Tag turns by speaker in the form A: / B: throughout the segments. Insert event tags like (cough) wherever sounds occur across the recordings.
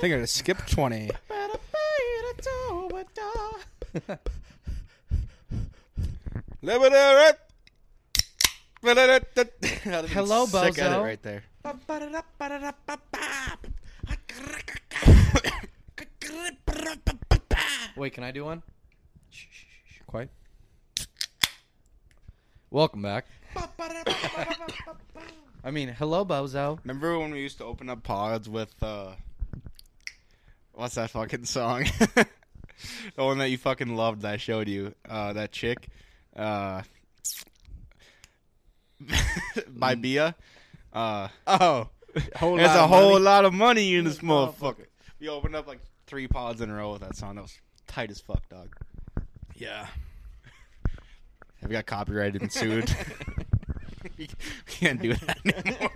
A: think I just skipped 20. Hello,
B: Hello,
A: Sick at it
B: Bozo.
A: right
B: (coughs)
A: there. (coughs)
B: Wait, can I do one?
A: Quite.
B: Welcome
A: (laughs)
B: back. I mean, hello, Bozo.
A: Remember when we used to open up pods with uh what's that fucking song? (laughs) the one that you fucking loved that I showed you. Uh that chick. Uh (laughs) by Bia. Uh Mm. oh.
B: Whole
A: There's
B: lot
A: a
B: of
A: whole
B: money.
A: lot of money (laughs) in this motherfucker. We opened up like three pods in a row with that song. That was tight as fuck, dog. Yeah. (laughs) Have we got copyrighted and (laughs) sued? we can't do that
B: (laughs)
A: anymore.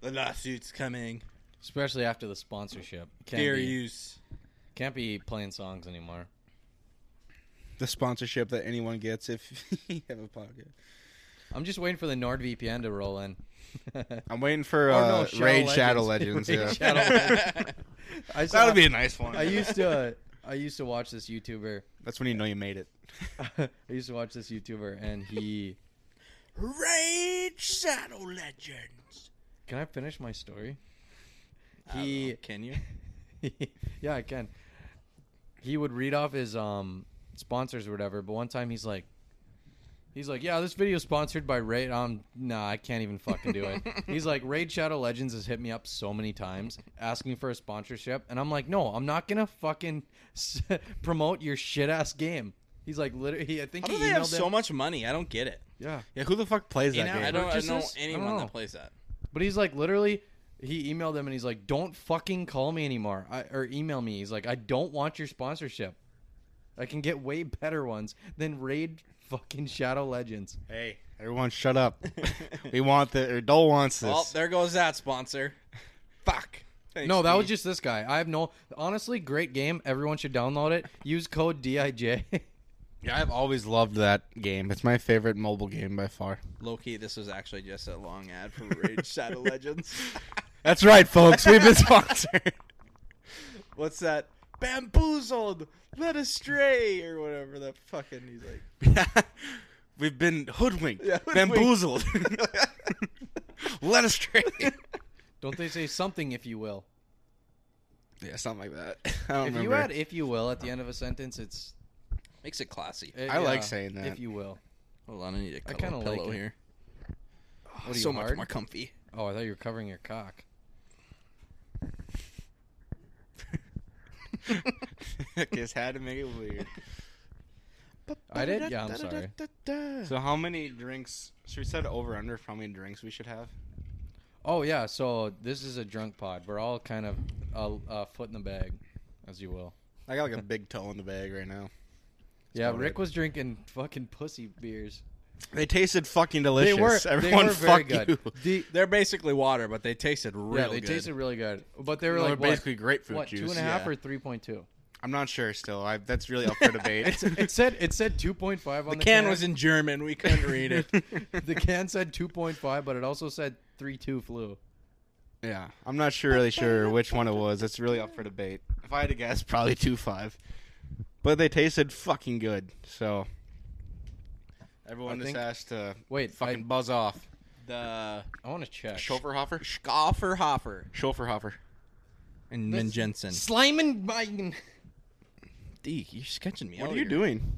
C: The lawsuit's coming.
B: Especially after the sponsorship. Can't
C: Dear
B: be,
C: use.
B: Can't be playing songs anymore.
A: the sponsorship that anyone gets if you have a pocket.
B: I'm just waiting for the NordVPN to roll in. (laughs)
A: I'm waiting for
B: Or no,
A: uh,
B: Shadow
A: Raid Shadow
B: Legends.
A: Legends.
B: Raid
A: yeah.
B: Shadow Legends. I saw,
A: That'll be a nice one.
B: I used to. Uh, I used to watch this YouTuber.
A: That's when you know you made it. (laughs)
B: I used to watch this YouTuber, and he.
C: (laughs) Rage Shadow Legends.
B: Can I finish my story? He.
C: Can you?
B: (laughs) yeah, I can. He would read off his um sponsors or whatever, but one time he's like, he's like, yeah, this video is sponsored by Raid. Um, nah, I can't even fucking do
C: (laughs)
B: it. he's like, Raid Shadow Legends has hit me up so many times asking for a sponsorship, and I'm like, no, I'm not gonna fucking s- (laughs) promote your shit ass game. He's like, literally, I think
C: How do
B: he
C: they have
B: emailed him-
C: so much money? I don't get it.
B: Yeah,
A: Yeah, who the fuck plays
C: You
A: that
C: know,
A: game?
C: I don't I don't know
B: Purchases? I don't
C: anyone
B: know.
C: that plays that.
B: But he's like, literally, he emailed him and he's like, "Don't fucking call me anymore, I, or email me." He's like, "I don't want your sponsorship. I can get way better ones than Raid fucking Shadow Legends."
A: Hey, everyone, shut up. (laughs) we want the or Dole wants this.
C: Well, there goes that sponsor. (laughs) Fuck. Thanks,
B: no, that
C: Steve.
B: was just this guy. I have no. Honestly, great game. Everyone should download it. Use code DIJ.
A: yeah, I've always loved that game. It's my favorite mobile game by far.
C: Loki. This was actually just a long
B: (laughs)
C: ad for Rage Shadow Legends. (laughs)
A: That's right, folks. We've been sponsored. (laughs)
C: What's that? Bamboozled, led astray, or whatever. That fucking. He's like.
A: We've been hoodwinked,
C: Yeah,
A: (laughs)
C: hoodwinked.
A: bamboozled, led astray.
B: (laughs) Don't they say something, if you will?
A: yeah, something like that. I don't
B: If
A: remember.
B: you add "if you will" at the end of a sentence, it's.
C: Makes it classy.
B: it-
A: I like
B: yeah,
A: saying that.
B: If you will.
C: Hold on, I need a
B: I
C: cuddle
B: kinda like
C: pillow
B: it.
C: here.
B: What are you
C: so much
B: hard?
C: more comfy.
B: Oh, I thought you were covering your cock.
A: (laughs) Just had to make it weird.
B: I did? Yeah, I'm sorry.
A: So how many drinks? Should we set it over under for how many drinks we should have?
B: Oh yeah, so this is a drunk pod. We're all kind of a, a foot in the bag, as you will.
A: I got
B: (laughs)
A: like a big toe in the bag right now.
B: yeah,
A: about
B: Rick
A: it.
B: was drinking fucking pussy beers.
A: They tasted fucking delicious. Everyone, fuck you.
B: (laughs) The-
C: They're basically water, but they tasted real
B: yeah, they
C: good.
B: tasted really good, but they were
A: Well,
B: like
A: they're
B: what,
A: basically grapefruit
B: what,
A: juice.
B: two and a half
C: yeah.
B: or three point
A: (laughs)
B: two.
A: I'm not sure still. I, that's really
B: (laughs)
A: up for debate.
B: It
A: (laughs)
B: it said it said two point five on
C: the
B: the,
C: can was in German. We couldn't read it.
B: (laughs) the can said two point five, but it also said three two flu.
A: yeah, I'm not sure really sure which one it was. It's really up for debate. If I had to guess, (laughs) probably two five. But they tasted fucking good. So
B: I
A: everyone just uh,
B: think-
A: has to
B: Wait,
A: fucking
B: I-
A: buzz off.
C: The
B: I want to check.
A: Schoferhofer,
C: Gofferhofer
A: Schoferhofer.
C: and Min Jensen.
B: Slimin' Biden.
C: D, you're sketching me
A: What
C: out
A: are you
C: here.
A: doing?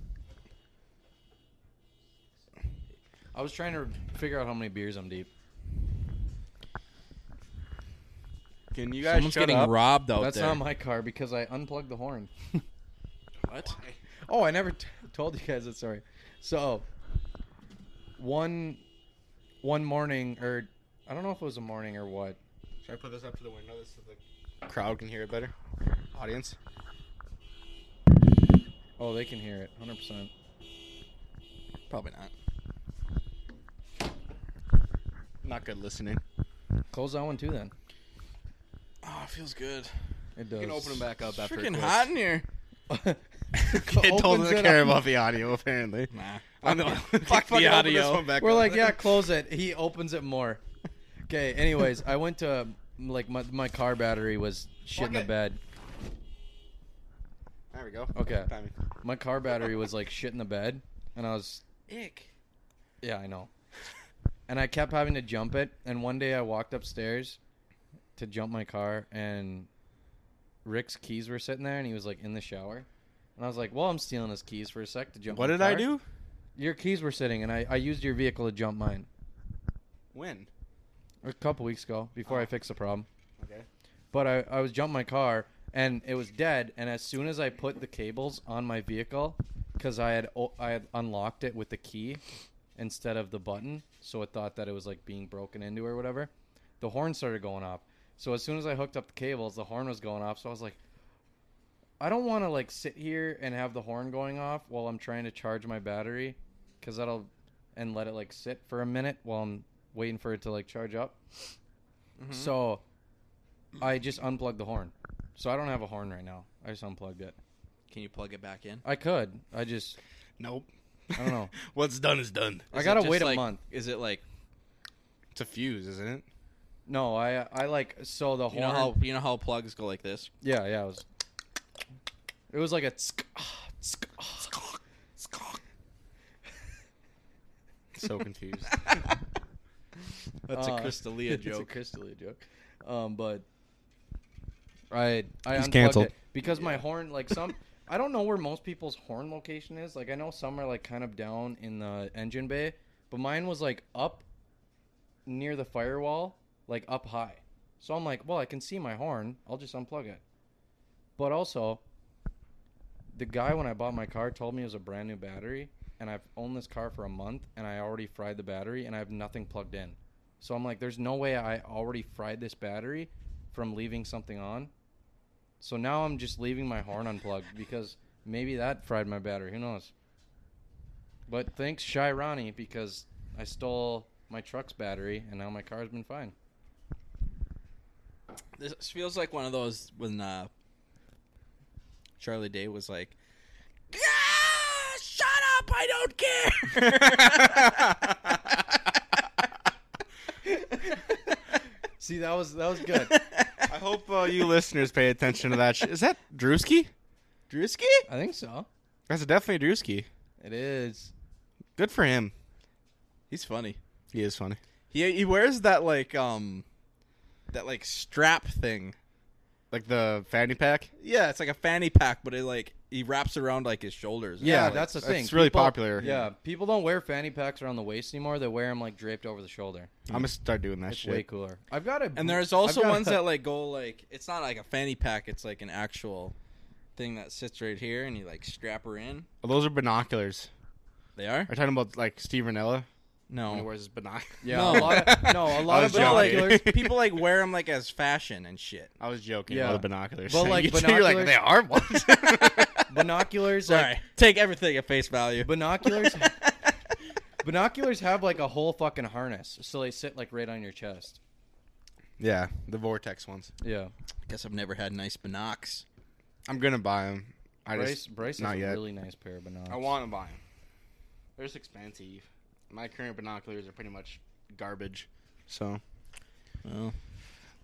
B: I was trying to figure out how many beers I'm deep.
A: Can you guys
C: Someone's
A: shut
C: getting
A: up?
C: robbed out
B: That's
C: there.
B: not my car because I unplugged the
A: (laughs)
B: horn.
C: what?
B: Oh, I never t- told you guys that story. So, one one morning, or I don't know if it was a morning or what.
A: Should I put this up to the window so the crowd can hear it better? Audience.
B: Oh, they can hear it, hundred percent.
C: Probably not.
A: Not good listening.
B: Close that one too, then.
C: Oh, it feels good.
B: It does.
A: You can open them
B: (laughs)
A: back up
C: It's
A: after.
C: freaking hot in here.
B: back.
A: (laughs) It totally doesn't care about the audio apparently. (laughs)
C: Nah.
B: (laughs)
A: I know.
C: (laughs) Fuck the audio.
A: (laughs)
B: We're like, yeah, close it. He opens it more. Okay. Anyways, I went to like my my car battery was shit in the
A: Okay.
B: bed.
A: There we go.
B: Okay.
A: Timing.
B: My car battery was like shit in the bed, and I was
C: Ick.
B: yeah, I know. And I kept having to jump it. And one day I walked upstairs to jump my car, and Rick's keys were sitting there, and he was like in the shower. And I was like, "Well, I'm stealing his keys for a sec to jump."
A: What
B: my
A: did I
B: car."
A: do?
B: Your keys were sitting, and I, I used your vehicle to jump mine
A: When?
B: a couple weeks ago before I fixed the problem.
A: Okay.
B: But I, I was jumping my car, and it was dead. And as soon as I put the cables on my vehicle, because I had o- I had unlocked it with the key instead of the button, so it thought that it was like being broken into or whatever. The horn started going off. So as soon as I hooked up the cables, the horn was going off. So I was like, I don't want to like sit here and have the horn going off while I'm trying to charge my battery, because that'll and let it like sit for a minute while I'm waiting for it to like charge up. So I just unplugged the horn. So I don't have a horn right now. I just unplugged it.
C: Can you plug it back in?
B: I could. I just
A: (laughs) Nope.
B: I don't know.
A: What's done is done.
B: I
C: Is it
B: gotta
C: just
B: wait a
C: like-
B: month.
C: Is it like
A: It's a fuse, isn't it?
B: No, I I like so the
C: you
B: horn.
C: know how you know how plugs go like this?
B: yeah, yeah. It was. It was like a. tsk, ah, tsk, ah.
A: So (laughs) confused.
C: That's a
B: Uh, (laughs)
C: Crystalia
B: it's
C: joke.
B: a Crystalia joke. Um, but I I
A: He's
B: unplugged
A: canceled.
B: it because my horn like some I don't know where most people's horn location is. Like I know some are like kind of down in the engine bay, but mine was like up near the firewall, like up high. So I'm like, well, I can see my horn. I'll just unplug it. But also, the guy when I bought my car told me it was a brand new battery, and I've owned this car for a month, and I already fried the battery, and I have nothing plugged in. So I'm like, there's no way I already fried this battery from leaving something on. So now I'm just leaving my horn unplugged because maybe that fried my battery. Who knows? But thanks, Shy Ronnie, because I stole my truck's battery and now my car's been fine.
C: This feels like one of those when uh, Charlie Day was like, "Yeah, "Shut up! I don't care."
B: See, that was that was good.
A: I hope uh, you listeners pay attention to that. Sh- is that Drewski?
C: Drewski?
B: (laughs) I think so.
A: That's definitely Drewski.
B: It is.
A: Good for him.
C: He's funny.
A: He is funny.
C: He he wears that like um that like strap thing.
A: Like the fanny pack.
C: Yeah, it's like a fanny pack, but it like he wraps around like his shoulders.
B: Yeah,
C: Like,
B: that's the
A: it's
B: thing.
A: really popular.
B: Yeah, people don't wear fanny packs around the waist anymore. They wear them like draped over the shoulder.
A: I'm gonna start doing that
B: It's
A: shit.
B: way cooler. Ah, I've got a.
C: And there's also ones that like go like it's not like a fanny pack, it's like an actual thing that sits right here and you like strap her in.
A: Oh, those are binoculars.
C: They are?
A: Are you talking about like Steve Renella? When he
C: No.
A: wears his binoculars.
B: (laughs) (laughs)
A: (laughs)
B: Yeah,
C: No.
B: a lot of, no, a lot
A: I
B: of
A: was
C: No, like
A: joking.
B: binoculars.
C: people like wear them like as fashion and shit.
A: I was joking
B: Yeah.
A: about the binoculars. (laughs)
B: But, like,
A: You say- you're like
B: binoculars-
A: they are ones. (laughs)
B: (laughs) binoculars,
C: Sorry.
B: like,
C: Take everything at face value. (laughs)
B: binoculars, binoculars have like a whole fucking harness, so they sit like right on your chest.
A: yeah, the vortex ones.
B: Yeah,
C: Guess I've never had nice binocs.
A: I'm gonna buy them. I
B: Bryce,
A: just
B: Bryce
A: not
B: has
A: yet.
B: a really nice pair of binoculars. (laughs)
A: I want to buy them. They're just expensive. My current binoculars are pretty much garbage, so
C: Well,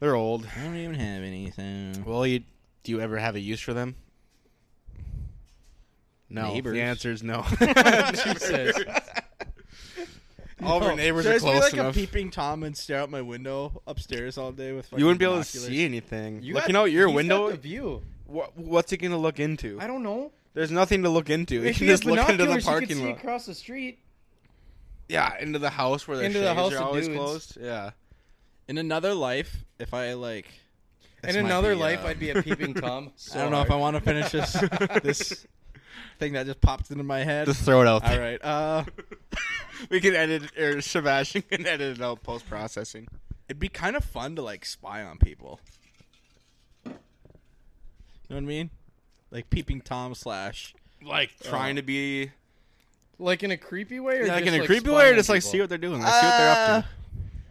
A: they're old.
C: I don't even have anything.
A: Well, you do you ever have a use for them? No.
C: Neighbors.
A: The answer is no. (laughs)
B: Jesus.
A: All of our neighbors
C: Oh, Should
A: are
C: I just be
A: close
C: like
A: enough.
C: a peeping tom and stare out my window upstairs all day with
A: you wouldn't be able to
C: binoculars?
A: see anything.
B: You
A: Looking
B: got-
A: out your
B: he's got
A: window,
B: the view.
A: wha- what's it going to look into?
B: I don't know.
A: There's nothing to look into. (laughs) You
B: If
A: can
B: you had
A: just look into the
B: binoculars, you could
A: parking
B: see
A: lot.
B: across the street.
A: Yeah, into the house where the
B: Into the
A: shades
B: house
A: are
B: of
A: always
B: dudes.
A: closed. Yeah.
C: In another life, if I like this
B: In
C: might
B: another
C: be,
A: uh,
B: life,
C: um,
B: I'd be a peeping
A: (laughs)
B: tom.
C: I don't know if I want to finish this this thing that just popped into my head.
A: Just throw it out there.
C: All right. Uh,
A: We can edit, or Sebastian (laughs) can edit it out post processing.
C: it'd be kind of fun to like spy on people. You know what I mean? Like peeping tom slash.
A: Like trying to be
B: Like in a creepy way, or
A: like
B: just,
A: in a creepy
B: spying
A: way, or
B: on
A: just like
B: people?
A: see what they're doing, like, see what they're up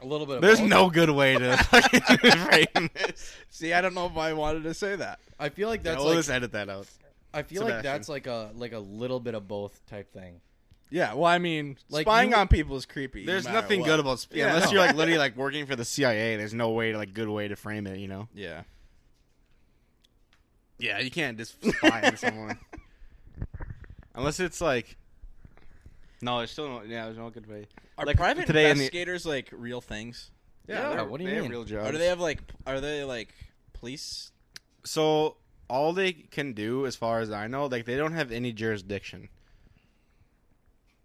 A: to.
B: a little bit. Of
A: There's
B: both.
A: no good way (laughs) to fucking frame this.
C: See, I don't know if I wanted to say that.
B: I feel like that's
A: we'll
B: like
A: just edit that out.
B: I feel like
A: Sebastian.
B: that's like a like a little bit of both type thing.
C: Yeah, well, I mean,
B: Like,
C: spying
B: you-
C: on people is creepy. no
A: There's
C: matter
A: nothing
C: what.
A: good about sp-
C: Yeah,
A: unless
C: no.
A: you're like literally like working for the CIA. There's no way to like good way to frame it, you know.
C: Yeah.
A: Yeah, you can't (laughs) just spy on someone unless it's like. No, there's still no. Yeah, there's no good way.
C: Are
A: Like,
C: private
A: today in the-
C: investigators like real things?
B: Yeah,
A: they're-
B: what do you
A: they have
B: mean?
A: real
C: Or
A: jobs.
C: do they have like? p- Are they like police?
A: so all they can do, as far as I know, like they don't have any jurisdiction.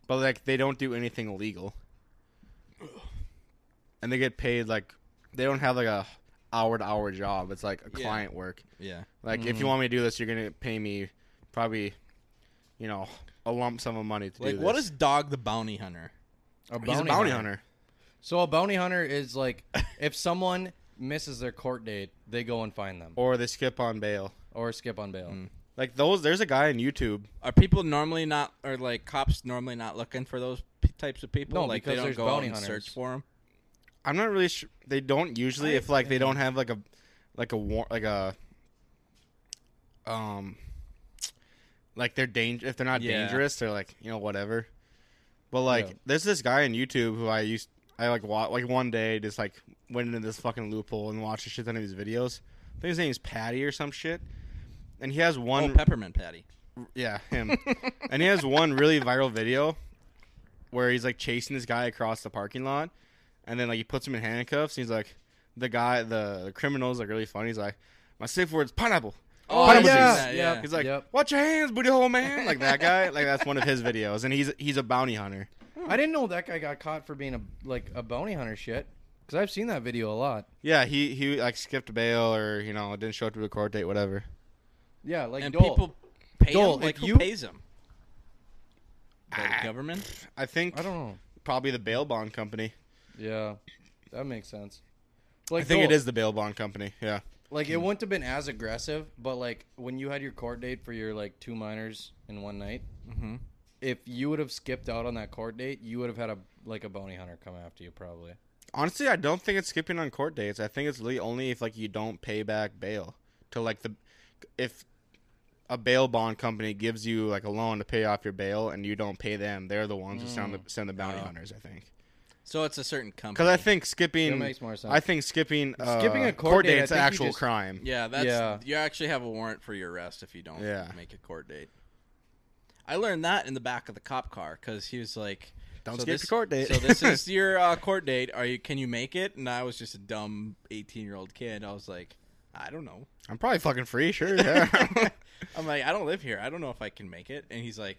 A: But like they don't do anything illegal, and they get paid like they don't have like a hour to hour job. It's like a
C: Yeah. Mm-hmm.
A: client work.
C: Yeah.
A: Like if you
B: Mhm.
A: want me to do this, you're gonna pay me probably, you know, a lump sum of money to do
C: Like,
A: this.
C: what is Dog the Bounty Hunter?
B: A bounty,
A: He's a bounty hunter.
B: So a bounty hunter is like if someone misses their court date, they go and find them
A: or they skip on bail.
B: or skip on bail.
A: Mm. Like those, there's a guy on YouTube.
C: Are people normally not? Are like cops normally not looking for those p- types of people?
B: No,
C: like
B: because
C: they don't
B: there's
C: go out
B: bounty
C: and
B: hunters.
C: search for them.
A: I'm not really sure. They don't usually
B: I-
A: if like they don't have like a, like a war like a, um, like they're danger if they're not
C: Yeah.
A: dangerous they're like you know whatever. But like
B: Yeah.
A: there's this guy on YouTube who I used I like wa- like one day just like went into this fucking loophole and watched a shit ton of his videos. I think his name is Patty or some shit. And he has one
C: Oh, peppermint patty.
A: Yeah,
B: (laughs)
A: him. and he has one really viral video where he's like chasing this guy across the parking lot, and then like he puts him in handcuffs. And he's like, the guy, the, the criminal's like really funny. He's like, my safe word's pineapple.
C: Oh,
A: Pineapple
C: yeah.
A: juice.
C: Yeah,
B: Yep.
C: yeah.
A: He's like,
B: Yep.
A: watch your hands, booty hole man. Like that
B: (laughs)
A: guy. like that's one of his videos, and he's he's a bounty hunter.
B: I didn't know that guy got caught for being a like a bounty hunter shit because I've seen that video a lot.
A: Yeah, he he like skipped bail or you know didn't show up to a court date, whatever.
B: Yeah, like
C: and
B: Dole.
C: people pay
B: Dole,
C: them. Like
B: if
C: who
B: you-
C: pays Ah. them? The government.
A: I think
B: I don't know.
A: probably the bail bond company.
B: Yeah, that makes sense. Like
A: I think it
B: Dole.
A: is Hmm. the bail bond company. Yeah.
B: Like it wouldn't have been as aggressive, but like when you had your court date for your like two minors in one night,
C: Mm-hmm.
B: if you would have skipped out on that court date, you would have had a like a bounty hunter come after you probably.
A: Honestly, I don't think it's skipping on court dates. I think it's really only if like you don't pay back bail to like the if a bail bond company gives you like a loan to pay off your bail and you don't pay them, they're the ones who send the send the bounty
C: Oh.
A: hunters. I think
C: So it's a certain company.
A: because I think skipping
B: That makes more sense.
A: I think skipping uh,
B: Skipping a court date, I
A: date's an
B: think you
A: actual
B: just-
A: crime.
C: Yeah, that's
B: Yeah.
C: you actually have a warrant for your arrest if you don't
A: Yeah.
C: make a court date. I learned that in the back of the cop car because he was like,
A: Don't
C: so
A: skip
C: this-
A: your court date."
C: So
A: (laughs)
C: this is your uh, court date. Are you? Can you make it?" And I was just a dumb eighteen-year-old kid. I was like, "I don't know."
A: I'm probably fucking free. (laughs) Sure, yeah.
C: (laughs) I'm like, "I don't live here. I don't know if I can make it." And he's like,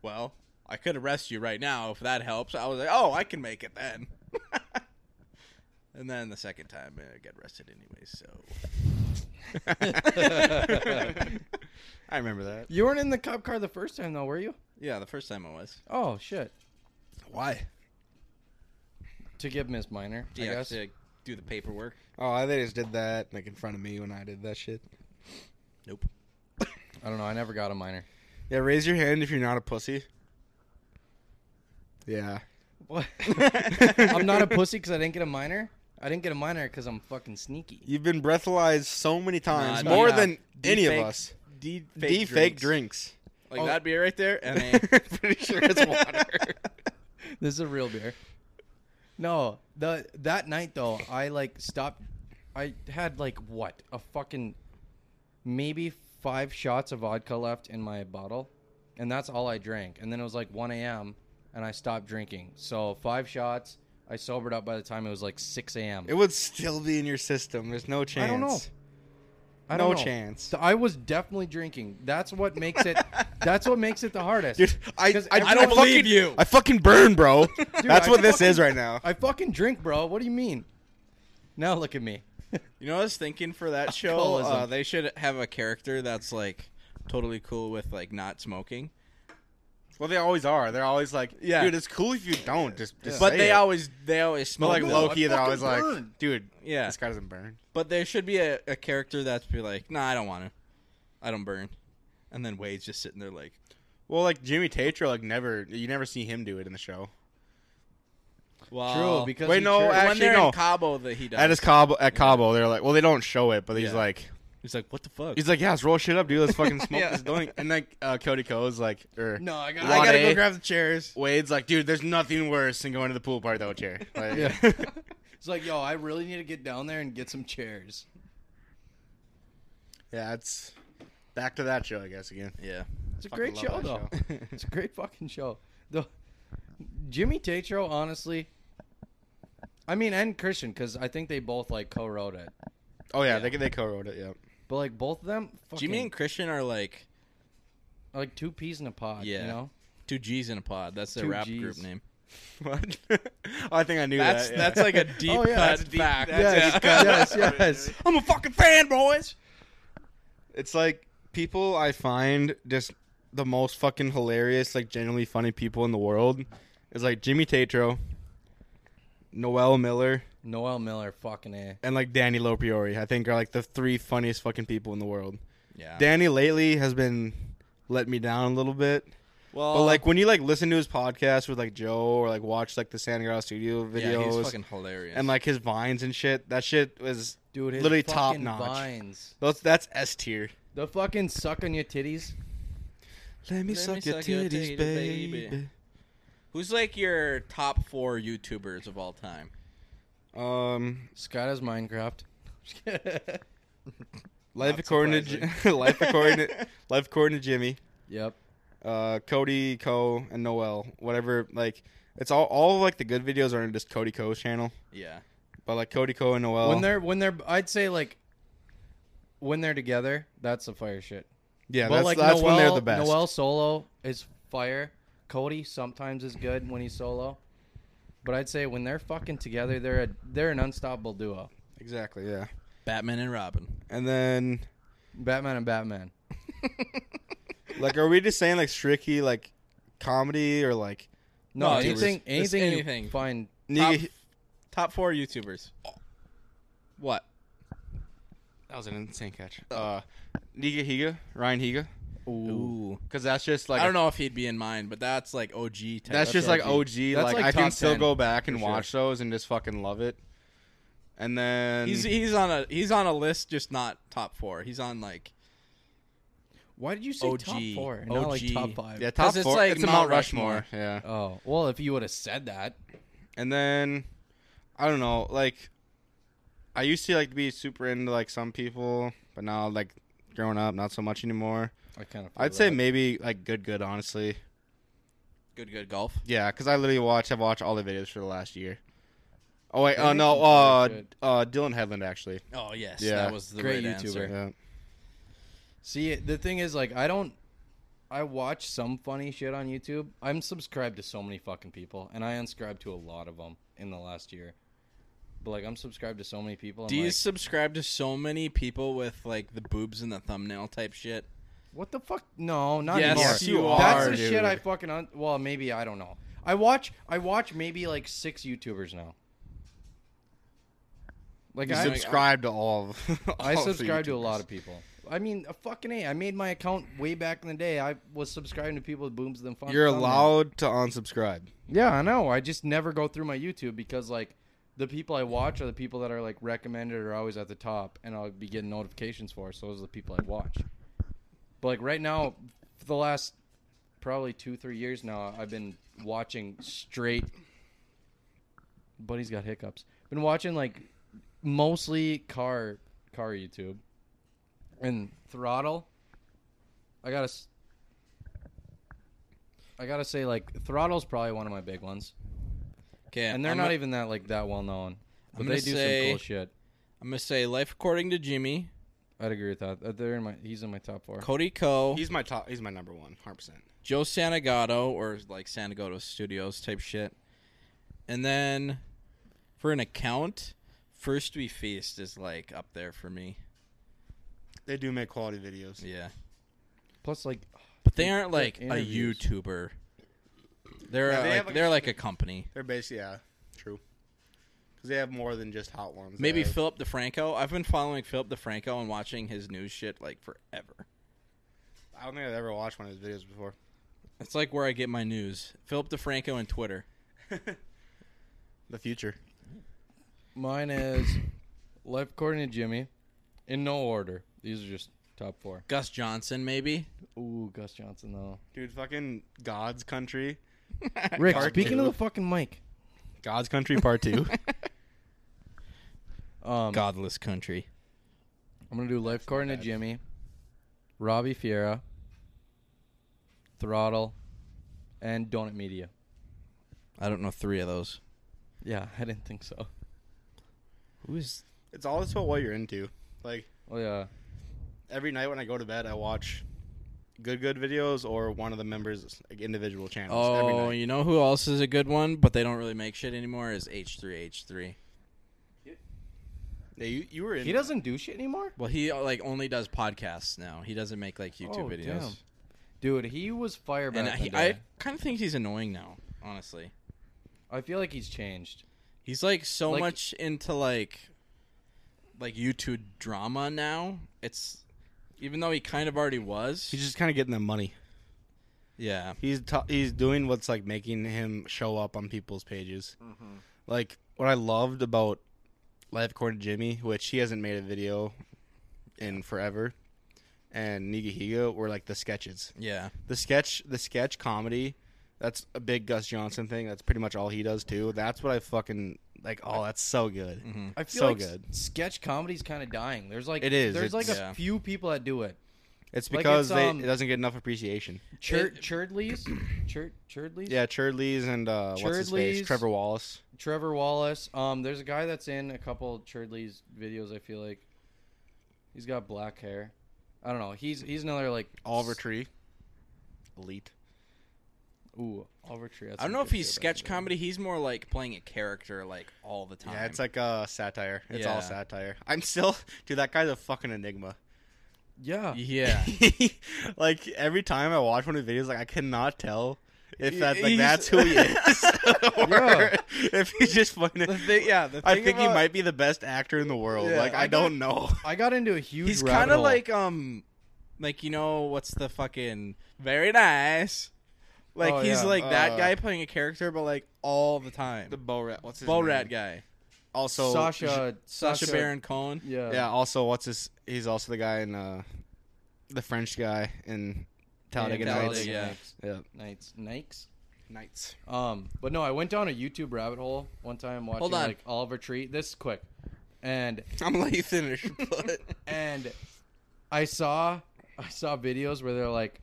C: "Well, I could arrest you right now if that helps." I was like, "Oh, I can make it then." (laughs) and then the second time, I got arrested anyway. So.
A: I remember that.
B: You weren't in the cop car the first time though, were you?
C: Yeah, the first time I was.
B: Oh shit.
A: Why?
B: To give Miss Minor, I
C: Yeah,
B: guess.
C: to do the paperwork.
A: Oh, they just did that like in front of me when I did that shit.
C: Nope.
B: I don't know, I never got a minor.
A: Yeah, raise your hand if you're not a pussy. Yeah.
B: What? (laughs) I'm not a pussy because I didn't get a minor. I didn't get a minor because I'm fucking sneaky.
A: You've been breathalyzed so many times,
C: Nah,
A: more
B: yeah.
A: than any of
C: Deep fake-
A: us.
C: D
A: D fake drinks.
C: Like
B: Oh.
C: that beer right there, and
A: (laughs)
C: a
A: Pretty sure it's water.
B: This is a real beer. No, the that night though, I like stopped. I had like what a fucking maybe five shots of vodka left in my bottle, and that's all I drank. And then it was like 1 a.m. and I stopped drinking. So five shots. I sobered up by the time it was like 6 a.m.
A: it would still be in your system. There's no chance.
B: I don't know. I
A: No
B: don't know.
A: chance.
B: So I was definitely drinking. That's what makes
A: (laughs)
B: it. that's what makes it the hardest.
A: Dude, I, I,
B: 'Cause
C: I don't
B: everyone-
C: believe
A: fucking-
C: you.
A: I fucking burn, bro. (laughs) That's
B: I
A: what this
B: fucking-
A: is right now.
B: I fucking drink, bro. What do you mean? Now look at me.
C: You know, what I was thinking for that show,
B: Alcoholism.
C: uh, they should have a character that's like totally cool with like not smoking,
A: Well, they always are. They're always like,
C: Yeah.
A: dude, it's cool if you don't. Just, just
C: but
A: say
C: they
A: it.
C: always they always
A: But
C: smoke.
A: like
C: though.
A: low key, they're
B: fucking
A: always
B: burn.
A: like, dude,
C: Yeah.
A: this guy doesn't burn.
C: But there should be a, a character that's be like, nah, I don't want to, I don't burn, and then Wade's just sitting there like,
A: Well, like Jimmy Tatro, like never, you never see him do it in the show.
C: well,
B: because
A: Wait,
B: he
A: no,
B: chirped.
A: I-
C: when
A: actually,
C: they're
A: no.
C: in Cabo that he does.
A: At his Cabo, at Cabo, they're like, well, they don't show it, but he's
C: Yeah.
A: like,
C: He's like, what the fuck?
A: He's like, yeah, let's roll shit up, dude. Let's
C: (laughs)
A: fucking smoke
C: Yeah.
A: this joint. And then uh, Cody Co's like, or
B: No, I got.
A: I
C: I gotta
A: Wade.
C: go grab the chairs.
A: Wade's like, dude, there's nothing worse than going to the pool party without a chair. Like,
B: Yeah. it's like, yo, I really need to get down there and get some chairs.
A: yeah, it's back to that show, I guess, again.
C: (laughs)
A: (laughs)
C: Yeah.
B: It's a
A: Fucking
B: great show,
A: love
B: though.
A: that show. (laughs)
B: it's a great fucking show. The Jimmy Tatro, honestly, I mean, and Christian, because I think they both like co-wrote it,
A: Oh, yeah,
C: Yeah.
A: they, they co wrote it, yeah. (laughs)
B: but like both of them, fucking,
C: Jimmy and Christian are like
B: are, like two peas in a pod.
C: Yeah.
B: you know,
C: two G's in a pod. That's their
B: Two
C: rap
B: Gs.
C: group name.
A: What? (laughs) oh, I think I knew
C: That's
A: that. yeah. (laughs)
C: that's like a deep
A: Oh, yeah,
C: cut
A: that's deep-
C: fact.
A: that's-
C: Yeah.
B: yes, yes.
C: (laughs) I'm a fucking fan, boys.
A: It's like people I find just the most fucking hilarious, like genuinely funny people in the world is like Jimmy Tatro, Noel Miller,
B: Noel Miller, fucking a.
A: and like Danny Lopriori. I think are like the three funniest fucking people in the world.
C: Yeah.
A: Danny lately has been let me down a little bit.
C: well,
A: But like when you like listen to his podcast with like Joe or like watch like the San Gabriel studio
C: yeah, he's
A: videos
C: fucking hilarious.
A: and like his vines and shit, that shit was
B: Dude, his
A: literally top
B: fucking
A: notch.
B: vines.
A: That's that's S tier.
B: The fucking suck on your titties.
A: Let me
C: Let
A: suck
C: me
A: your
C: suck your
A: titties,
C: titties,
A: baby.
C: baby. who's like your top four YouTubers of all time?
A: Um,
B: Scott has Minecraft. (laughs)
A: life
C: Not
A: according to Ji- (laughs) (laughs) life according
C: (laughs)
A: to, life according to Jimmy,
B: yep.
A: uh, Cody Co and Noel. Whatever, like it's all all like the good videos are in just Cody Co's channel,
C: Yeah.
A: but like Cody Co and Noel.
B: When they're when they're, I'd say like when they're together, that's the fire shit.
A: yeah,
B: but
A: that's,
B: like
A: that's
B: Noel,
A: when they're the best.
B: Noel solo is fire. Cody sometimes is good when he's solo, but I'd say when they're fucking together, they're a they're an unstoppable duo.
A: exactly, yeah.
C: Batman and Robin.
A: And then
B: Batman and Batman.
A: like, are we just saying like strictly like comedy or like
B: No,
C: No, it's-
B: anything
C: it's
B: anything,
C: anything.
B: you find.
C: Top,
A: nigga?
C: top four YouTubers. What?
A: That was an insane catch. Uh, Niga Higa, Ryan Higa, because that's just like
C: I don't know if he'd be in mine, but that's like OG. Type.
A: That's, just like OG.
B: That's
A: like,
B: like
A: I can
B: top
A: still
B: 10,
A: go back and
B: for sure.
A: watch those and just fucking love it. And then
C: He's he's on a he's on a list, just not top four. He's on like
B: Why did you say top
C: OG.
B: four and not like
C: OG.
B: top five?
A: yeah, top
C: 'Cause it's
A: four.
C: like
A: it's a Mount
C: Mount
A: Rushmore.
C: Rushmore.
A: Yeah,
B: Oh well, if you would have said that,
A: and then I don't know. Like I used to like be super into like some people, but now like growing up, not so much anymore.
B: I kind of.
A: I'd say maybe like good, good. Honestly,
C: good good golf.
A: yeah, because I literally watched. I've watched all the videos for the last year. Oh wait,
B: Yeah,
A: oh
B: he's
A: no,
B: some
A: uh,
B: pretty good.
A: uh, Dylan Headland actually.
C: Oh yes,
A: Yeah.
C: that was the
B: Great
C: right
B: YouTuber.
C: Answer.
A: Yeah.
B: See, the thing is, like, I don't. I watch some funny shit on YouTube. I'm subscribed to so many fucking people, and I unscribed to a lot of them in the last year. But like, I'm subscribed to so many people. I'm
C: Do you
B: like,
C: subscribe to so many people with like the boobs in the thumbnail type shit?
B: what the fuck? No, not
C: Yes,
B: anymore.
C: you
B: That's
C: are,
B: the shit I
A: dude.
B: fucking. Un- well, maybe I don't know. I watch. I watch maybe like six YouTubers now. Like
A: You
B: I,
A: subscribe to all. Of, (laughs)
B: I
C: Oh,
A: all of the
B: subscribe to a lot
A: YouTubers.
B: of people. I mean, a fucking a. I made my account way back in the day. I was subscribing to people with booms and fun.
A: You're
B: thumbnails.
A: allowed to unsubscribe.
B: Yeah, I know. I just never go through my YouTube because like the people I watch are the people that are like recommended or always at the top, and I'll be getting notifications for. So those are the people I watch. But like right now, for the last probably two three years now, I've been watching straight. Buddy's got hiccups. Been watching like mostly car car YouTube and throttle. I gotta. s- I gotta say, like throttle's probably one of my big ones,
C: Okay,
B: and they're
C: I'm
B: not
C: gonna-
B: even that like that well known, but
C: I'm
B: they
C: gonna
B: do some
C: say-
B: cool shit.
C: I'm gonna say life according to Jimmy,
B: I'd agree with that. Uh, They're in my. He's in my top four.
C: Cody Co,
A: He's my top. He's my number one, hundred percent.
C: Joe Santagato, or like Santagato Studios type shit, and then for an account, First We Feast is like up there for me.
A: They do make quality videos.
C: Yeah,
B: Plus, like
C: but they aren't like a
B: interviews.
C: YouTuber. They're
A: Yeah, they
C: like,
A: have, like,
C: they're like a company.
A: They're basically yeah, true. Because they have more than just hot ones. They
C: Maybe
A: have-
C: Philip DeFranco. I've been following Philip DeFranco and watching his news shit like forever.
A: I don't think I've ever watched one of his videos before.
C: It's like where I get my news. Philip DeFranco and Twitter.
A: The future.
B: mine is life according to Jimmy, in no order. These are just top four.
C: Gus Johnson, maybe.
B: Ooh, Gus Johnson though.
A: Dude, fucking God's Country.
B: Rick,
A: Part
B: speaking of
A: two.
B: the fucking mic,
A: God's Country Part (laughs) 2.
B: um,
C: Godless country.
B: I'm gonna do lifeguard to Jimmy, Robbie Fiera, Throttle, and Donut Media.
C: I don't know three of those.
B: Yeah, I didn't think so.
C: Who is?
A: it's all just about what you're into. Like,
B: Oh yeah,
A: every night when I go to bed, I watch Good Good videos or one of the members' like, individual channels. every
C: Oh,
A: night.
C: you know who else is a good one, but they don't really make shit anymore. Is H three H three?
A: Yeah, you, you were in.
B: he doesn't do shit anymore.
C: Well, he uh, like only does podcasts now. He doesn't make like YouTube
B: Oh,
C: videos.
B: Dude, he was fire back
C: And
B: in the
C: I, I
B: day.
C: kind of think he's annoying now. Honestly,
B: I feel like he's changed.
C: he's like so
B: Like-
C: much into like like YouTube drama now. It's even though he kind of already was.
A: He's just kind of getting the money.
C: yeah.
A: He's t- he's doing what's like making him show up on people's pages.
B: Mm-hmm.
A: Like what I loved about Life Corner Jimmy, which he hasn't made a video in forever, and Nigahiga were like the sketches.
C: Yeah.
A: The sketch, the sketch comedy. That's a big Gus Johnson thing. That's pretty much all he does too. That's what I fucking like. Oh, that's so good.
B: I feel
A: So
B: like s-
A: good.
B: sketch comedy's kind of dying. There's like
A: It is,
B: There's
A: it's-
B: like a
C: Yeah.
B: few people that do it.
A: It's
B: Like,
A: because
B: it's,
A: they,
B: um,
A: it doesn't get enough appreciation.
B: Chur-
C: It-
A: (clears throat)
B: Churdleys, Chur- Churdleys,
A: Yeah, Churdleys and uh, what's his face,
B: Churdleys.
A: Trevor Wallace.
B: Trevor Wallace. Um, there's a guy that's in a couple Churdley's videos. I feel like he's got black hair. I don't know. He's he's another like
A: Oliver Tree. Elite.
B: Ooh, Oliver Tree. that's
C: I don't
B: some
C: know if
B: good
C: he's
B: shit back
C: sketch
B: in the day.
C: comedy. He's more like playing a character like all the time.
A: Yeah, it's like uh, satire. It's
C: Yeah.
A: all satire. I'm still (laughs) dude, that guy's a fucking enigma.
B: Yeah,
C: yeah.
A: (laughs) like every time I watch one of his videos, like I cannot tell if
C: He-
A: that like
C: he's-
A: that's who he is. (laughs) or
B: Yeah.
A: if he's just fucking
C: The thing- (laughs) yeah, the
A: I
C: thing
A: think he
C: about-
A: might be the best actor in the world.
C: Yeah,
A: like I,
C: I
A: don't know.
B: I got into a huge.
C: He's
B: rabbit
C: kind of
B: hole.
C: like um, like you know what's the fucking very nice. Like
B: Oh,
C: he's
B: yeah.
C: like that
A: Uh,
C: guy playing a character, but like all the time. (laughs) The
A: Bo Rat what's his
C: Bo Rat guy,
A: Also
B: Sasha,
C: Sasha uh, Baron Cohen.
B: Yeah,
A: Yeah, also what's his he's also the guy in uh the French guy in Talladega
C: Talladega,
A: Nights.
C: yeah.
A: Yeah.
B: Nights, Nikes.
A: Nights.
B: Um, but no, I went down a YouTube rabbit hole one time watching
C: Hold on.
B: like Oliver Tree. This quick, and
C: I'm letting you (laughs) finish, but
B: and I saw I saw videos where they're like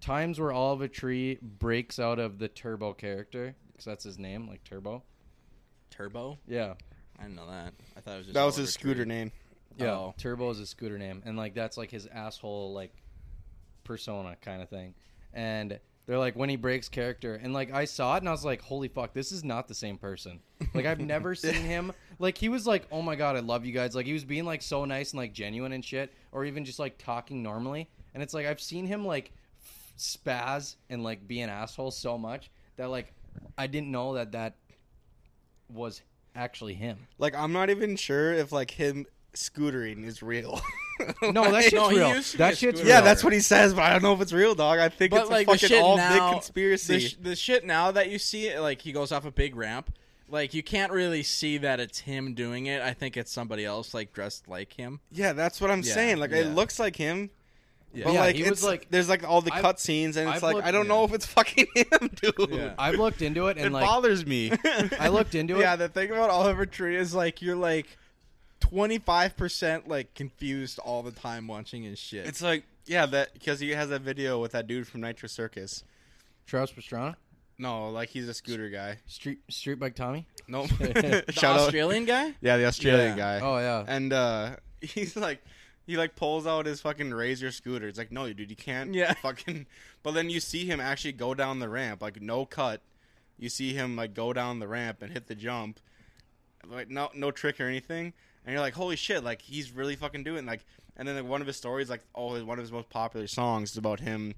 B: times where Oliver Tree breaks out of the Turbo character because that's his name, like Turbo.
C: Turbo.
B: Yeah,
C: I didn't know that. I thought it was just
A: That was
C: Oliver
A: his scooter
C: Tree.
A: name.
B: yeah.
C: Oh.
B: Turbo is a scooter name, and like that's like his asshole like persona kind of thing. And they're like when he breaks character, and like I saw it, and I was like, holy fuck, this is not the same person. Like I've
C: (laughs)
B: never seen him. Like he was like, oh my god, I love you guys. Like he was being like so nice and like genuine and shit, or even just like talking normally. And it's like I've seen him like f- spaz and like be an asshole so much that like I didn't know that that was actually
C: (laughs)
B: him.
A: Like I'm not even sure if like him scootering is
C: (laughs)
A: real.
B: No, that shit's
C: No, he
B: real.
C: used to be
B: That
C: a
B: shit's
C: scooter.
B: real.
A: yeah, that's what he says, but I don't know if it's real, dog. I think
C: But
A: it's
C: like
A: a
C: the
A: fucking
C: shit
A: all
C: now,
A: big conspiracy.
C: The, sh- the shit now that you see, like he goes off a big ramp, like you can't really see that it's him doing it. I think it's somebody else, like dressed like him.
A: yeah, that's what I'm
C: Yeah,
A: saying. Like it
C: yeah.
A: looks like him.
C: Yeah.
A: But
B: Yeah,
A: like
B: he
A: it's
B: was, like-
A: there's like all the
B: I've-
A: cut scenes and it's
B: I've
A: like
B: looked-
A: I don't know if it's fucking (laughs) him, dude.
C: Yeah.
B: I've looked into it and
A: (laughs) It
B: like
A: bothers me.
B: I
A: (laughs)
B: looked into it.
C: Yeah, the thing about Oliver Tree is like you're like twenty five percent like confused all the time watching his shit.
A: It's like yeah, that because he has that video with that dude from Nitro Circus.
B: Travis Pastrana,
A: No, like he's a scooter guy.
B: Street Street Bike Tommy.
C: (laughs)
A: Nope.
B: The
A: (laughs) Shout out.
C: Australian guy.
A: Yeah, the Australian
C: Yeah.
A: guy.
B: Oh yeah,
A: (laughs) and uh he's like he like pulls out his fucking razor scooter. It's like, no, dude, you can't
C: Yeah.
A: (laughs) fucking but then you see him actually go down the ramp, like no cut. You see him like go down the ramp and hit the jump. Like no no trick or anything. And you're like, holy shit, like he's really fucking doing like and then like one of his stories, like oh his- one of his most popular songs is about him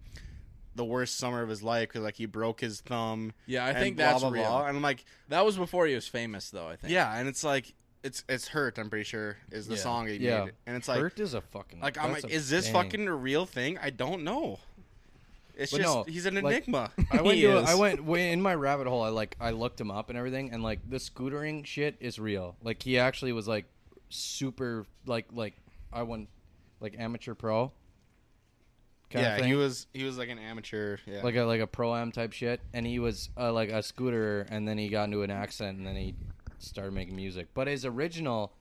A: the worst summer of his life because like he broke his thumb.
C: Yeah, I
A: and
C: think
A: blah,
C: that's
A: blah,
C: real.
A: blah. And I'm like,
C: That was before he was famous, though. I think.
A: yeah, and it's like it's it's hurt. I'm pretty sure is the
C: Yeah.
A: song he
B: Yeah.
A: made, and it's like
B: Bert is a fucking.
A: like I'm
B: that's
A: like,
B: a
A: is this
B: bang.
A: fucking a real thing? I don't know. It's
B: But
A: just
B: no,
A: he's an
B: like,
A: enigma. (laughs)
B: I went.
C: He
B: To,
C: is.
B: I went way in my rabbit hole. I like. I looked him up and everything, and like the scootering shit is real. Like he actually was like super like like I went like amateur pro. Kind
A: yeah,
B: of thing.
A: he was he was like an amateur. Yeah,
B: like a like a pro am type shit, and he was uh, like a scooter, and then he got into an accent, and then he started making music. But his original,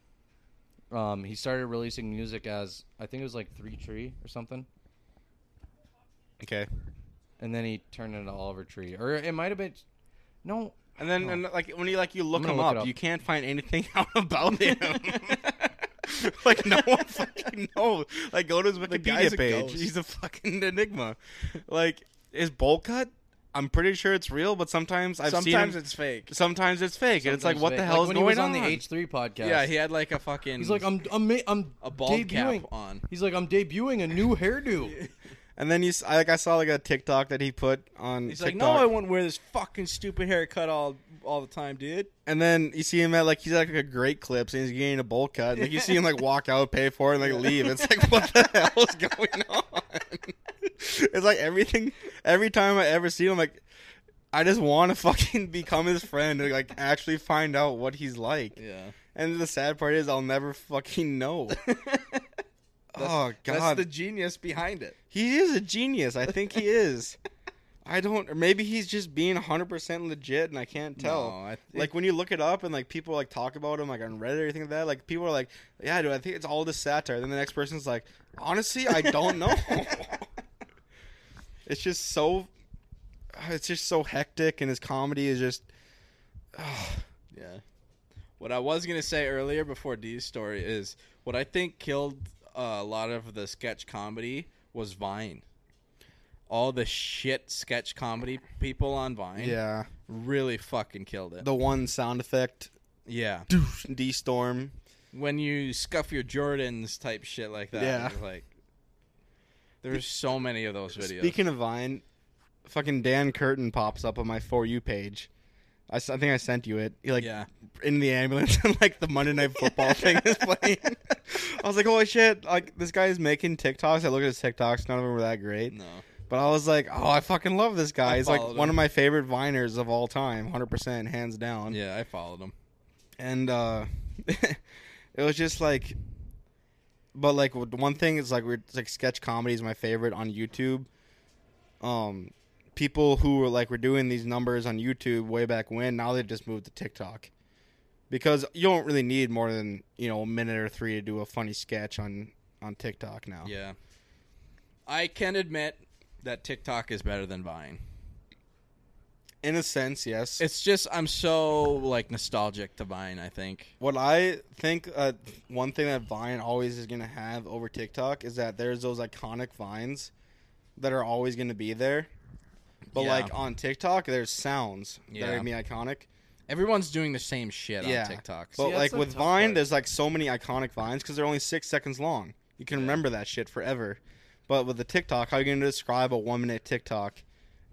B: um, he started releasing music as I think it was like Three Tree or something,
A: okay.
B: and then he turned it into Oliver Tree, or it might have been, no,
A: And then
B: Oh.
A: and like when you like you look
B: I'm gonna
A: him
B: look
A: up,
B: it up.
A: you can't find anything (laughs) out about him. like no one (laughs) fucking knows. Like go to his
C: guy's
A: Wikipedia
C: a
A: page.
C: ghost.
A: He's a fucking (laughs) enigma. Like his bowl cut, I'm pretty sure it's real, but sometimes I've
C: Sometimes
A: seen him-
C: it's fake.
A: sometimes it's fake, and it's like
B: sometimes
A: what
B: they-
A: the hell
B: like
A: is
B: when
A: going
B: he was
A: on?
B: on the H three podcast?
C: Yeah, he had like a fucking.
B: he's
A: um,
B: like I'm I'm ma- I'm
C: a bald
B: debuting.
C: cap on.
B: He's like I'm debuting a new hairdo.
A: and then you, s- I- like I saw like a TikTok that he put on.
C: He's like,
A: TikTok.
C: no, I won't wear this fucking stupid haircut all all the time, dude.
A: And then you see him at like he's at like a great clips and he's getting a bowl cut. And, like you see him like walk out, pay for it, and like leave. It's like what the (laughs) hell is going on? (laughs) It's like everything. Every time I ever see him, like I just want to (laughs) fucking become his friend and like actually find out what he's like.
C: Yeah,
A: And the sad part is I'll never fucking know. oh
C: (laughs) that's
A: god,
C: the genius behind it.
A: he is a genius. I think he is. (laughs) I don't, or maybe he's just being 100% legit and I can't tell
C: No, I think-
A: like when you look it up and like people like talk about him like on Reddit or anything like that, like people are like, "Yeah, dude, I think it's all this satire." Then the next person's like, "Honestly, I don't know." (laughs) it's just so, it's just so hectic, and his comedy is just.
C: Yeah. What I was gonna say earlier before Dee's story is what I think killed uh, a lot of the sketch comedy was Vine. All the shit sketch comedy people on Vine,
A: Yeah,
C: really fucking killed it.
A: the one sound effect,
C: yeah,
A: D storm.
C: when you scuff your Jordans type shit like that.
A: Yeah.
C: it's Like there's so many of those videos.
A: Speaking of Vine, fucking Dan Curtin pops up on my for you page. I, s- I think I sent you it. He like
C: Yeah.
A: in the ambulance (laughs) and like the Monday Night
C: (laughs)
A: Football thing is playing. I was like, holy shit! Like this guy is making TikToks. I look at his TikToks. None of them were that great.
C: no.
A: But I was like, oh, I fucking love this guy.
C: I
A: He's like
C: followed
A: one
C: him.
A: of my favorite Viners of all time, hundred percent, hands down.
C: Yeah, I followed them.
A: And uh (laughs) it was just like, but like w- one thing is like we're it's like sketch comedy is my favorite on YouTube. Um, people who were like were doing these numbers on YouTube way back when, now they just moved to TikTok because you don't really need more than you know a minute or three to do a funny sketch on on TikTok now.
C: Yeah. I can admit that TikTok is better than Vine.
A: In a sense, yes.
C: It's just I'm so like nostalgic to Vine. I think.
A: What I think uh, one thing that Vine always is going to have over TikTok is that there's those iconic vines that are always going to be there. But
C: Yeah.
A: like on TikTok, there's sounds that are
C: Yeah.
A: going to be iconic.
C: Everyone's doing the same shit
A: Yeah.
C: on TikTok.
A: But
B: that's
A: like
B: the
A: with
B: tough
A: Vine,
B: part.
A: there's like so many iconic vines because they're only six seconds long. You can remember that shit forever. But with the TikTok, how are you going to describe a one minute TikTok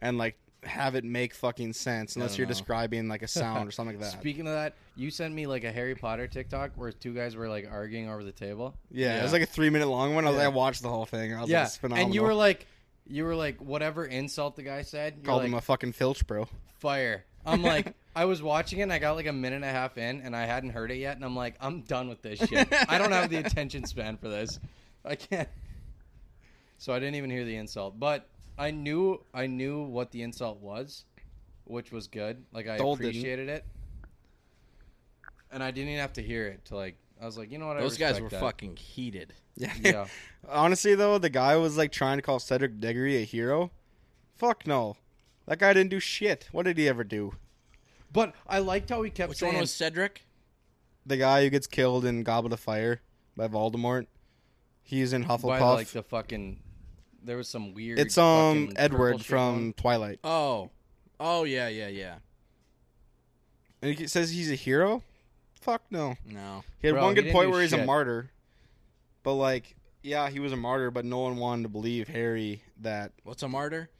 A: and like have it make fucking sense unless
C: don't
A: you're
C: know.
A: describing like a sound or something
B: (laughs)
A: like (laughs) that?
B: Speaking of that, you sent me like a Harry Potter TikTok where two guys were like arguing over the table.
A: yeah, it was
C: Yeah.
A: like a three minute long one. I, was,
B: Yeah.
A: I watched the whole thing. I was like,
B: yeah,
A: it's phenomenal.
B: and you were like, you were like, whatever insult the guy said, you're
A: called
B: like,
A: him a fucking filch, bro.
B: fire. I'm like, (laughs) I was watching it and I got like a minute and a half in and I hadn't heard it yet and I'm like, I'm done with this
A: (laughs)
B: shit. I don't have the attention span for this. I can't. So I didn't even hear the insult, but I knew I knew what the insult was, which was good. Like I
A: Dole didn't.
B: appreciated it, and I didn't even have to hear it to like. I was like, you know what? I
C: Those guys were
B: respect that.
C: fucking heated.
A: Yeah.
B: (laughs)
A: (laughs)
B: Yeah.
A: Honestly, though, the guy was like trying to call Cedric Diggory a hero. Fuck no. That guy didn't do shit. What did he ever do?
B: But I liked how he kept
C: Which
B: saying,
C: one was Cedric?
A: The guy who gets killed in Goblet of Fire by Voldemort. He's in Hufflepuff.
B: by like the fucking. There was some weird.
A: it's um
B: fucking purple
A: Edward
B: shit
A: from
B: going.
A: Twilight.
C: Oh, oh yeah, yeah, yeah.
A: And he says he's a hero. Fuck no.
C: No,
A: He had
B: Bro,
A: one
B: he
A: good
B: didn't
A: point
B: do
A: where he's a
B: shit.
A: martyr. But like, yeah, he was a martyr, but no one wanted to believe Harry that
C: what's a martyr?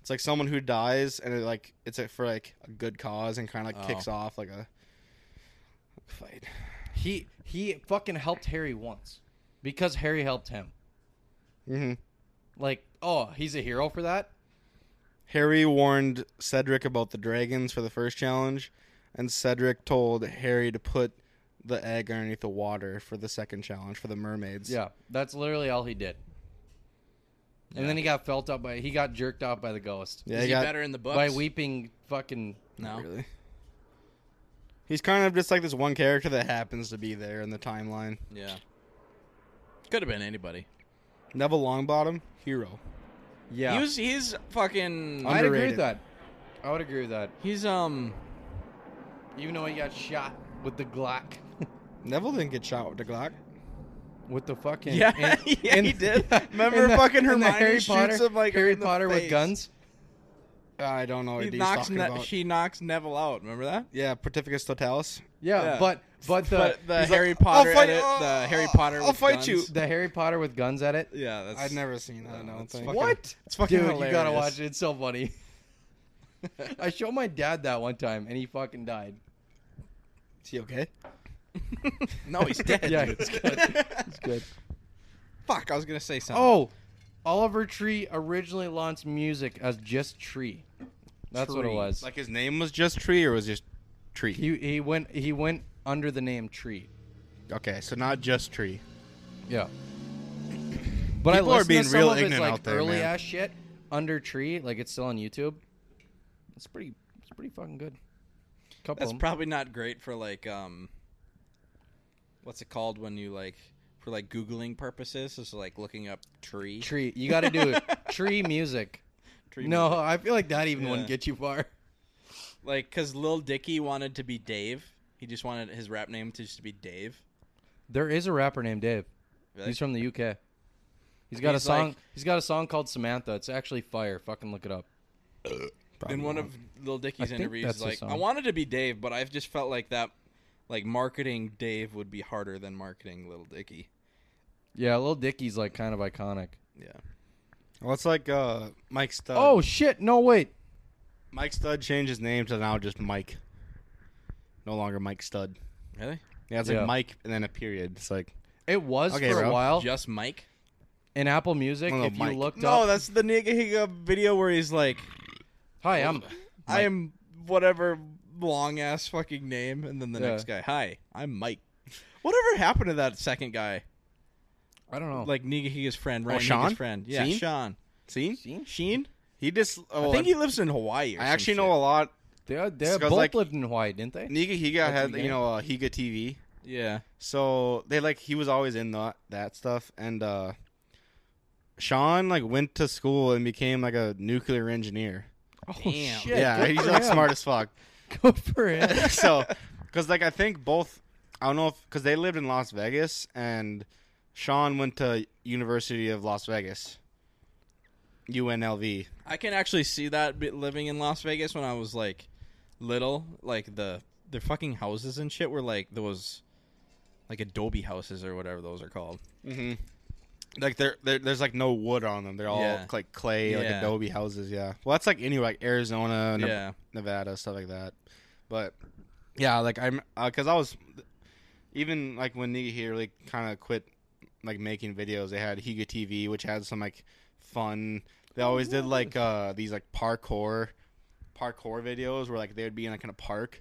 A: It's like someone who dies and it like it's like for like a good cause and kind of like
C: Oh.
A: kicks off like a fight.
B: He he fucking helped Harry once because Harry helped him.
A: hmm
B: Like, oh, he's a hero for that.
A: Harry warned Cedric about the dragons for the first challenge, and Cedric told Harry to put the egg underneath the water for the second challenge for the mermaids.
B: Yeah, that's literally all he did. And then he got felt up by he got jerked out by the ghost
A: yeah,
C: Is
A: he
C: he
A: got-
C: better in the books?
B: by weeping fucking
C: No.
A: Really. He's kind of just like this one character that happens to be there in the timeline.
C: Yeah. Could have been anybody.
A: Neville Longbottom, hero.
B: yeah.
C: He was he's fucking
B: I'd agree with
A: underrated.
B: that. I would agree with that.
C: he's um
B: Even though he got shot with the Glock, (laughs)
A: Neville didn't get shot with the Glock.
B: with the fucking
C: Yeah, (laughs) yeah,
B: (laughs)
C: he did. Remember fucking Hermione shoots him, like,
B: Harry
C: in the
B: Potter with
C: face.
B: guns.
A: I don't know what
C: he
A: he's
C: knocks
A: talking
C: Ne-
A: about.
C: she knocks Neville out, remember that?
A: yeah, Pontificus Totalis.
B: Yeah,
C: Yeah.
B: but but the
C: but the
A: he's
C: Harry
A: like, "I'll
C: Potter
A: fight-
C: edit,
A: I'll-
C: the Harry Potter
A: I'll
C: with
A: fight you.
C: guns.
B: the Harry Potter with guns at it.
C: Yeah,
A: (laughs)
C: that's
A: I've never seen that. I
C: no,
A: don't
C: it's
A: think.
C: fucking-
B: What?
A: It's fucking
B: Dude, you gotta
A: hilarious.
B: watch it. It's so
A: (laughs)
B: funny. I showed my dad that one time, and he fucking died.
A: Is he okay?
C: No,
A: (laughs)
C: he's dead.
B: Yeah, it's good. It's good.
C: (laughs) Fuck, I was gonna say something.
B: Oh, Oliver Tree originally launched music as just Tree. That's what it
A: Tree.
B: was.
A: Like his name was just Tree or was just Tree?
B: he he went he went under the name Tree.
A: okay, so not just Tree. (coughs)
B: Yeah. But
A: People
B: I
A: are
B: listened
A: being
B: to some
A: real
B: of his
A: ignorant
B: like
A: out there,
B: early
A: man.
B: ass shit under Tree, like it's still on YouTube. It's pretty it's pretty fucking good. Couple
C: That's
B: of 'em.
C: probably not great for like um what's it called when you like for like googling purposes, is like looking up tree.
B: Tree. You got to do (laughs) Tree music.
C: tree
B: no,
C: music.
B: I feel like that even
C: Yeah.
B: wouldn't get you far.
C: like cuz Lil Dicky wanted to be Dave. He just wanted his rap name to just be Dave.
B: There is a rapper named Dave.
C: Really?
B: He's from the UK. He's got
C: He's
B: a song.
C: like-
B: he's got a song called Samantha. It's actually fire. Fucking look it up.
C: in one of Lil Dicky's
B: I think
C: interviews,
B: that's
C: he's
B: the
C: like,
B: song.
C: I wanted to be Dave, but I've just felt like that, like marketing Dave would be harder than marketing Lil Dicky.
B: Yeah, Lil Dicky's like kind of iconic.
C: Yeah,
A: Well, it's like uh, Mike Stud.
B: oh shit! No wait.
A: Mike Stud changed his name to now just Mike. No longer Mike Stud.
C: really?
A: Yeah, it's
B: Yeah.
A: like Mike and then a period. It's like
B: It was
A: Okay,
B: for
A: bro.
B: a while
C: Just Mike?
B: in Apple Music.
A: Well, no,
B: if you
A: Mike.
B: looked
C: No,
B: up,
C: that's the nigga Higa video where he's like,
B: hi, I'm
C: (laughs) I am whatever long ass fucking name, and then the
B: Yeah.
C: next guy, hi, I'm Mike. (laughs) Whatever happened to that second guy?
B: I don't know.
C: Like Nigga Higa's friend, Ryan
A: Sean?
C: Higa's friend. Yeah,
A: Sheen?
C: Oh. Sean.
A: see,
B: Sheen?
C: Sheen?
A: he just. Oh,
C: I think he lives in Hawaii. Or
A: I
C: some
A: actually
C: shit.
A: know a lot.
B: they are, they
A: It's 'cause,
B: both
A: like-
B: lived in Hawaii, didn't they?
A: Niga Higa
B: At the
A: had you
B: beginning?
A: know uh, Higa TV,
C: Yeah.
A: so they like he was always in that that stuff. And uh Sean like went to school and became like a nuclear engineer.
B: Oh
C: Damn.
B: shit!
A: yeah,
B: good
A: he's
B: for
A: like
B: him.
A: smart as fuck.
B: Good for
C: (laughs)
B: him.
A: so, because like I think both, I don't know if because they lived in Las Vegas and Sean went to University of Las Vegas, UNLV.
C: I can actually see that bit living in Las Vegas when I was like little, like the their fucking houses and shit were like those like adobe houses or whatever those are called.
A: Mm-hmm. Like there, there- there's like no wood on them. They're all
C: Yeah.
A: like clay, like
C: Yeah.
A: adobe houses. Yeah. Well, that's like anywhere, like Arizona, Ne-
C: Yeah.
A: Nevada, stuff like that. But yeah, like I'm because I was even like when Nigga here like kind of quit like making videos. They had Higa TV, which had some like fun. They always did like uh these like parkour parkour videos where like they would be in like in a park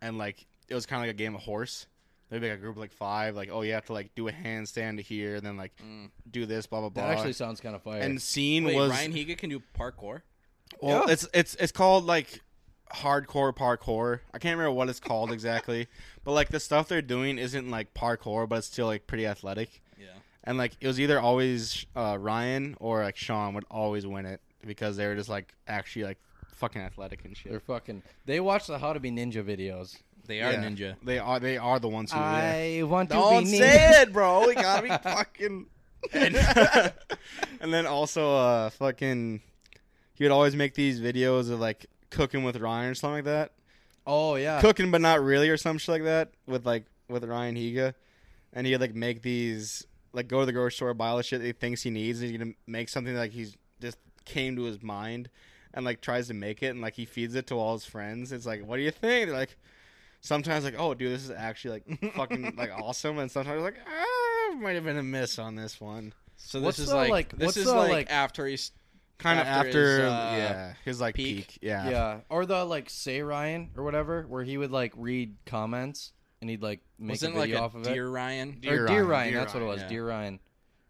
A: and like it was kind of like a game of horse. There'd be like a group of like five, like oh you have to like do a handstand to here, and then like do this, blah blah blah.
B: That actually sounds kind of fire.
A: and scene
C: Wait,
A: was
C: Ryan Higa can do parkour?
A: well,
B: Yeah.
A: it's it's it's called like hardcore parkour. I can't remember what it's called exactly, (laughs) but like the stuff they're doing isn't like parkour, but it's still like pretty athletic.
C: Yeah.
A: And like it was either always uh, Ryan or like Sean would always win it because they were just like actually like fucking athletic and shit.
B: They're fucking. They watch the How to Be Ninja videos.
C: They are
A: Yeah.
C: ninja.
A: They are they are the ones who. yeah.
B: want
C: it, bro. We gotta (laughs)
A: (laughs)
C: be fucking
A: and, (laughs)
C: (laughs)
A: and then also uh fucking he would always make these videos of like cooking with Ryan or something like that.
B: (laughs) Oh
C: (laughs)
B: yeah.
A: cooking but not really or some shit like that with like with Ryan Higa, and he'd like make these like go to the grocery store buy all the shit that he thinks he needs, and he's gonna make something like he's just came to his mind, and like tries to make it, and like he feeds it to all his friends. It's like, what do you think? They're like, sometimes like, oh dude, this is actually
C: (laughs)
A: like fucking like awesome, and sometimes like, ah, might have been a miss on this one.
C: So
B: What's
C: this is
B: the,
C: like,
B: like-
C: this
B: what's
C: is
B: the,
C: like,
B: like-
C: after he's
A: Kind of
C: After
A: after,
C: his, uh,
A: yeah, his like peak,
C: peak?
A: yeah.
B: Yeah, or the like say Ryan or whatever, where he would like read comments and he'd like make
C: Wasn't
B: a
C: it like
B: video
C: a
B: off of
C: Dear
B: it.
C: Ryan?
A: Deer
B: or Deer
A: Ryan,
B: Ryan,
A: Deer
B: that's what it
A: Ryan,
B: was.
C: yeah.
B: Deer Ryan.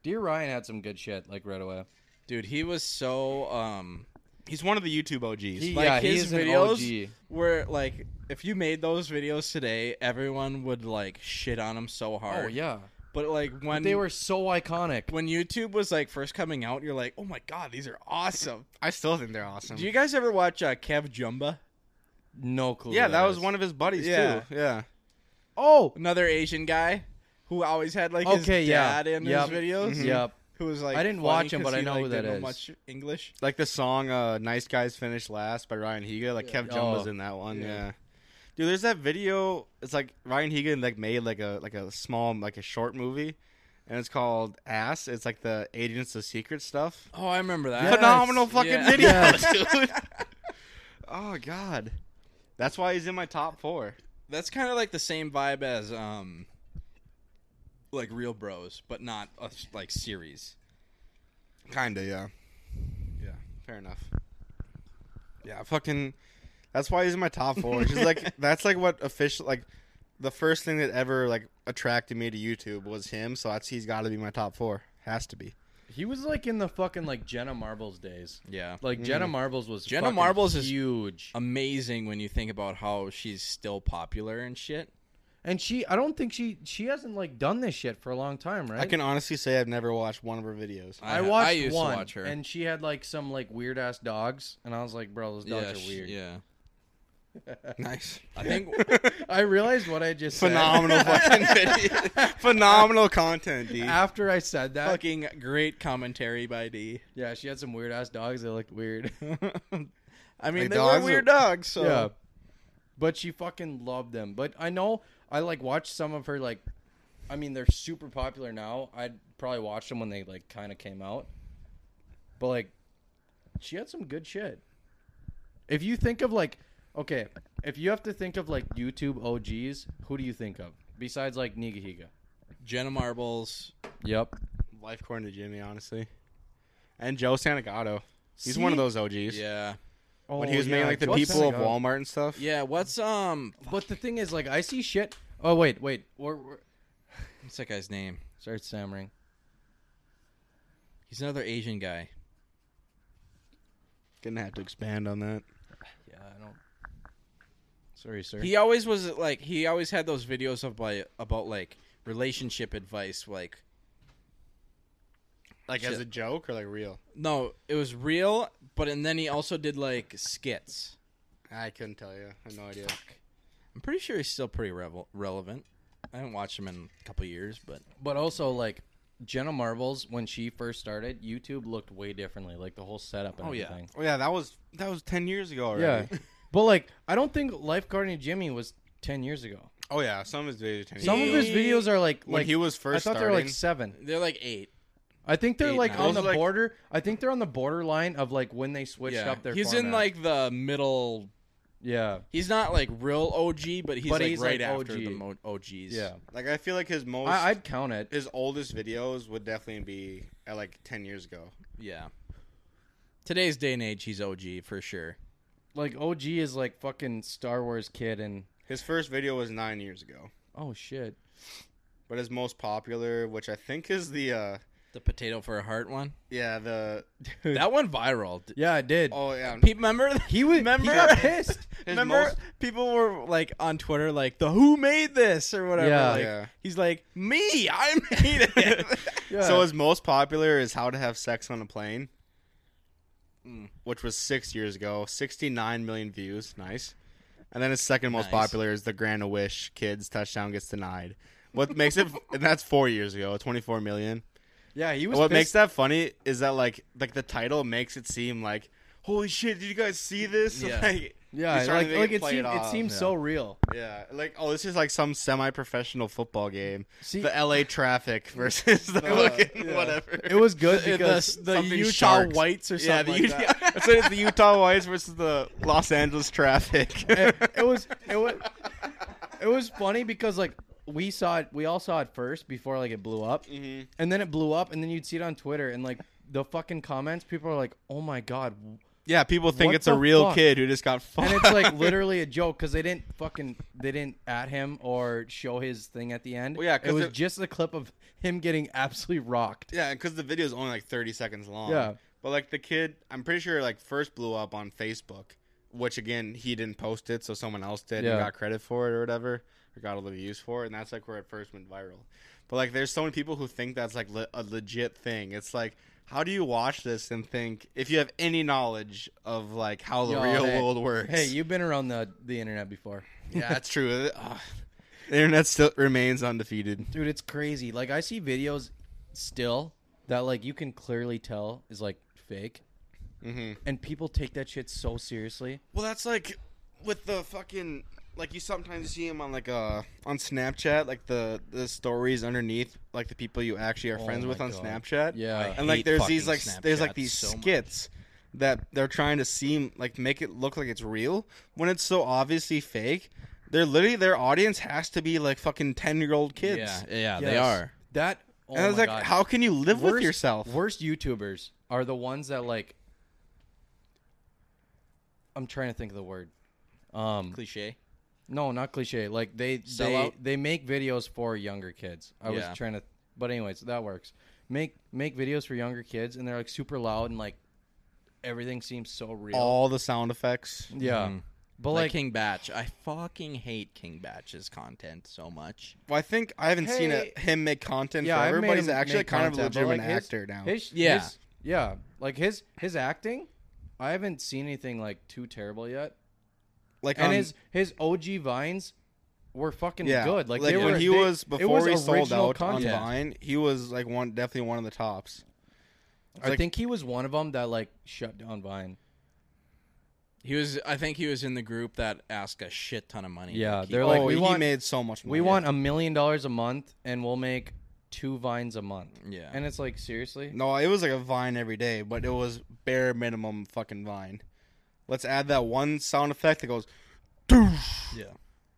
B: Deer Ryan had some good shit like right away.
C: Dude, he was so um
A: He's one of the YouTube OGs.
B: He-
A: Like,
B: yeah,
C: like his
B: is an
C: videos
B: OG.
C: were like if you made those videos today, everyone would like shit on him so hard.
B: Oh yeah,
C: But like when
B: they were so iconic.
C: when YouTube was like first coming out, you're like, "Oh my god, these are
B: (laughs)
C: awesome."
A: I still think they're awesome.
C: Do you guys ever watch uh, Kev Jumba?
B: No clue.
A: yeah,
B: who
A: that was
B: is.
A: one of his buddies
C: Yeah.
A: too. Yeah.
C: (laughs)
B: Oh,
C: Another Asian guy who always had like
B: Okay,
C: his
B: yeah.
C: dad in
B: Yep.
C: his videos.
B: yep.
C: Who was like
B: I didn't
C: funny
B: watch him, but
C: 'cause
B: I
C: he,
B: know
C: like,
B: who that
C: didn't know
B: is.
C: much English.
A: Like the song uh, "Nice Guys Finish Last" by Ryan Higa. Like Kev Jung was
B: Oh.
A: in that one.
C: Yeah.
A: Yeah. Dude, there's that video. It's like Ryan Higa like made like a like a small like a short movie, and it's called Ass. It's like the Agents of Secret stuff.
C: Oh, I remember that.
B: Yes.
A: Phenomenal fucking
C: (laughs) Yeah.
A: video,
B: Yes.
A: dude.
C: (laughs)
A: oh god, that's why he's in my top four.
C: That's kind of like the same vibe as um like Real Bros, but not a, s- like series.
A: Kinda, yeah.
C: Yeah.
A: Fair enough. Yeah, fucking. That's why he's in my top four. Just like that's like what official like the first thing that ever like attracted me to YouTube was him. So that's he's got to be my top four. Has to be.
B: He was like in the fucking like Jenna Marbles days.
C: Yeah.
B: Like Jenna Marbles was
C: Jenna
B: fucking
C: Marbles is-
B: huge,
C: Amazing when you think about how she's still popular and shit.
B: and she I don't think she she hasn't like done this shit for a long time, right?
A: I can honestly say I've never watched one of her videos.
B: I watched
C: I used
B: one,
C: to watch her.
B: and she had like some like weird ass dogs, and I was like, bro, those dogs
C: yeah,
B: are
C: she-
B: weird.
C: (laughs) yeah.
A: Nice, (laughs)
C: I think
B: I realized what I just said.
A: phenomenal fucking video, phenomenal content,
B: (laughs)
A: dude.
B: After (laughs) I said that,
C: fucking great commentary by D.
B: yeah, she had some weird ass dogs that looked weird.
C: I mean,
A: Like
C: they
A: dogs
C: were
A: are-
C: weird dogs. So
B: Yeah. But she fucking loved them. But I know I like watched some of her like I mean they're super popular now. I'd probably watched them when they like kind of came out. But like she had some good shit. If you think of like okay, if you have to think of like YouTube OGs, who do you think of besides like Nigahiga?
C: Jenna Marbles.
B: Yep.
A: Life according to Jimmy, honestly, and Joe Santagato. He's one of
B: See?
A: those OGs.
C: Yeah.
B: Oh,
A: When he was
B: yeah,
A: making like the
B: Joe
A: people of
B: Santagato.
A: Walmart and stuff.
C: Yeah. What's um?
B: But the thing is like I see shit. Oh wait, wait. Or, or
C: What's that guy's name?
B: start stammering.
C: He's another Asian guy.
A: Gonna have to expand on that.
B: Yeah, I don't Sorry, sir.
C: He always was like he always had those videos of like about like relationship advice. Like
A: Like as
C: Shit.
A: a joke or like real?
C: no, it was real, but and then he also did like skits.
A: I couldn't tell you. I have no idea.
C: I'm pretty sure he's still pretty revel- relevant. I haven't watched him in a couple years, but
B: But also, like Jenna Marbles, when she first started, YouTube looked way differently. Like the whole setup and
C: Oh, yeah.
B: everything.
A: Oh yeah, that was that was ten years ago
B: Yeah.
A: already.
B: but like, I don't think Lifeguarding Jimmy was ten years ago.
A: (laughs) Oh yeah, some of his videos. Are 10
B: Some
A: years
B: of
A: ago.
B: his videos are like
A: when
B: like
A: he was
B: I thought
A: first.
B: they were like
A: starting-
B: seven.
C: they're like eight.
B: I think they're
C: Eight,
B: like
C: nine.
B: on
A: Those
B: the
A: are, like-
B: border. I think they're on the borderline of like when they switched
C: yeah,
B: up their.
C: he's in
B: format.
C: like the middle.
B: yeah
C: He's not like real OG, but he's
B: But
C: like
B: he's,
C: right
B: like,
C: after
B: OG.
C: the mo- OGs.
B: yeah.
A: like I feel like his most
B: I, I'd count it.
A: his oldest videos would definitely be at like ten years ago.
C: yeah. Today's day and age, he's OG for sure.
B: Like OG is like fucking Star Wars kid and
A: His first video was nine years ago,
B: oh shit.
A: but his most popular, which I think is the uh
C: The potato for a heart one.
A: yeah the (laughs)
C: That went viral. D-
B: Yeah, it did.
A: oh yeah
C: Pe- remember?
B: He was.
C: Remember?
B: He got pissed.
A: his
C: remember?
A: most-
C: People were like on Twitter, like the who made this or whatever.
B: Yeah.
C: like,
A: Oh, Yeah.
C: He's like me. I (laughs) made it.
B: Yeah.
A: (laughs) so his most popular is how to have sex on a plane,
C: Mm.
A: which was six years ago, sixty nine million views, nice. And then his second most
C: Nice.
A: popular is the Grant a Wish kids touchdown gets denied. What makes it? And that's four years ago, twenty four million.
B: yeah, he was.
A: what
B: pissed.
A: makes that funny is that like like the title makes it seem like holy shit, did you guys see this? (laughs)
C: Yeah.
A: Like,
B: Yeah,
A: he's trying
B: like,
A: to make
B: like
A: it
B: it,
A: play
B: seemed,
A: it
B: it,
A: off.
B: seems so real.
A: yeah, like oh, this is like some semi professional football game.
B: See- Uh,
A: the
B: (laughs)
A: L.A. traffic versus the fucking whatever.
B: It was good
C: (laughs) The-
B: because
C: the
A: something
C: Utah
A: sharks.
C: Whites
A: (laughs)
C: or
A: Yeah, the
C: something.
A: Utah.
C: like
A: (laughs)
C: that.
A: That's what it's the Utah Whites versus the Los Angeles traffic.
B: (laughs) it, it was it
C: (laughs)
B: was it was funny because like we saw it, we all saw it first before like it blew up,
C: Mm-hmm.
A: Mhm.
B: and then it blew up, and then you'd see it on Twitter, and like the fucking comments, people are like, "Oh my god,
A: (laughs) Yeah, people think
B: What
A: it's a
B: the
A: real
B: fuck?
A: kid who just got fucked.
B: and it's
C: (laughs)
B: like literally a joke because they didn't fucking they didn't at him or show his thing at the end.
A: Well, yeah, 'cause
B: it was
A: it-
B: just a clip of him getting absolutely rocked.
A: Yeah, because the video is only like 30 seconds long.
B: Yeah.
A: But like the kid, I'm pretty sure like first blew up on Facebook, which again he didn't post it, so someone else did
B: Yeah.
A: and got credit for it or whatever, or got a little views for it, and that's like where it first went viral. But like, there's so many people who think that's like le- a legit thing. It's like, how do you watch this and think if you have any knowledge of like how the
B: Yo,
A: real
B: hey.
A: world works?
B: Hey, you've been around the the internet before.
A: yeah, (laughs) that's true. Ugh. the internet still remains undefeated.
B: Dude, it's crazy. Like I see videos still that like you can clearly tell is like fake.
A: Mm-hmm.
B: And people take that shit so seriously.
A: Well, that's like with the fucking like you sometimes see him on like uh on Snapchat like the the stories underneath like the people you actually are
B: Oh
A: friends
B: my
A: with on
B: God.
A: Snapchat.
B: Yeah.
A: and like
C: hate
A: there's
C: fucking
A: these like s- there's
C: Snapchat
A: like these
C: so much.
A: skits that they're trying to seem like make it look like it's real when it's so obviously fake. They're literally their audience has to be like fucking ten year old kids.
C: Yeah, yeah, they
B: Yes.
C: are.
B: That oh
A: And I was
B: my
A: like,
B: God.
A: how can you live with yourself?
B: Worst YouTubers are the ones that like. I'm trying to think of the word. Um,
C: Cliche.
B: no, not cliche. Like they
C: Sell
B: they
C: out?
B: they make videos for younger kids. I
C: Yeah.
B: was trying to, but anyways, that works. Make make videos for younger kids, and they're like super loud and like everything seems so real.
A: All Mm-hmm. the sound effects.
B: yeah,
C: Mhm.
B: but
C: Like,
B: like,
C: King Batch. I fucking hate King Batch's content so much.
A: Well, I think I haven't seen
B: Hey.
A: it, him make content
B: yeah, I
A: forever,
B: made
A: but he's
B: him
A: actually
B: make
A: kind of a
B: content, but,
A: legitimate
B: like, his-
A: actor now.
B: His,
C: Yeah.
B: his- yeah, like his his acting. I haven't seen anything like too terrible yet.
A: like
B: and
A: on-
B: his his OG vines were fucking
A: Um, yeah,
B: good. Like,
A: like
B: they
A: when
B: were,
A: he
B: they-
A: was
B: it
A: before he sold
B: original
A: out
B: content.
A: on Vine, he was like one definitely one of the tops.
B: I
A: like-
B: think he was one of them that like shut down Vine.
C: He was. I think he was in the group that asked a shit ton of money. to
B: Yeah,
C: keep-
B: they're like,
A: oh,
B: we
A: he
B: want
A: made so much.
B: we
A: money.
B: want a million dollars a month, and we'll make two vines a month.
C: Yeah.
B: and it's like seriously,
A: No, it was like a Vine every day, but it was bare minimum fucking Vine. Let's add that one sound effect that goes, douche,
C: Yeah.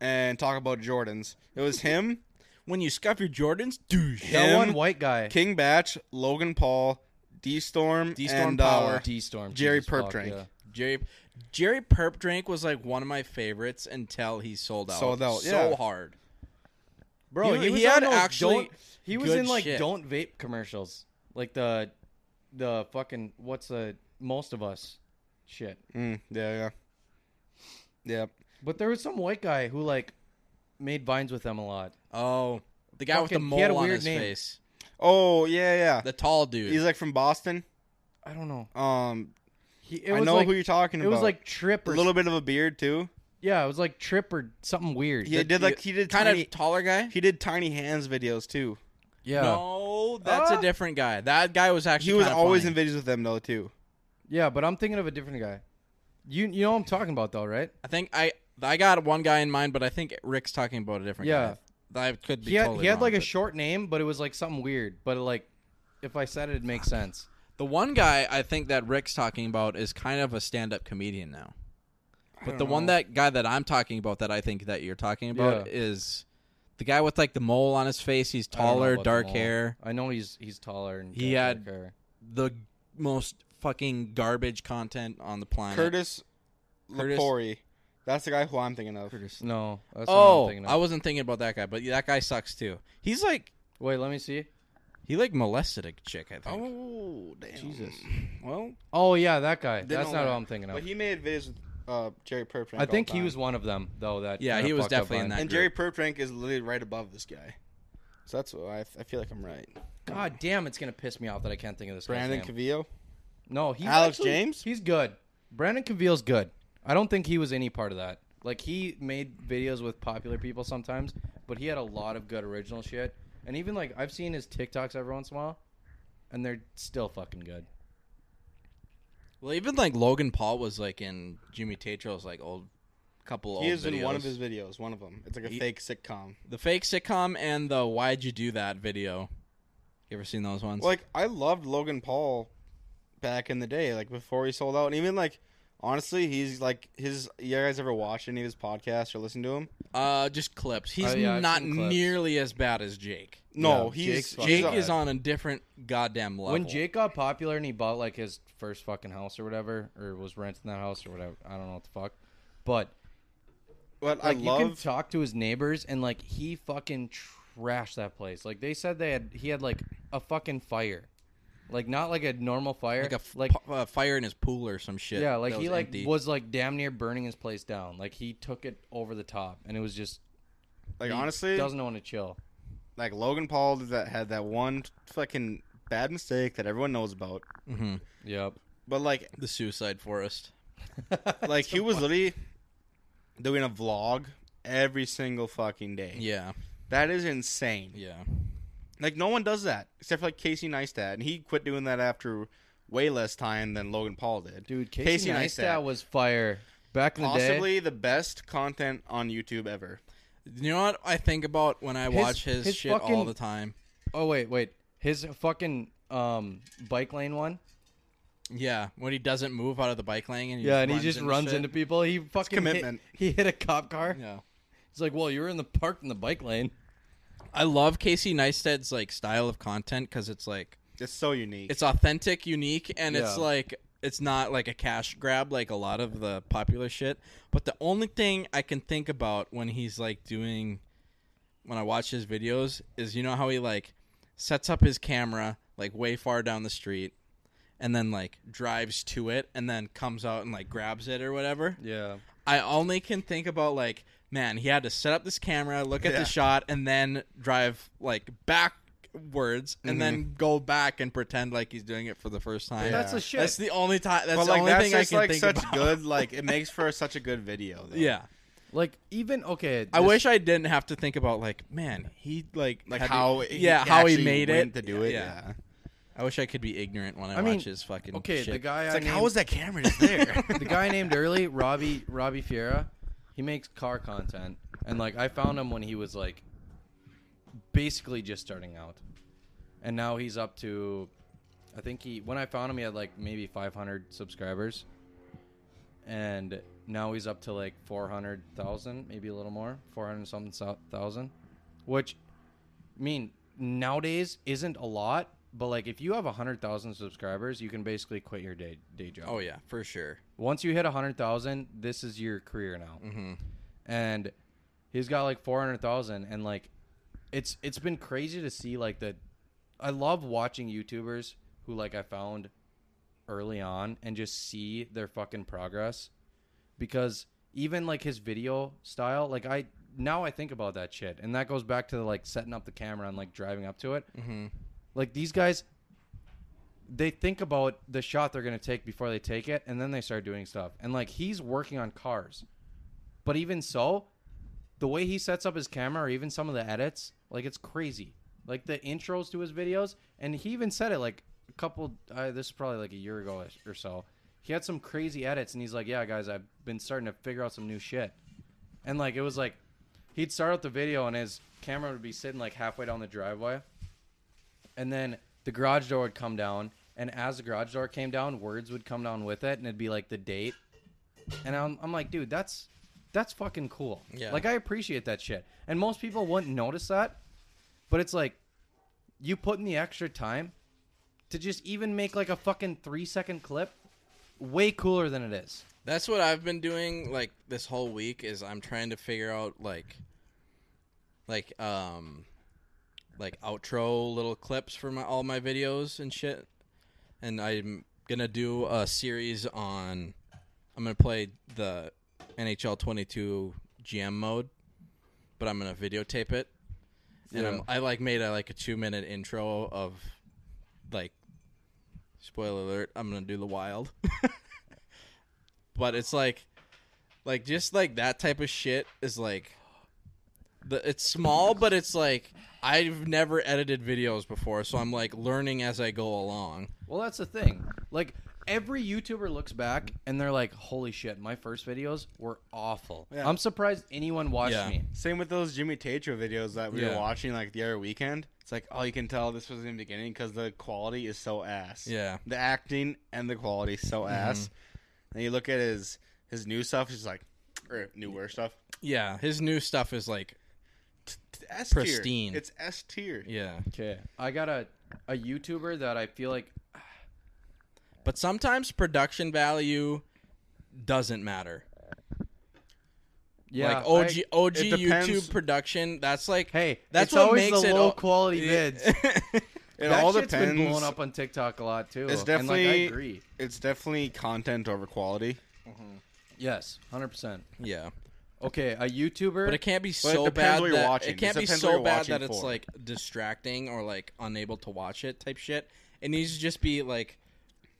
A: and talk about Jordans.
B: (laughs)
A: It was him,
C: when you scuff your Jordans, douche.
A: Yeah.
B: that
A: him,
B: one white guy,
A: King Batch, Logan Paul, D Storm,
C: D-Storm
A: and, uh,
C: Power.
B: D Storm,
A: Jerry Perp drank.
C: Jerry Jerry Perp Drink was like one of my favorites until he sold out.
A: Sold out,
C: so
A: yeah.
C: hard. Bro, he,
B: was
C: he had
B: on those
C: actually
B: don't- he was
C: good
B: in like
C: shit.
B: don't vape commercials, like the the fucking what's the most of us shit.
A: Mm, yeah, yeah, yeah.
B: But there was some white guy who like made vines with them a lot.
C: Oh, the guy with the
B: Fucking- he had a
C: mole on
B: weird
C: his
B: name.
C: face.
A: Oh yeah, yeah.
C: The tall dude.
A: He's like from Boston.
B: I don't know.
A: Um,
B: He, it
A: I
B: was
A: know
B: like,
A: who you're talking
B: It
A: about.
B: was like Trip
A: a
B: or
A: little bit of a beard too.
B: yeah, it was like Trip or something weird.
A: He did like he did
C: kind
A: tiny,
C: of taller guy.
A: he did tiny hands videos too.
B: yeah,
C: No, that's
B: Ah.
C: a different guy. That guy was actually
A: He was
C: kinda
A: always
C: funny.
A: in videos with them though too.
B: yeah. But I'm thinking of a different guy. You you know what I'm talking about though, right?
C: I think I I got one guy in mind, but I think Rick's talking about a different
B: Yeah.
C: guy. I could be.
B: He had
C: totally
B: he had
C: wrong,
B: like a
C: but-
B: short name, but it was like something weird. But like, if I said it, it'd make sense.
C: The one guy I think that Rick's talking about is kind of a stand-up comedian now. But the one that guy that I'm talking about that I think that you're talking about
B: Yeah.
C: is the guy with like the mole on his face. He's
B: I don't know
C: taller,
B: about
C: dark
B: them all.
C: hair.
B: I know he's he's taller and
C: He
B: got
C: had-
B: dark hair.
C: The most fucking garbage content on the planet.
A: Curtis,
C: Curtis-
A: Lepori. That's the guy who I'm thinking of.
C: Curtis.
B: No, that's not what I'm
C: Oh,
B: thinking of.
C: I wasn't thinking about that guy, but that guy sucks too. He's like
B: Wait, let me see.
C: he like molested a chick. I think.
A: Oh damn.
B: Jesus.
A: Well,
B: Oh yeah, that guy.
A: didn't
B: that's
A: know
B: not
A: that.
B: what I'm thinking of.
A: But he made videos with uh, Jerry Perprank.
B: I think
A: all the
B: he was
A: time.
B: one of them though. That
C: Yeah,
B: kinda
C: he was
B: fucked up
C: definitely in
B: Vine.
C: that
A: And Jerry Perprank is literally right above this guy. So that's why I, I feel like I'm right.
B: God damn, it's gonna piss me off that I can't think of this guy's
A: Brandon
B: name.
A: Cavillo.
B: No, he's
A: Alex
B: actually-
A: James?
B: He's good. Brandon Cavill's good. I don't think he was any part of that. Like he made videos with popular people sometimes, but he had a lot of good original shit. And even like I've seen his TikToks every once in a while, and they're still fucking good.
C: Well, even like Logan Paul was like in Jimmy Tatro's like old couple.
A: He
C: old
A: is in one of
C: videos.
A: his videos. One of them. It's like a
C: He-
A: fake sitcom.
C: the fake sitcom and the "Why'd you do that?" video. You ever seen those ones?
A: Like I loved Logan Paul back in the day, like before he sold out, and even like Honestly, he's like his. You guys ever watch any of his podcasts or listen to him?
C: Uh, just clips. He's
B: Oh, yeah, I've
C: not
B: seen clips.
C: nearly as bad as Jake.
A: No,
B: No,
A: he's
B: Jake's fucking
A: he's
C: Jake
A: a-
C: is on a different goddamn level.
B: When Jake got popular and he bought like his first fucking house or whatever, or was renting that house or whatever, I don't know what the fuck. But
A: But
B: like
A: I
B: you can
A: love
B: talk to his neighbors and like he fucking trashed that place. Like they said they had he had like a fucking fire, like not like a normal fire,
C: like a f-
B: like
C: pu- uh, fire in his pool or some shit.
B: yeah, like
C: that
B: he
C: was
B: like
C: empty.
B: was like damn near burning his place down. Like he took it over the top and it was just
A: like
B: he
A: honestly
B: doesn't want to chill.
A: like Logan Paul did that had that one fucking bad mistake that everyone knows about.
C: Mhm.
B: Yep. (laughs)
A: But like
C: the suicide forest.
A: like he was literally doing a vlog every single fucking day.
C: Yeah,
A: That is insane.
C: yeah.
A: Like no one does that except for like Casey Neistat, and he quit doing that after way less time than Logan Paul did.
B: Dude, Casey, Neistat, was fire back in the day.
A: possibly the best content on YouTube ever.
C: You know what I think about when I
B: His-
C: watch his,
B: his
C: shit all
B: fucking-
C: the time?
B: Oh wait, wait. His fucking um bike lane one.
C: Yeah, when he doesn't move out of the bike lane and he
B: Yeah,
C: just
B: and he
C: runs
B: just
C: into
B: runs
C: shit.
B: into people. He fucking
A: commitment.
B: Hit, he hit a cop car.
C: Yeah,
B: He's like, "Well, you were in the parked in the bike lane."
C: I love Casey Neistat's like style of content because it's like
A: It's so unique.
C: it's authentic, unique, and it's
B: Yeah.
C: like it's not like a cash grab like a lot of the popular shit. But the only thing I can think about when he's like doing when I watch his videos is you know how he like sets up his camera like way far down the street and then like drives to it and then comes out and like grabs it or whatever.
B: Yeah.
C: I only can think about like, man, he had to set up this camera, look at
A: Yeah.
C: the shot, and then drive like backwards,
A: Mm-hmm.
C: and then go back and pretend like he's doing it for the first time.
B: That's the shit.
C: That's the only time. That's
A: but
C: the
A: like
C: only
A: that's
C: thing I
A: just
C: can
A: like
C: think
A: such
C: about.
A: good like it makes for such a good video. Though.
C: (laughs) yeah,
B: Like even okay,
C: I
B: this-
C: wish I didn't have to think about like, man, he like
A: Like
C: had to-
A: how
C: yeah how he
A: actually
C: made
A: went
C: it
A: to do it.
C: Yeah.
A: Yeah.
C: I wish I could be ignorant when I,
B: I mean,
C: watch his fucking
B: Okay,
C: shit.
B: the guy
A: It's
B: I
A: like
B: named,
A: how is that camera just there?
B: the guy named early Robbie Robbie Fiera. He makes car content, and like I found him when he was like basically just starting out, and now he's up to, I think he when I found him he had like maybe 500 subscribers, and now he's up to like 400,000, maybe a little more, 400 and something so- thousand, which, I mean, nowadays isn't a lot. But like, if you have hundred thousand subscribers, you can basically quit your day day job.
C: (laughs) oh yeah, for sure.
B: Once you hit 100,000, this is your career now. And he's got like 400,000 and like it's it's been crazy to see like the I love watching YouTubers who like I found early on and just see their fucking progress because even like his video style, like I now I think about that shit and that goes back to like setting up the camera and like driving up to it. Like these guys they think about the shot they're going to take before they take it and then they start doing stuff and like he's working on cars but even so the way he sets up his camera or even some of the edits like it's crazy like the intros to his videos and he even said it like a couple uh, this is probably like a year ago or so he had some crazy edits and he's like yeah guys i've been starting to figure out some new shit and like it was like he'd start out the video and his camera would be sitting like halfway down the driveway and then the garage door would come down and as the garage door came down words would come down with it and it'd be like the date and i'm, I'm like dude that's that's fucking cool
C: Yeah.
B: like i appreciate that shit and most people wouldn't notice that but it's like you put in the extra time to just even make like a fucking three second clip way cooler than it is
C: That's what I've been doing like this whole week is I'm trying to figure out like like um like outro little clips for my all my videos and shit. And I'm going to do a series on I'm going to play the NHL 22 GM mode, but I'm going to videotape it. And I'm,
B: Yeah.
C: I like made a like a 2 minute intro of like spoiler alert, I'm going to do the wild but it's like like just like that type of shit is like the it's small but it's like I've never edited videos before so I'm like learning as I go along.
B: Well, that's the thing. Like every YouTuber looks back and they're like, "Holy shit, my first videos were awful."
A: Yeah.
B: I'm surprised anyone watched
C: Yeah.
B: me.
A: Same with those Jimmy Tatro videos that we
C: Yeah.
A: were watching like the other weekend. It's like, oh, you can tell this was in the beginning because the quality is so ass.
C: Yeah.
B: Mm-hmm.
A: The acting and the quality is so ass. And you look at his his new stuff. He's like, or newer stuff.
C: Yeah, his new stuff is like
A: T- t- S tier.
C: Pristine.
A: It's S tier.
C: yeah.
B: Okay, I got a a YouTuber that I feel like
C: But sometimes production value doesn't matter.
B: yeah
C: like OG
B: I-
C: OG
A: it depends.
C: YouTube production, that's like
B: hey,
C: that's
B: it's
C: what
B: always
C: makes
B: the
C: it
B: low
C: all-
B: quality vids.
A: It
B: that
A: all
B: shit's
A: depends.
B: been blowing up on TikTok a lot too.
A: It's
B: and like, I
A: definitely-
B: agree.
A: It's definitely content over quality.
B: Yes, hundred percent.
C: (laughs) yeah.
B: Okay, a YouTuber.
C: But it can't be
A: it
C: so
A: depends
C: bad
A: what you're
C: that
A: watching.
C: it can't
A: It
C: be
A: depends what
C: so
A: you're
C: bad
A: watching
C: that it's
A: for.
C: like distracting or like unable to watch it type shit. It needs to just be like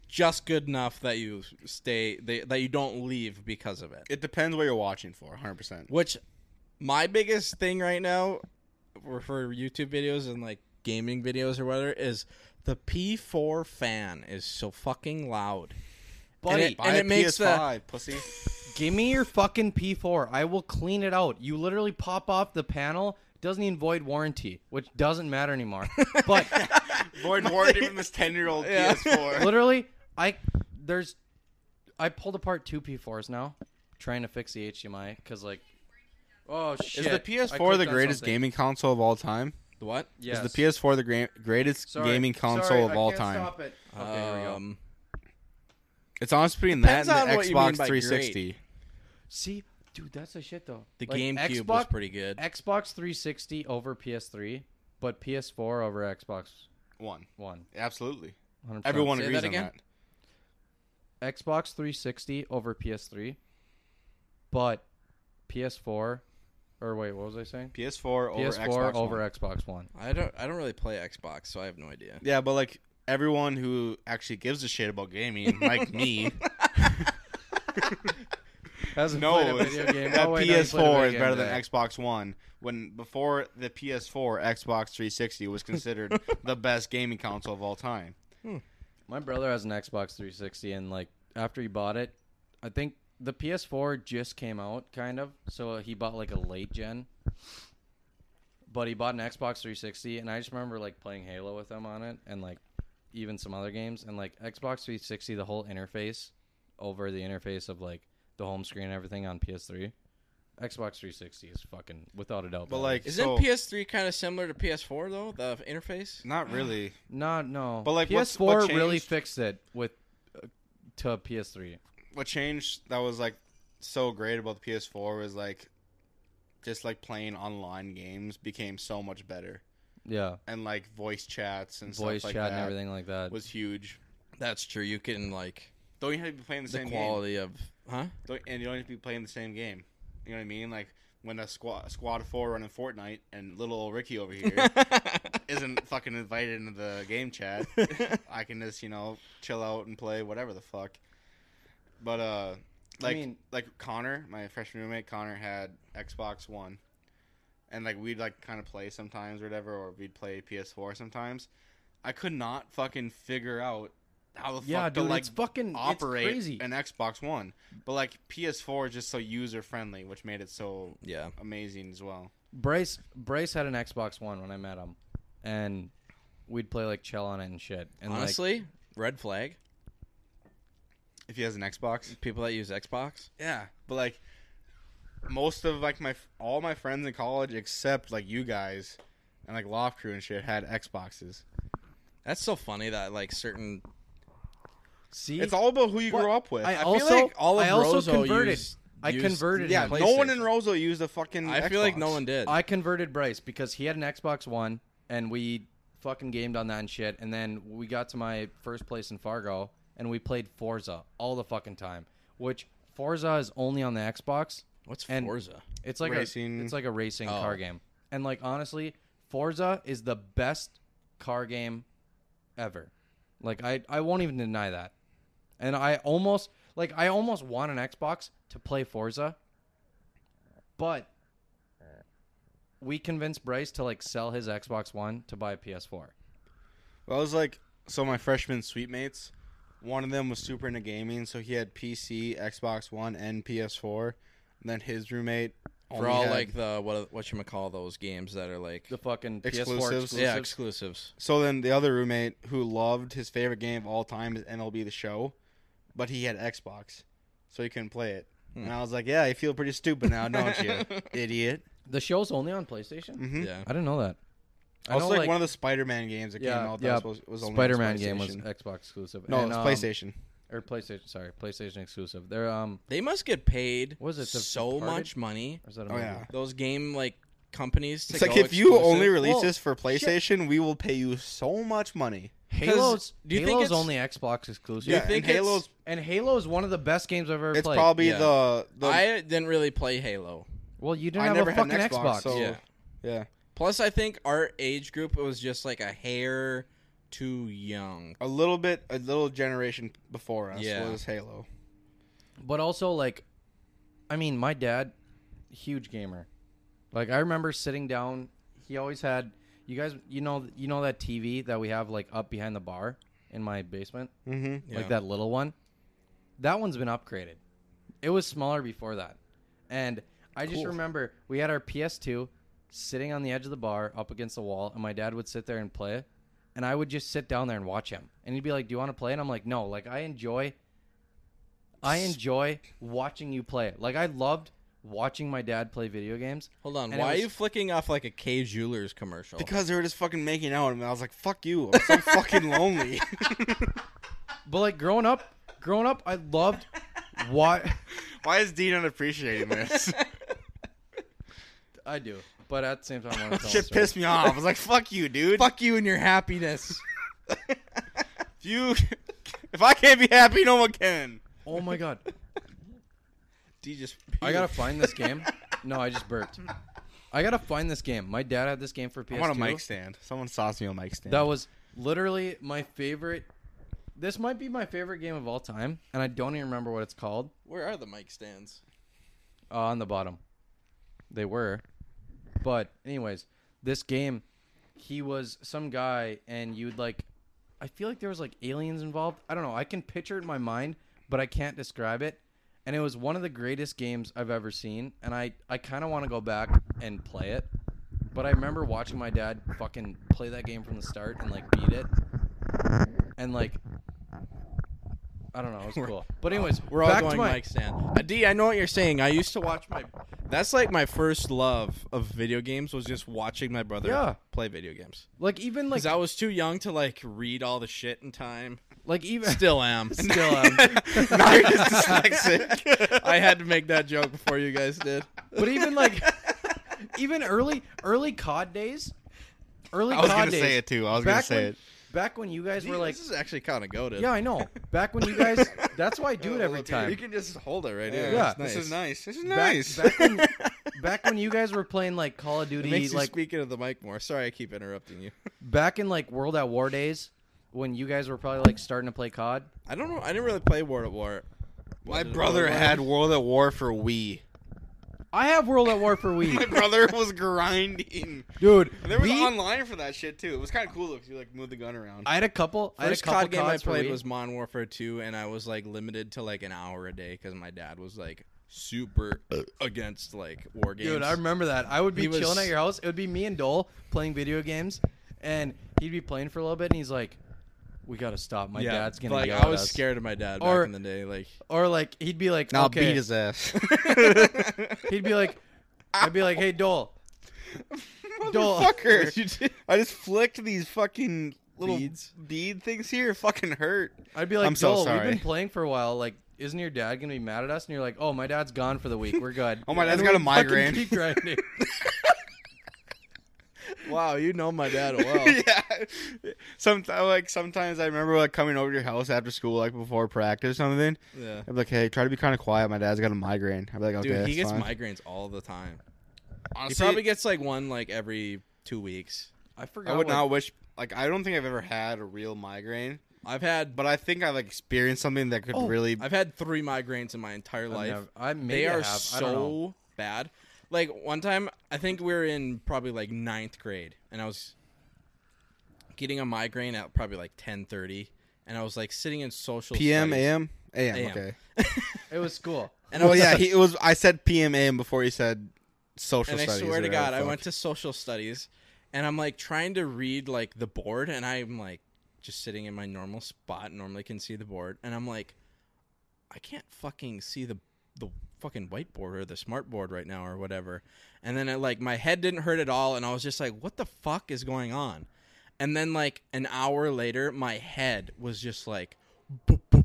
C: just good enough that you stay they, that you don't leave because of it.
A: It depends what you're watching for. 100. percent
C: Which my biggest thing right now for, for YouTube videos and like gaming videos or whatever is the P4 fan is so fucking loud.
B: buddy,
C: and it makes the-
A: PS5, pussy.
B: Give me your fucking P4. I will clean it out. You literally pop off the panel. It Doesn't even void warranty, which doesn't matter
A: (laughs)
B: anymore. But
A: Lord (laughs) Ward even this 10 year old
C: Yeah.
A: PS4.
B: literally, I there's I pulled apart two P4s now, trying to fix the HDMI because like, oh shit!
A: Is the
B: I
A: PS4
B: clicked
A: the
B: on
A: greatest
B: something.
A: gaming console of all time?
C: The What?
B: Yes.
A: Is the PS4 the gra- greatest
B: Sorry.
A: gaming console
B: Sorry,
A: of
B: I
A: all
B: can't
A: time?
B: Stop it. Okay, here we go.
C: Um,
A: It's honestly between
C: Depends
A: that
C: on
A: and the
C: what you mean
A: Xbox
C: by
A: 360.
B: See, dude, that's the shit though.
C: the
B: Like,
C: GameCube
B: Xbox,
C: was pretty good.
B: Xbox 360 over PS3, but PS4 over Xbox
A: One.
B: One.
A: Absolutely.
B: 100%.
A: Everyone
C: Say
A: agrees
C: that again?
A: on that.
B: Xbox 360 over PS3, but PS4, or wait, what was I saying?
A: PS4 over
B: PS4
A: Xbox
B: over
A: One.
B: Xbox One.
C: I don't I don't really play Xbox, so I have no idea.
A: Yeah, but like everyone who actually gives a shit
B: (laughs)
A: about gaming, like me,
B: Hasn't
A: knows (laughs)
B: played a video game.
A: that
B: Oh, wait, no, he's played a video
A: PS4 is
B: game
A: better than
B: today.
A: Xbox One. When before the PS4, Xbox 360
B: (laughs)
A: was considered the best gaming console of all time.
B: My brother has an Xbox 360, and like after he bought it, I think the PS4 just came out, kind of. So uh, he bought like a late gen, but he bought an Xbox 360, and I just remember like playing Halo with him on it, and like even some other games, and like Xbox 360, the whole interface over the interface of like the home screen and everything on PS3. Xbox 360 is fucking without a doubt.
A: But
B: better.
A: like,
C: Isn't
A: so-
C: PS3 kind of similar to PS4 though? The interface.
A: Not really.
B: not no,
A: But, like,
B: PS4
A: what's- what
B: really
A: changed?
B: fixed it with uh, to PS3.
A: what changed that was like so great about the PS4 was like just like playing online games became so much better,
B: Yeah.
A: and like voice chats and
B: voice
A: stuff like
B: chat
A: that
B: and everything like that.
A: was huge.
C: That's true. You can like
A: Don't you have to be playing the,
C: the
A: same game,
C: quality of huh?
A: Don't- and you don't have to be playing the same game. You know what I mean? Like when a squad a squad of four running Fortnite and little old Ricky
B: (laughs)
A: over here isn't fucking invited into the
B: (laughs)
A: game chat, I can just you know chill out and play whatever the fuck. But uh, like
B: mean-
A: like Connor, my freshman roommate Connor had Xbox One, and like we'd like kind of play sometimes or whatever, or we'd play PS4 sometimes. I could not fucking figure out how the
B: yeah,
A: fuck
B: dude,
A: to like
B: it's fucking
A: operate
B: it's crazy.
A: an Xbox One, but like PS4 is just so user friendly, which made it so
C: (laughs) Yeah.
A: amazing as well.
B: Bryce Bryce had an Xbox One when I met him, and we'd play like chill on it and shit. And
C: Honestly, red flag.
A: If he has an Xbox,
C: People that use Xbox.
A: Yeah, but like most of like my all my friends in college except like you guys and like Loft Crew and shit had Xboxes.
C: That's so funny that like certain.
B: like, see,
A: It's all about who you grew up with.
B: I,
C: I
B: also
C: feel like all of
B: I also
C: Roseau
B: converted.
C: used-
B: I
C: used-
B: converted.
A: yeah,
B: him.
A: no one in
C: PlayStation.
A: Roseau used a fucking.
C: I feel like
A: Mm,
C: no
A: Xbox.
C: one did.
B: I converted Bryce because he had an Xbox One, and we fucking gamed on that and shit. And then we got to my first place in Fargo, and we played Forza all the fucking time. Which Forza is only on the Xbox.
C: What's
B: and-
C: Forza?
B: It's like
A: Racing.
B: A, it's like a racing
C: Oh.
B: car game, and like honestly, Forza is the best car game ever. Like I, I won't even deny that. And I almost like I almost want an Xbox to play Forza, but we convinced Bryce to like sell his Xbox One to buy a PS4.
A: Well, I was like, so my freshman sweet mates, one of them was super into gaming, so he had PC, Xbox One, and PS4. And then his roommate
C: For
A: only
C: all
A: had-
C: like the what what you call those games that are like
B: The fucking PS4
A: Exclusives.
B: exclusives.
C: yeah exclusives.
A: So then the other roommate who loved his favorite game of all time is MLB The Show, but he had Xbox. so he couldn't play it. And I was like, "Yeah, you feel pretty stupid now, don't you, idiot?"
B: The show's only on PlayStation.
A: Mm-hmm.
C: Yeah.
B: I didn't know that. I
A: Also,
B: know,
A: like,
B: like-
A: one of the Spider-Man games that came out. That was, supposed- was only on
B: Spider-Man game was
A: PlayStation.
B: Xbox exclusive.
A: no,
B: And,
A: it's
B: um,
A: PlayStation.
B: or PlayStation. Sorry, PlayStation exclusive. They're um,
C: They must get paid
B: What is it, the
C: so
B: Departed?
C: much money.
B: or is that a
A: Oh
B: movie?
A: yeah.
C: Those game like companies to
A: It's like
C: go
A: if you
C: exclusive.
A: only release
B: Well,
A: this for PlayStation, we will pay you so much money.
B: Halo's
C: do you think
B: Halo's
C: it's-
B: only Xbox exclusive.
C: Do you
A: Yeah,
C: think
A: and
C: it's-
A: Halo's-
B: and Halo is one of the best games I've ever
A: It's
B: played.
A: probably
C: Yeah.
A: the the
C: I didn't really play Halo.
B: well, you didn't
A: I
B: have
A: never
B: a
A: had an
B: fucking
A: Xbox, so-
C: Yeah.
A: yeah
C: Plus, I think our age group was just like a hair too young.
A: a little bit a little generation before us
C: Yeah.
A: was Halo.
B: But also, like, I mean, my dad, huge gamer. Like, I remember sitting down. He always had you guys. You know, you know that TV that we have like up behind the bar in my basement,
A: Mm-hmm.
C: Yeah.
B: like that little one. That one's been upgraded. It was smaller before that, and I just
A: Cool.
B: remember we had our PS2 sitting on the edge of the bar up against the wall, and my dad would sit there and play it, and I would just sit down there and watch him, and he'd be like, "Do you want to play?" And I'm like, "No, like I enjoy." I enjoy watching you play it. Like I loved watching my dad play video games.
C: Hold on,
B: And it
C: why
B: was-
C: are you flicking off like a K Jewelers commercial? (laughs)
A: Because they were just fucking making out, and I was like, "Fuck you! I'm so fucking lonely."
B: But like growing up, growing up, I
A: (laughs)
B: loved why
A: (laughs) Why is Dean unappreciating (laughs) this?
B: (laughs) I do. But at the same time, I want to tell a
A: Shit
B: story.
A: pissed me off. I was like, "Fuck you, dude!
C: Fuck you and your (laughs) happiness.
A: If you! (laughs) If I can't be happy, no one can."
B: Oh my god.
A: Dean just
B: I gotta find this game. No, I just burped. I gotta find this game. My dad had this game for PS2.
A: I want a mic stand. Someone sauce me a mic stand.
B: That was literally my favorite. This might be my favorite game of all time, and I don't even remember what it's called.
C: Where are the mic stands?
B: Uh, on the bottom, they were. But anyways, this game, he was some guy, and you'd like. I feel like there was like aliens involved. I don't know. I can picture it in my mind, but I can't describe it. And it was one of the greatest games I've ever seen, and I I kind of want to go back and play it. But I remember watching my dad fucking play that game from the start and like beat it, and like. I don't know. It (laughs) was cool. But anyways,
C: We're all
B: back
C: going
B: to my,
C: mic stand. Uh, D, I know what you're saying. I used to watch my. That's like my first love of video games was just watching my brother
B: Yeah.
C: play video games.
B: like even like
C: Because I was too young to like read all the shit in time. (laughs)
B: like (laughs) even
C: Still am. (laughs)
B: Still,
A: (laughs)
B: um,
A: now you're just dyslexic.
C: I had to make that joke before you guys did.
B: but even like, even early early COD days, early
A: I was
B: COD
A: gonna
B: days.
A: say it too. I was gonna
B: back
A: say
B: when,
A: it.
B: Back when you guys were like,
C: this is actually kind of goaded. Oh,
B: yeah, I know. Back when you guys, that's why I
A: (laughs)
B: do it every
C: You
B: time.
C: can just hold it right
A: Yeah,
C: here.
B: Yeah.
C: It's nice.
A: This is nice. This is
B: Back- Back,
A: nice. (laughs)
B: when, back when you guys were playing like Call of
C: It
B: Duty,
C: makes you
B: like
C: speak into the mic more. Sorry, I keep interrupting
A: (laughs)
C: you.
B: back in like World at War days, when you guys were probably like starting to play COD.
C: I don't know. I didn't really play War at War.
A: My
C: What is-
A: brother
C: what is-
A: (laughs) had World at War for Wii.
B: I have World at War
A: (laughs)
B: for
A: My
B: Wii,
A: brother was grinding.
B: dude.
A: And there was
B: Wii-
A: online for that shit too. It was kind of cool because you like moved the gun around.
B: I had a couple. I had a
C: First
B: couple
C: COD game I
B: CODs for
C: played
B: Wii.
C: was Modern Warfare 2, and I was like limited to like an hour a day because my dad was like
A: (coughs)
C: super against like war games.
B: Dude, I remember that. I would be
C: He was-
B: chilling at your house. It would be me and Dole playing video games, and he'd be playing for a little bit, and he's like, "We gotta stop. My
C: yeah,
B: dad's gonna
C: like
B: yell
C: I
B: at
C: was
B: us."
C: scared of my dad
B: Or-
C: back in the day.
B: (laughs)
C: Like
B: Or like he'd be like,
A: I'll
B: "Okay."
A: beat his (laughs) ass.
B: He'd be like, "I'd be like, hey Dole, Dole,
A: (laughs) Motherfucker.
C: you did.
A: I just flicked these fucking little
C: Beads.
A: bead things here. It Fucking hurt.
B: (laughs) I'd be like,
A: I'm so
B: Dole, we've
A: sorry.
B: been playing for a while. Like, isn't your dad gonna be mad at us?" And you're like, "Oh, my dad's gone for the week. We're good.
A: (laughs) Oh, my
B: And
A: dad's got a
B: we'd fucking (laughs)
A: migraine.
B: keep
A: (laughs)
B: grinding.
C: Wow, you know my (laughs)
A: (laughs)
C: dad well.
A: yeah. Sometimes, like sometimes I remember like coming over to your house after school, like before practice or something.
C: yeah.
A: I'd be like, hey, try to be kind of quiet. My dad's got a migraine. I'd be like, okay,
C: Dude, he
A: that's
C: gets
A: fine.
C: migraines all the time. He
A: Honestly,
C: probably gets like one like every two weeks.
B: I forgot.
A: I would
B: what-
A: not wish. Like, I don't think I've ever had a real migraine,
C: I've had
A: but I think I've like, experienced something that could
B: Oh,
A: really.
C: I've had three migraines in my entire
B: I've
C: life.
B: never- I maybe
C: they
B: I
C: are
B: have. I don't know.
C: so bad. Like one time, I think we were in probably like ninth grade, and I was getting a migraine at probably like ten thirty, and I was like sitting in social
A: PM,
C: studies-
A: AM, AM.
C: AM.
A: (laughs) Okay.
B: It was
A: (laughs)
B: school.
C: and I
A: Well,
C: was
A: yeah, he, it was. I said PM, AM before he said social.
C: and I
A: studies
C: swear
A: or
C: to
A: whatever
C: God,
A: the
C: I
A: fuck.
C: went to social studies, and I'm like trying to read like the board, and I'm like just sitting in my normal spot, normally can see the board, and I'm like, I can't fucking see the the fucking whiteboard or the smartboard right now or whatever. And then it, like my head didn't hurt at all, and I was just like, what the fuck is going on? And then like an hour later, my head was just like, boop, boop,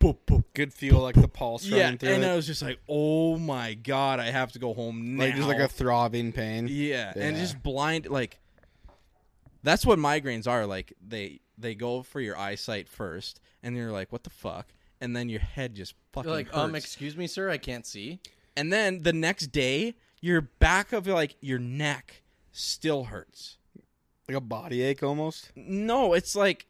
C: boop, boop.
A: Good feel, like the pulse
C: yeah,
A: running through
C: and
A: it.
C: I was just like, oh my god, I have to go home now.
A: like just like a throbbing pain.
C: Yeah, and
A: Yeah.
C: just blind like that's what migraines are like they they go for your eyesight first and you're like what the fuck and then your head just fucking
B: You're like,
C: hurts.
B: um, excuse me, sir, I can't see.
C: and then the next day your back of like your neck still hurts.
A: Like a body ache almost.
C: No, it's like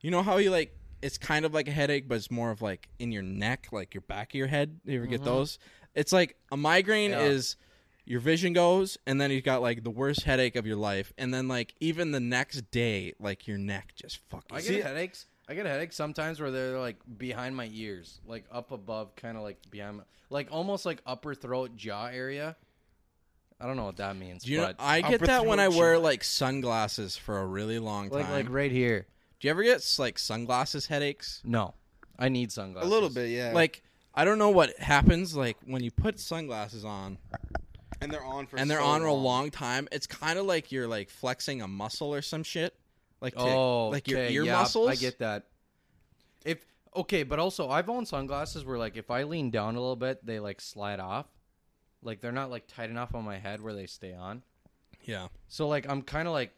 C: you know how you like it's kind of like a headache but it's more of like in your neck, like your back of your head. You ever get those? It's like a migraine
B: Mm-hmm. Yeah.
C: is your vision goes and then you've got like the worst headache of your life and then like even the next day like your neck just fucking
B: I get headaches. I get headaches sometimes where they're like behind my ears, like up above, kind of like behind, my, like almost like upper throat jaw area. I don't know what that means,
C: Do you know,
B: but
C: I get
A: upper
C: that when I
A: throat
C: wear
A: shot.
C: like sunglasses for a really long time.
B: like like right here.
C: Do you ever get like sunglasses headaches?
B: No, I need sunglasses.
A: A little bit, yeah.
C: Like I don't know what happens like when you put sunglasses on
A: and they're on for
C: and they're
A: so
C: on for a
A: long.
C: long time. It's kind of like you're like flexing a muscle or some shit, like to,
B: Oh,
C: like your
B: okay,
C: ear
B: yeah,
C: muscles.
B: I get that. If okay, but also I've owned sunglasses where like if I lean down a little bit, they like slide off. Like they're not like tight enough on my head where they stay on.
C: Yeah,
B: So like I'm kind of like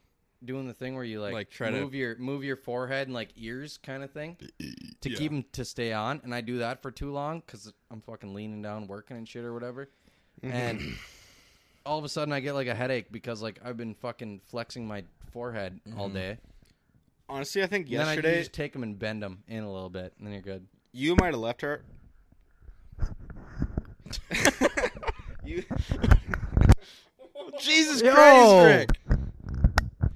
B: doing the thing where you like,
C: Like, try to-
B: move your move your forehead and like ears kind of thing to keep 'em
C: Yeah.
B: keep them to stay on, and I do that for too long because I'm fucking leaning down working and shit or whatever,
A: Mm-hmm.
B: and all of a sudden I get like a headache because like I've been fucking flexing my forehead all day.
A: Honestly, I think
B: And Then I,
A: Mm-hmm. yesterday
B: you just take them and bend them in a little bit, and then you're good.
A: you might have left
C: (laughs)
A: her. (laughs)
C: (laughs)
A: you
C: (laughs)
A: (laughs)
C: Jesus
B: Yo!
C: Christ, Rick.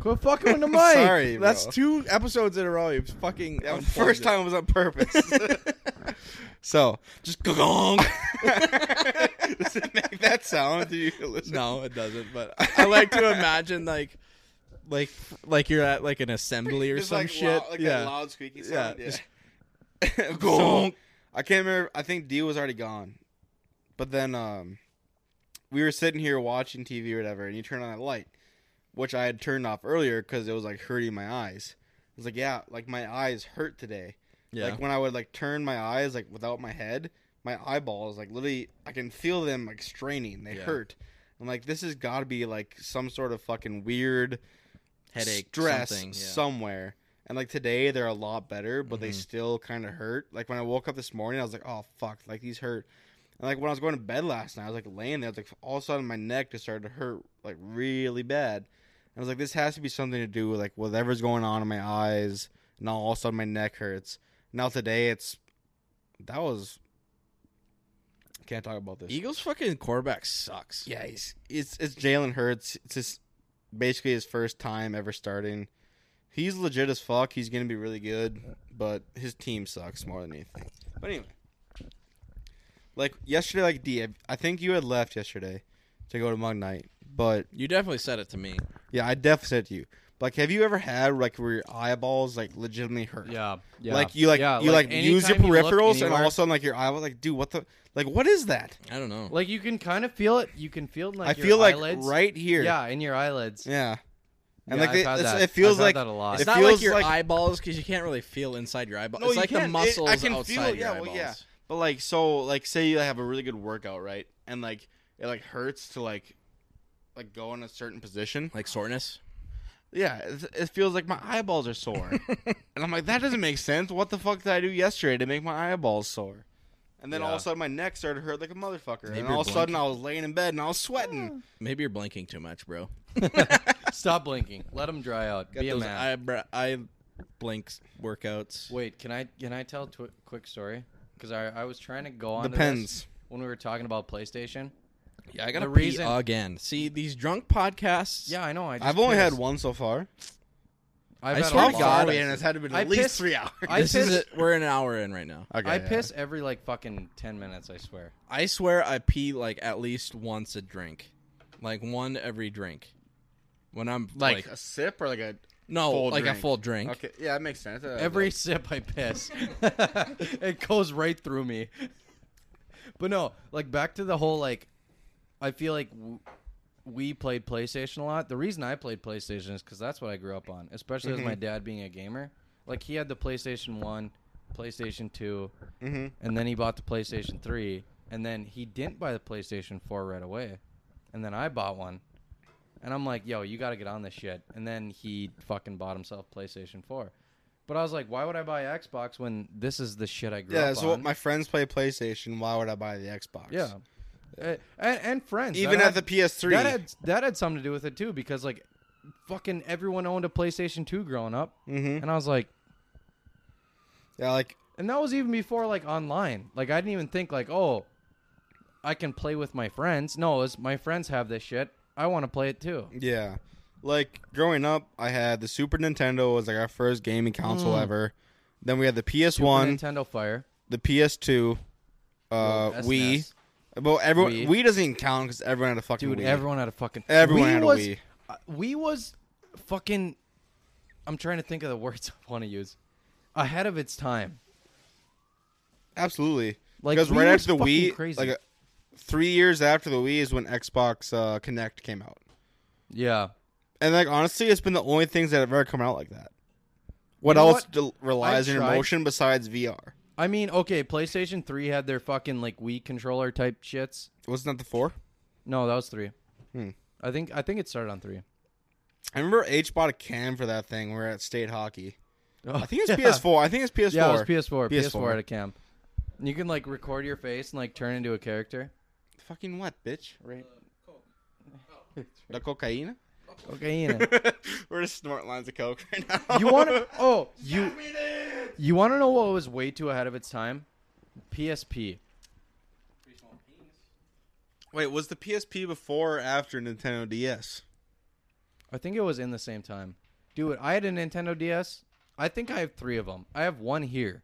B: Quit fucking (laughs) with the mic.
A: Sorry, bro.
C: That's two episodes in a row. You've fucking
A: That was the
C: unplugged
A: first
C: it.
A: time it was on
C: (laughs)
A: purpose. (laughs) so
C: Just gong.
A: does it make that sound? Do
C: (laughs)
A: you listen?
C: no, it doesn't. But I like to imagine like, like, like you're at like an assembly or
A: Just
C: some
A: like
C: shit.
A: loud- like that
C: yeah,
A: loud squeaky
C: Yeah,
A: (laughs) sound. Yeah.
C: just-
A: So, I can't remember. I think D was already gone, but then um, we were sitting here watching TV or whatever, and you turn on that light, which I had turned off earlier because it was like hurting my eyes. I was like, yeah, like my eyes hurt today.
C: yeah.
A: Like when I would like turn my eyes like without my head, my eyeballs like literally I can feel them like straining. They
C: Yeah.
A: hurt. I'm like, this has got to be like some sort of fucking weird
C: headache,
A: stress
C: something. Yeah.
A: somewhere. And like today, they're a lot better, but they
C: Mhm.
A: still kind of hurt. Like when I woke up this morning, I was like, "Oh fuck!" Like these hurt. And like when I was going to bed last night, I was like laying there, I was like all of a sudden my neck just started to hurt like really bad. And I was like, "This has to be something to do with like whatever's going on in my eyes." Now all of a sudden my neck hurts. Now today it's that was can't talk about this.
C: Eagles fucking quarterback sucks.
A: Yeah, he's it's it's Jalen Hurts. It's his basically his first time ever starting. He's legit as fuck. He's gonna be really good, but his team sucks more than anything. But anyway, like yesterday, like D, I- I think you had left yesterday to go to Mug Night, but
C: You definitely said it to me.
A: yeah, I definitely said to you. Like, have you ever had like where your eyeballs like legitimately hurt?
B: Yeah, yeah.
A: Like you like
B: Yeah,
A: you like, use your
B: anytime you look
A: peripherals and all
B: anywhere-
A: of a sudden like your eyeball like dude what the like what is that?
C: I don't know.
B: like you can kind of feel it. You can feel it in, like
A: I
B: your
A: feel like
B: eyelids.
A: right here.
B: Yeah, in your eyelids.
A: Yeah. And
B: Yeah,
A: like
B: I've
A: they,
B: had
A: it's-
B: that.
A: it feels
B: I've had
A: like
B: that a lot.
A: it
C: It's not
A: feels
C: like your
A: like-
C: eyeballs because you can't really feel inside your eyeball.
A: No,
C: it's
A: you
C: like the
A: can't. It-
C: muscles
A: I can
C: outside
A: feel-
C: your
A: yeah, well,
C: eyeballs.
A: yeah. but like so like say you have a really good workout, right? And like it like hurts to like like go in a certain position.
C: Like soreness.
A: Yeah, it, it feels like my eyeballs are sore. (laughs) and I'm like that doesn't make sense. What the fuck did I do yesterday to make my eyeballs sore? And then all
B: Yeah.
A: of a sudden my neck started to hurt like a motherfucker.
C: Maybe
A: and
C: you're
A: all of a sudden I was laying in bed and I was sweating.
C: Maybe you're blinking too much, bro.
B: Stop blinking. Let them dry out. Be a
C: Those
B: man.
C: eyebrow, eye blinks workouts.
B: Wait, can I can I tell a twi- quick story? Because I, I was trying to go on
A: Depends.
B: when we were talking about PlayStation.
C: yeah, I gotta
B: the
C: pee
B: reason-
C: again. See these drunk podcasts.
B: Yeah, I know. I just
A: I've only had
B: pissed.
A: one so far.
B: I've
C: I
B: had a
C: swear to
B: lot.
C: God,
A: and it's had to be at
B: I
A: least
B: pissed-
A: three hours.
B: I
C: this is
B: piss-
C: it. We're an hour in right now.
A: Okay,
B: I
A: yeah.
B: piss every like fucking ten minutes. I swear.
C: I swear I pee like at least once a drink, like one every drink. When I'm
A: like,
C: like,
A: a sip or like a
C: No,
A: Full
C: like
A: drink.
C: a full drink.
A: Okay, yeah, that makes sense. Uh,
B: Every sip I piss,
A: (laughs)
B: (laughs) it goes right through me. But no, like back to the whole like, I feel like w- we played PlayStation a lot. The reason I played PlayStation is because that's what I grew up on, especially as my
A: Mm-hmm.
B: dad being a gamer. Like he had the PlayStation One, PlayStation 2
A: Mm-hmm.
B: and then he bought the PlayStation Three, and then he didn't buy the PlayStation Four right away, and then I bought one. And I'm like, yo, you got to get on this shit. And then he fucking bought himself PlayStation 4. But I was like, why would I buy Xbox when this is the shit I grew
A: yeah,
B: up
A: so
B: on?
A: my friends play PlayStation. Why would I buy the Xbox?
B: yeah. Eh, And, and friends.
A: Even
B: that
A: at the
B: had-
A: PS3.
B: That had, that had something to do with it, too, because, like, fucking everyone owned a PlayStation 2 growing up.
A: Mhm.
B: And I was like,
A: yeah, like
B: and that was even before, like, online. Like, I didn't even think, like, oh, I can play with my friends. No, it was my friends have this shit. I want to play it, too.
A: Yeah. Like growing up, I had the Super Nintendo was like our first gaming console
B: Mm.
A: ever. Then we had the PS1,
B: Nintendo Fire.
A: the PS2, uh,
B: Well,
A: Wii.
B: SNES.
A: Well, everyone
B: Wii.
A: Wii. doesn't even count because everyone had a fucking
B: Dude,
A: Wii.
B: everyone had a fucking.
A: Everyone
B: Wii
A: had a
B: was,
A: Wii.
B: uh, Wii was fucking. I'm trying to think of the (laughs) words I want to use. Ahead of its time.
A: Absolutely.
B: Like,
A: because
B: Wii
A: right
B: was
A: after the
B: fucking
A: Wii,
B: crazy.
A: like uh, three years after the Wii is when Xbox uh, Connect came out.
B: Yeah.
A: And like honestly, it's been the only things that have ever come out like that. What
B: know
A: else
B: what?
A: del- relies
B: I've
A: on
B: tried-
A: emotion besides VR?
B: I mean, okay, PlayStation 3 had their fucking like Wii controller type shits.
A: Wasn't that the four?
B: No, that was 3.
A: Hmm.
B: I think I think it started on 3.
A: I remember H bought a can for that thing. when We were at state hockey.
B: Oh,
A: I think
B: (laughs)
A: it's
B: yeah.
A: PS4. I think it's PS4.
B: Yeah, it was PS4. PS4,
A: PS4.
B: had a cam. And You can like record your face and like turn into a character.
A: Fucking what, bitch?
B: Right.
A: The cocaine? (laughs)
B: Okay, Ian.
A: We're just snorting lines of coke right now.
B: You want to? Oh, you. You want to know what was way too ahead of its time? PSP.
A: (laughs) Wait, was the PSP before or after Nintendo DS?
B: I think it was in the same time. Dude, I had a Nintendo DS. I think I have three of them. I have one here,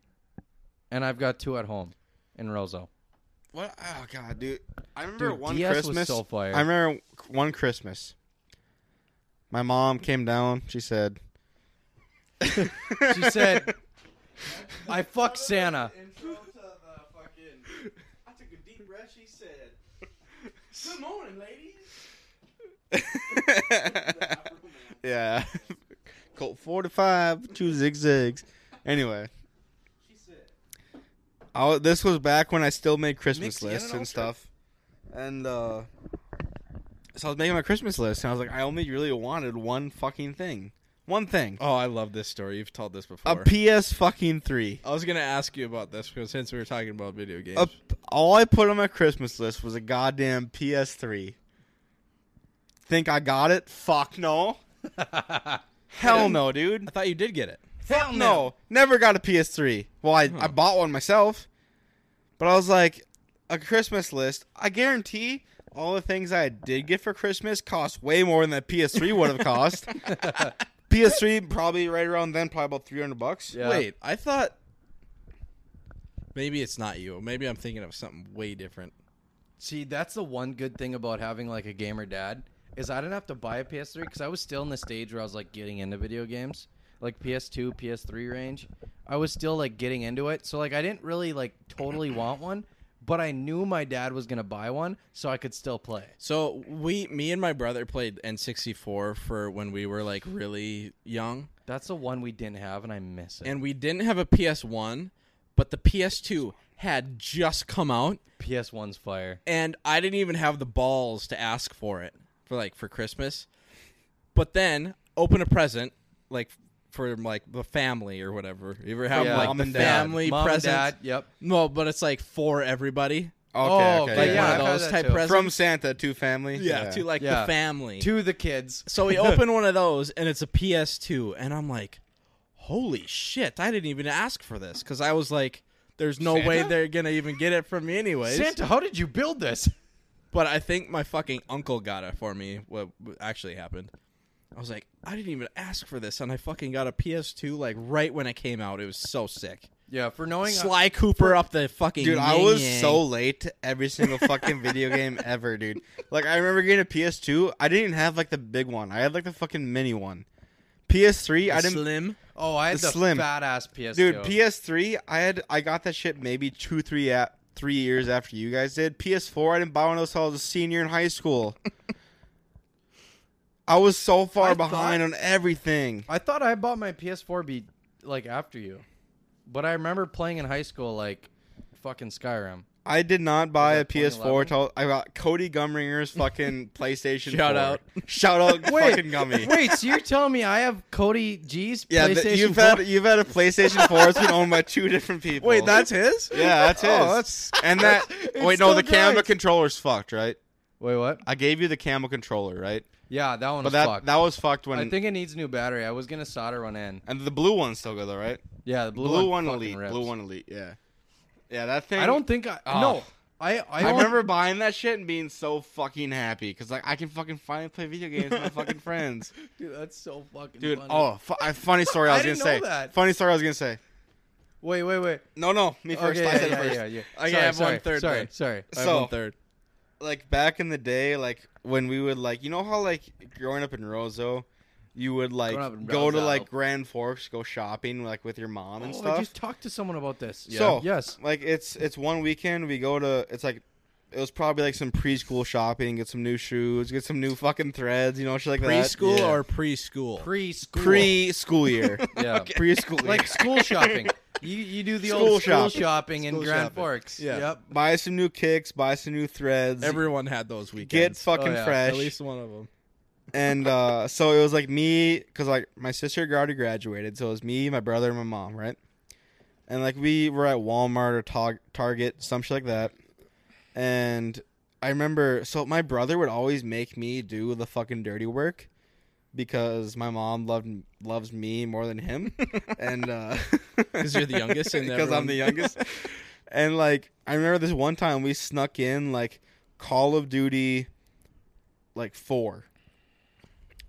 B: and I've got two at home in Roseau.
A: What? Oh god, dude. I remember
B: Dude,
A: one
B: DS was
A: Christmas.
B: so fire.
A: I remember one Christmas. My mom came down. She said,
B: She said, "I fuck Santa."
C: Intro to the fucking. I took a deep breath. She said, "Good morning, ladies."
A: (laughs) "Yeah, Colt four to five, two zigzags." Anyway,
C: She said,
A: I, wa- this was back when I still made
C: Mixed
A: Christmas
C: in
A: lists
C: and
A: and
C: all
A: stuff. And uh so I was making my Christmas list and I was like, I only really wanted one fucking thing. One thing.
C: "Oh, I love this story. You've told this
A: A
C: before."
A: PS fucking three.
C: I was gonna ask you about this because since we were talking about video games,
A: A, all I put on my Christmas list was a goddamn PS3. Think I got it? Fuck no. Hell no, dude.
C: I thought you did get it.
A: Hell no. Never got a PS3. Well, I, I bought one myself, but I was like, a Christmas list. I guarantee all the things I did get for Christmas cost way more than that PS3 would have cost. PS3 probably right around then, probably about 300 bucks.
B: Yeah.
C: Wait, I thought maybe it's not you. Maybe I'm thinking of something way different.
B: See, that's the one good thing about having like a gamer dad is I didn't have to buy a PS3 because I was still in the stage where I was like getting into video games, like PS2, PS3 range. I was still like getting into it, so like I didn't really like totally want one, but I knew my dad was gonna buy one, so I could still play.
C: So we, me and my brother played N64 for when we were like really young,
B: That's the one we didn't have, and I miss it.
C: and we didn't have a PS1, but the PS2 had just come out,
B: PS1's fire.
C: and I didn't even have the balls to ask for it for like for Christmas. But then open a present like for like the family or whatever. You ever have
B: Yeah.
C: like
A: Mom
C: the
A: and dad.
C: family
B: Mom
C: presents?
B: and dad. Yep.
C: No, but it's like for everybody.
A: Okay,
B: Oh,
A: okay.
B: but
C: Like
B: yeah,
C: one
B: I've
C: of
B: had
C: those
B: that
C: type
B: too.
C: presents.
A: From Santa to family.
C: yeah, to like
B: Yeah.
C: the family.
B: To the kids.
C: so we open one of those and it's a PS2 and I'm like, "Holy shit, I didn't even ask for this cuz I was like there's no way
A: Santa?
C: they're going to even get it from me anyways."
B: Santa, how did you build this?
C: But I think my fucking uncle got it for me what what actually happened. I was like, "I didn't even ask for this and I fucking got a PS2 like right when it came out. It was so sick."
B: Yeah, for knowing
C: Sly Cooper up the fucking
A: Dude, I
C: yin
A: was
C: yang.
A: so late to every single fucking
B: (laughs)
A: video game ever, dude. Like I remember getting a PS2. I didn't even have like the big one. I had like the fucking mini one. PS3, I didn't.
C: Slim.
B: Oh, I had
A: The
B: the,
A: slim.
B: fat ass PS2.
A: Dude, PS3, I had I got that shit maybe two, three at three years after you guys did. PS4, I didn't buy one until I was a senior in
B: (laughs)
A: high school. I was so far
B: I
A: behind
B: thought-
A: on everything.
B: I thought I bought my PS4 be like after you, but I remember playing in high school like fucking Skyrim.
A: I did not buy
B: that
A: a PS4 till I got Cody Gumringer's
B: (laughs)
A: fucking PlayStation.
C: Shout
A: 4.
C: out.
A: shout
B: (laughs)
A: out,
B: Wait.
A: fucking Gummy.
B: (laughs) Wait, so you're telling me I have Cody G's
A: Yeah,
B: PlayStation
A: th- you've
B: 4?
A: had you've had a PlayStation 4. It's been owned by two different people.
C: Wait, that's his.
A: yeah, that's his.
C: Oh, that's
A: and that
B: (laughs) it's
A: wait, no,
B: still
A: the camera
B: great.
A: controller's fucked, right?
B: Wait, what?
A: I gave you the camera controller, right?
B: Yeah, that one
A: But
B: was
A: that
B: fucked.
A: that was fucked when
B: I think it needs new battery. I was gonna solder one in.
A: and the blue one's still good though, right?
B: Yeah, the blue,
A: Blue, one,
B: fucking
A: elite,
B: rips.
A: blue one elite, yeah, yeah. That thing.
B: I don't think I.
A: Ah.
B: No, I. I,
A: I
B: don't-
A: remember buying that shit and being so fucking happy because like I can fucking finally play video games with
B: (laughs)
A: my fucking friends.
B: Dude, that's so fucking.
A: Dude,
B: funny.
A: oh, fu- I- funny story
B: (laughs)
A: I
B: I
A: was
B: didn't
A: gonna say.
B: know that.
A: Funny story I was gonna say.
B: Wait, wait, wait.
A: No, no, me first.
B: okay,
A: I
B: yeah,
A: said
B: yeah,
A: first.
B: yeah, yeah.
C: I
B: Sorry,
C: have
B: sorry,
C: one third
B: Sorry,
C: then.
B: sorry.
C: I have
A: So-
C: one third.
A: Like back in the day, like when we would like, you know how like growing up in Roseau, you would like
B: Growing up in
A: go to
B: Roseau.
A: like Grand Forks, go shopping like with your mom and
B: Oh,
A: stuff.
B: I just talked to someone about this.
A: So
B: yes.
A: like it's it's one weekend we go to it's like it was probably like some preschool shopping, get some new shoes, get some new fucking threads, you know, shit like
C: Preschool
A: that.
C: or preschool?
B: Preschool.
A: preschool
B: (laughs)
A: year,
B: Yeah.
A: preschool year.
B: Like school shopping. You you do the
A: School
B: old school
A: shopping.
B: shopping, in
A: School
B: Grand
A: shopping. Uh,
B: Forks.
C: Yeah.
B: Yep.
A: buy some new kicks, buy some new threads,
C: Everyone had those
A: get
C: weekends.
A: fucking
B: Oh, yeah.
A: fresh.
C: at least one of them.
A: and uh, so it was like me because like my sister had already graduated, so it was me, my brother, and my mom, right? And like we were at Walmart or Tog- Target, some shit like that. And I remember, so my brother would always make me do the fucking dirty work because my mom loved loves me more than him, (laughs) and uh, (laughs)
C: Because you're the youngest, and
A: because I'm
C: everyone-
A: the youngest. and like I remember this one time we snuck in like Call of Duty like 4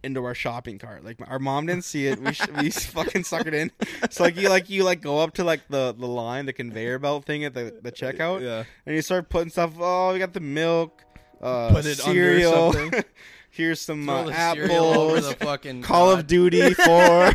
A: into our shopping cart. Like our mom didn't see it. We sh-
B: (laughs)
A: we fucking suckered in. So like you like you like go up to like the the line, the conveyor belt thing at the the checkout
C: Yeah.
A: and you start putting stuff, "Oh, we got the milk, uh
C: Put it under
A: cereal.
C: something.
A: (laughs) Here's some
B: Throw
A: uh,
B: the cereal over
A: apples.
B: the fucking
A: Call of
B: God. (laughs)
A: Duty 4.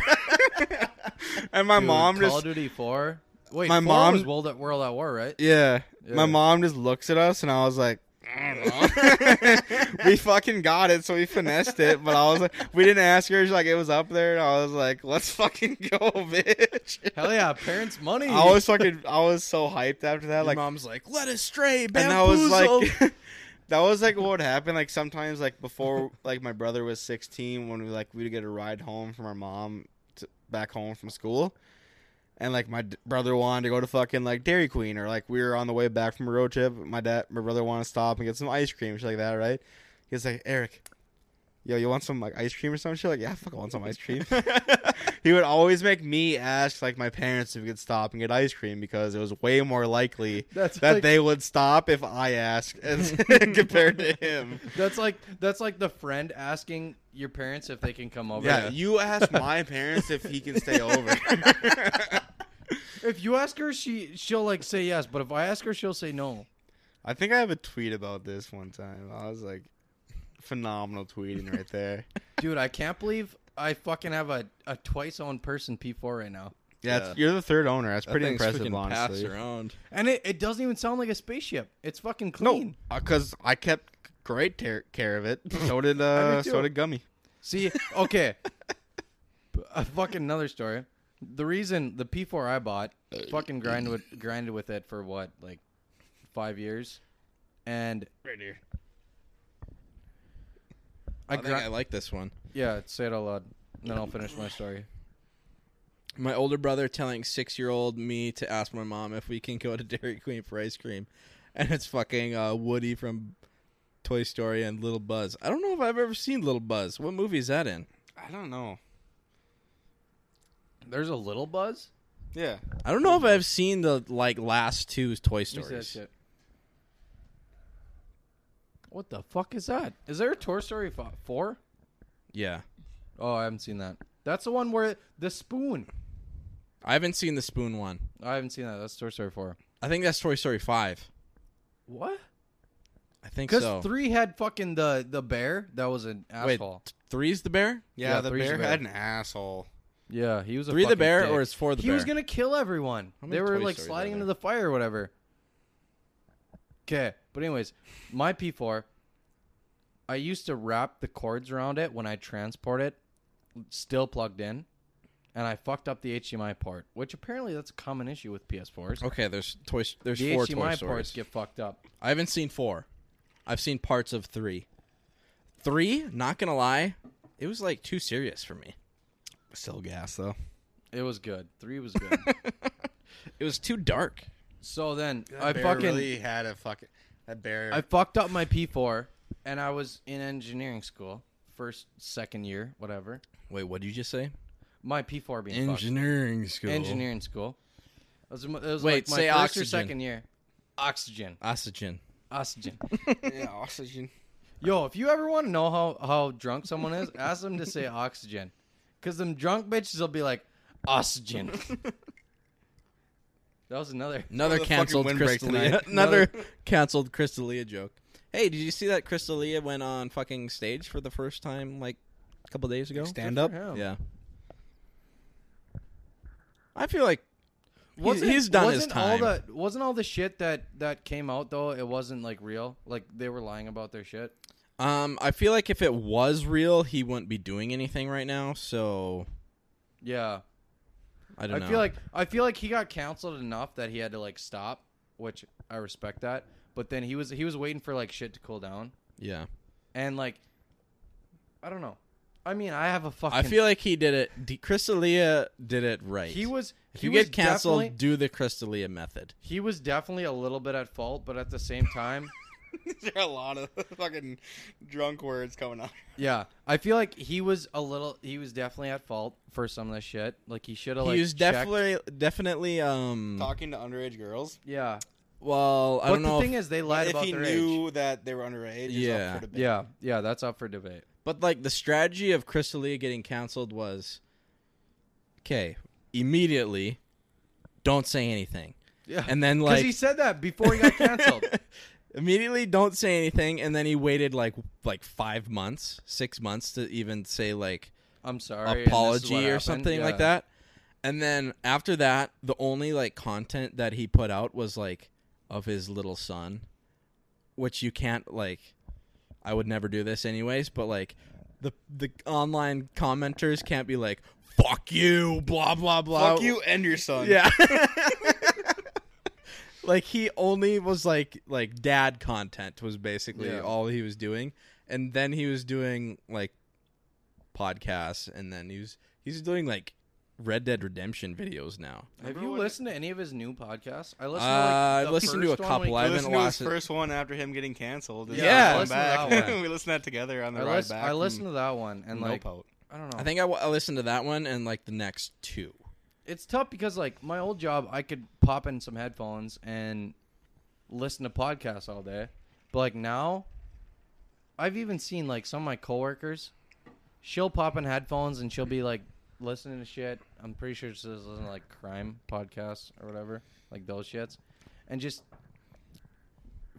A: and my
B: Dude,
A: mom
B: Call
A: just
B: of Duty Four. Wait,
A: My
B: four
A: mom-
B: was World at World at War, right?
A: Yeah. My
B: Yeah.
A: mom just looks at us, and I was like, I
B: (laughs)
A: don't know. we fucking got it, so we finessed it. But I was like, we didn't ask her. She's like, it was up there, and I was like, let's fucking go, (laughs) bitch.
B: Hell yeah, parents' money.
A: I was fucking, I was so hyped after that.
C: Your
A: like,
C: mom's like, let us stray,
A: and I was
C: bamboozled."
A: like, that was like what would happen. Like sometimes, like before, like my brother was 16, when we like we'd get a ride home from our mom to, back home from school, and like my d- brother wanted to go to fucking like Dairy Queen, or like we were on the way back from a road trip. My dad, my brother wanted to stop and get some ice cream, shit like that, right? He was like, Eric. Yo, you want some like ice cream or some shit? Like, yeah, I fucking want some ice cream. he would always make me ask like my parents if we could stop and get ice cream because it was way more likely
B: (laughs) That's
A: (laughs) that
B: like-
A: they would stop if I asked, as
B: (laughs)
A: (laughs) compared to him.
B: That's like that's like the friend asking your parents if they can come over.
A: Yeah, you ask my parents if he can stay over.
B: If you ask her, she she'll like say yes, but if I ask her, she'll say no.
A: (laughs) I think I have a tweet about this one time. I was like, phenomenal tweeting right there.
B: Dude, I can't believe I fucking have a, a twice owned person P4 right now.
A: Yeah, it's- you're the third owner. That's (laughs)
C: That
A: pretty
C: thing's
A: impressive,
C: freaking passed
A: honestly.
C: around.
B: And it, it doesn't even sound like a spaceship. It's fucking
A: No,
B: clean.
A: because I kept great ter- care of (laughs) it. So did uh, so
B: too.
A: did Gummy.
B: See, okay. a fucking another story. The reason the P4 I bought fucking grind with, grinded with it for what, like five years? And
A: Right here.
B: I,
C: I think
B: grind.
C: I like this one.
B: yeah, say it out loud. and Then I'll finish my story.
C: My older brother telling six year old me to ask my mom if we can go to (laughs) Dairy Queen for ice cream. And it's fucking uh, Woody from Toy Story and Little Buzz. I don't know if I've ever seen Little Buzz. What movie is that in?
A: I don't know.
B: There's a little buzz?
A: Yeah,
C: I don't know if I've seen the like last two Toy
B: Let me see that
C: Stories.
B: shit. What the fuck is that? Is there a Toy Story fi- 4?
C: Yeah.
B: Oh, I haven't seen that. That's the one where the spoon.
C: I haven't seen the spoon one.
B: I haven't seen that. That's Toy Story 4.
C: I think that's Toy Story 5.
B: What?
C: I think
B: Because
C: so.
B: three had fucking the the bear that was an
C: Wait,
B: asshole.
C: th- three's the bear?
B: Yeah,
A: the
B: three's
A: bear
B: the bear.
A: had an asshole.
B: yeah, he was a
C: Three the
B: fucking
C: bear,
B: dick.
C: or it's four the
B: he
C: bear?
B: was gonna kill everyone.
C: How many
B: They were
C: Toy
B: like
C: Stories are
B: sliding into
C: there?
B: the fire or whatever. Okay, but anyways, my P four. I used to wrap the cords around it when I transport it, still plugged in, and I fucked up the HDMI port, which apparently that's a common issue with PS4s.
C: Okay, there's toy. There's
B: the
C: Oh, four Toy
B: HDMI
C: Stories.
B: ports get fucked up.
C: I haven't seen four. I've seen parts of three. Three, not gonna lie, it was like too serious for me.
A: Still gas though.
B: It was good. Three was
C: (laughs)
B: good.
C: It was too dark.
B: so then I fucking
A: really had a fucking that bear.
B: I fucked up my P4 and I was in engineering school, first, second year, whatever.
C: Wait, what did you just say?
B: My P4 being fucked.
C: Engineering school.
B: Engineering school. It was, it was
C: Wait,
B: like my
C: say
B: first or
C: oxygen.
B: second year. Oxygen.
C: Oxygen. (laughs)
B: Oxygen.
A: yeah, oxygen.
B: Yo, if you ever want to know how, how drunk someone is, ask them to
C: (laughs)
B: say oxygen. Because them drunk bitches will be like,
C: (laughs)
B: oxygen. that was another.
C: Another
A: the fucking
C: canceled
A: windbreak
C: (laughs) Crystalia.
A: tonight.
C: Another canceled Crystalia joke. Hey, did you see that Crystalia went on fucking stage for the first time like a couple days ago?
A: Stand up.
B: Yeah.
C: Yeah. I feel like he's,
B: Wasn't-
C: he's done his
B: wasn't
C: time.
B: All the, wasn't all the shit that, that came out, though, it wasn't like real? Like they were lying about their shit?
C: um, I feel like if it was real, he wouldn't be doing anything right now. So
B: Yeah.
C: I don't
B: I
C: know.
B: feel like I feel like he got counseled enough that he had to like stop, which I respect that. But then he was he was waiting for like shit to cool down,
C: yeah.
B: and like I don't know. I mean, I have a fucking.
C: I feel like he did it. D- Crystalia did it right.
B: he was.
C: If
B: he
C: you
B: was
C: get canceled,
B: definitely-
C: do the Crystalia method.
B: he was definitely a little bit at fault, but at the same
C: (laughs)
B: time,
A: (laughs) there are a lot of fucking drunk words coming out.
B: yeah, I feel like he was a little. He was definitely at fault for some of this shit. Like he should have. Like,
C: he was
B: checked-
C: definitely definitely
B: Mm.
C: um.
A: Talking to underage girls.
B: Yeah,
C: Well, I
B: but
C: don't
B: the
C: know.
B: thing
C: if-
B: is, they lied
A: if
B: about
A: he
B: their age.
A: knew that they were underage, is up
C: Yeah.
A: for debate.
B: Yeah, yeah, that's up for debate.
C: but like the strategy of Crystalia getting canceled was, okay, immediately, don't say anything,
B: Yeah, (laughs)
C: and then
B: because
C: like
B: he said that before he got canceled.
C: (laughs) immediately don't say anything, and then he waited like like five months, six months to even say like
B: I'm sorry. and this is what
C: apology or
B: happened.
C: something
B: Yeah.
C: like that. And then after that, the only like content that he put out was like of his little son, which you can't like. I would never do this anyways, but like the the online commenters can't be like "fuck you," blah blah blah.
A: Fuck you and your son.
C: (laughs) Yeah. like he only was like like dad content was basically
B: Yeah.
C: all he was doing, and then he was doing like podcasts, and then he was he's doing like Red Dead Redemption videos now.
B: Have
A: Remember
B: you
A: when-
B: listened to any of his new podcasts? I listened.
C: Uh,
B: to, like, the
C: I listened to
B: first
C: a
B: one when
C: couple.
B: he-
C: I
A: I listened
C: haven't
A: to his
C: watched it.
A: first one after him getting canceled. and
C: Yeah,
A: going
C: I
B: listened to
A: back.
B: that one.
A: (laughs) we listened to that together on the
B: I,
A: ride
B: lis-
A: back.
B: I listened to that one, and like
A: no pout.
B: I don't know.
C: I think I, w- I listened to that one and like the next two.
B: it's tough because like my old job, I could pop in some headphones and listen to podcasts all day, but like now, I've even seen like some of my coworkers. She'll pop in headphones and she'll be like listening to shit. I'm pretty sure she's listening to like crime podcasts or whatever, like those shits, and just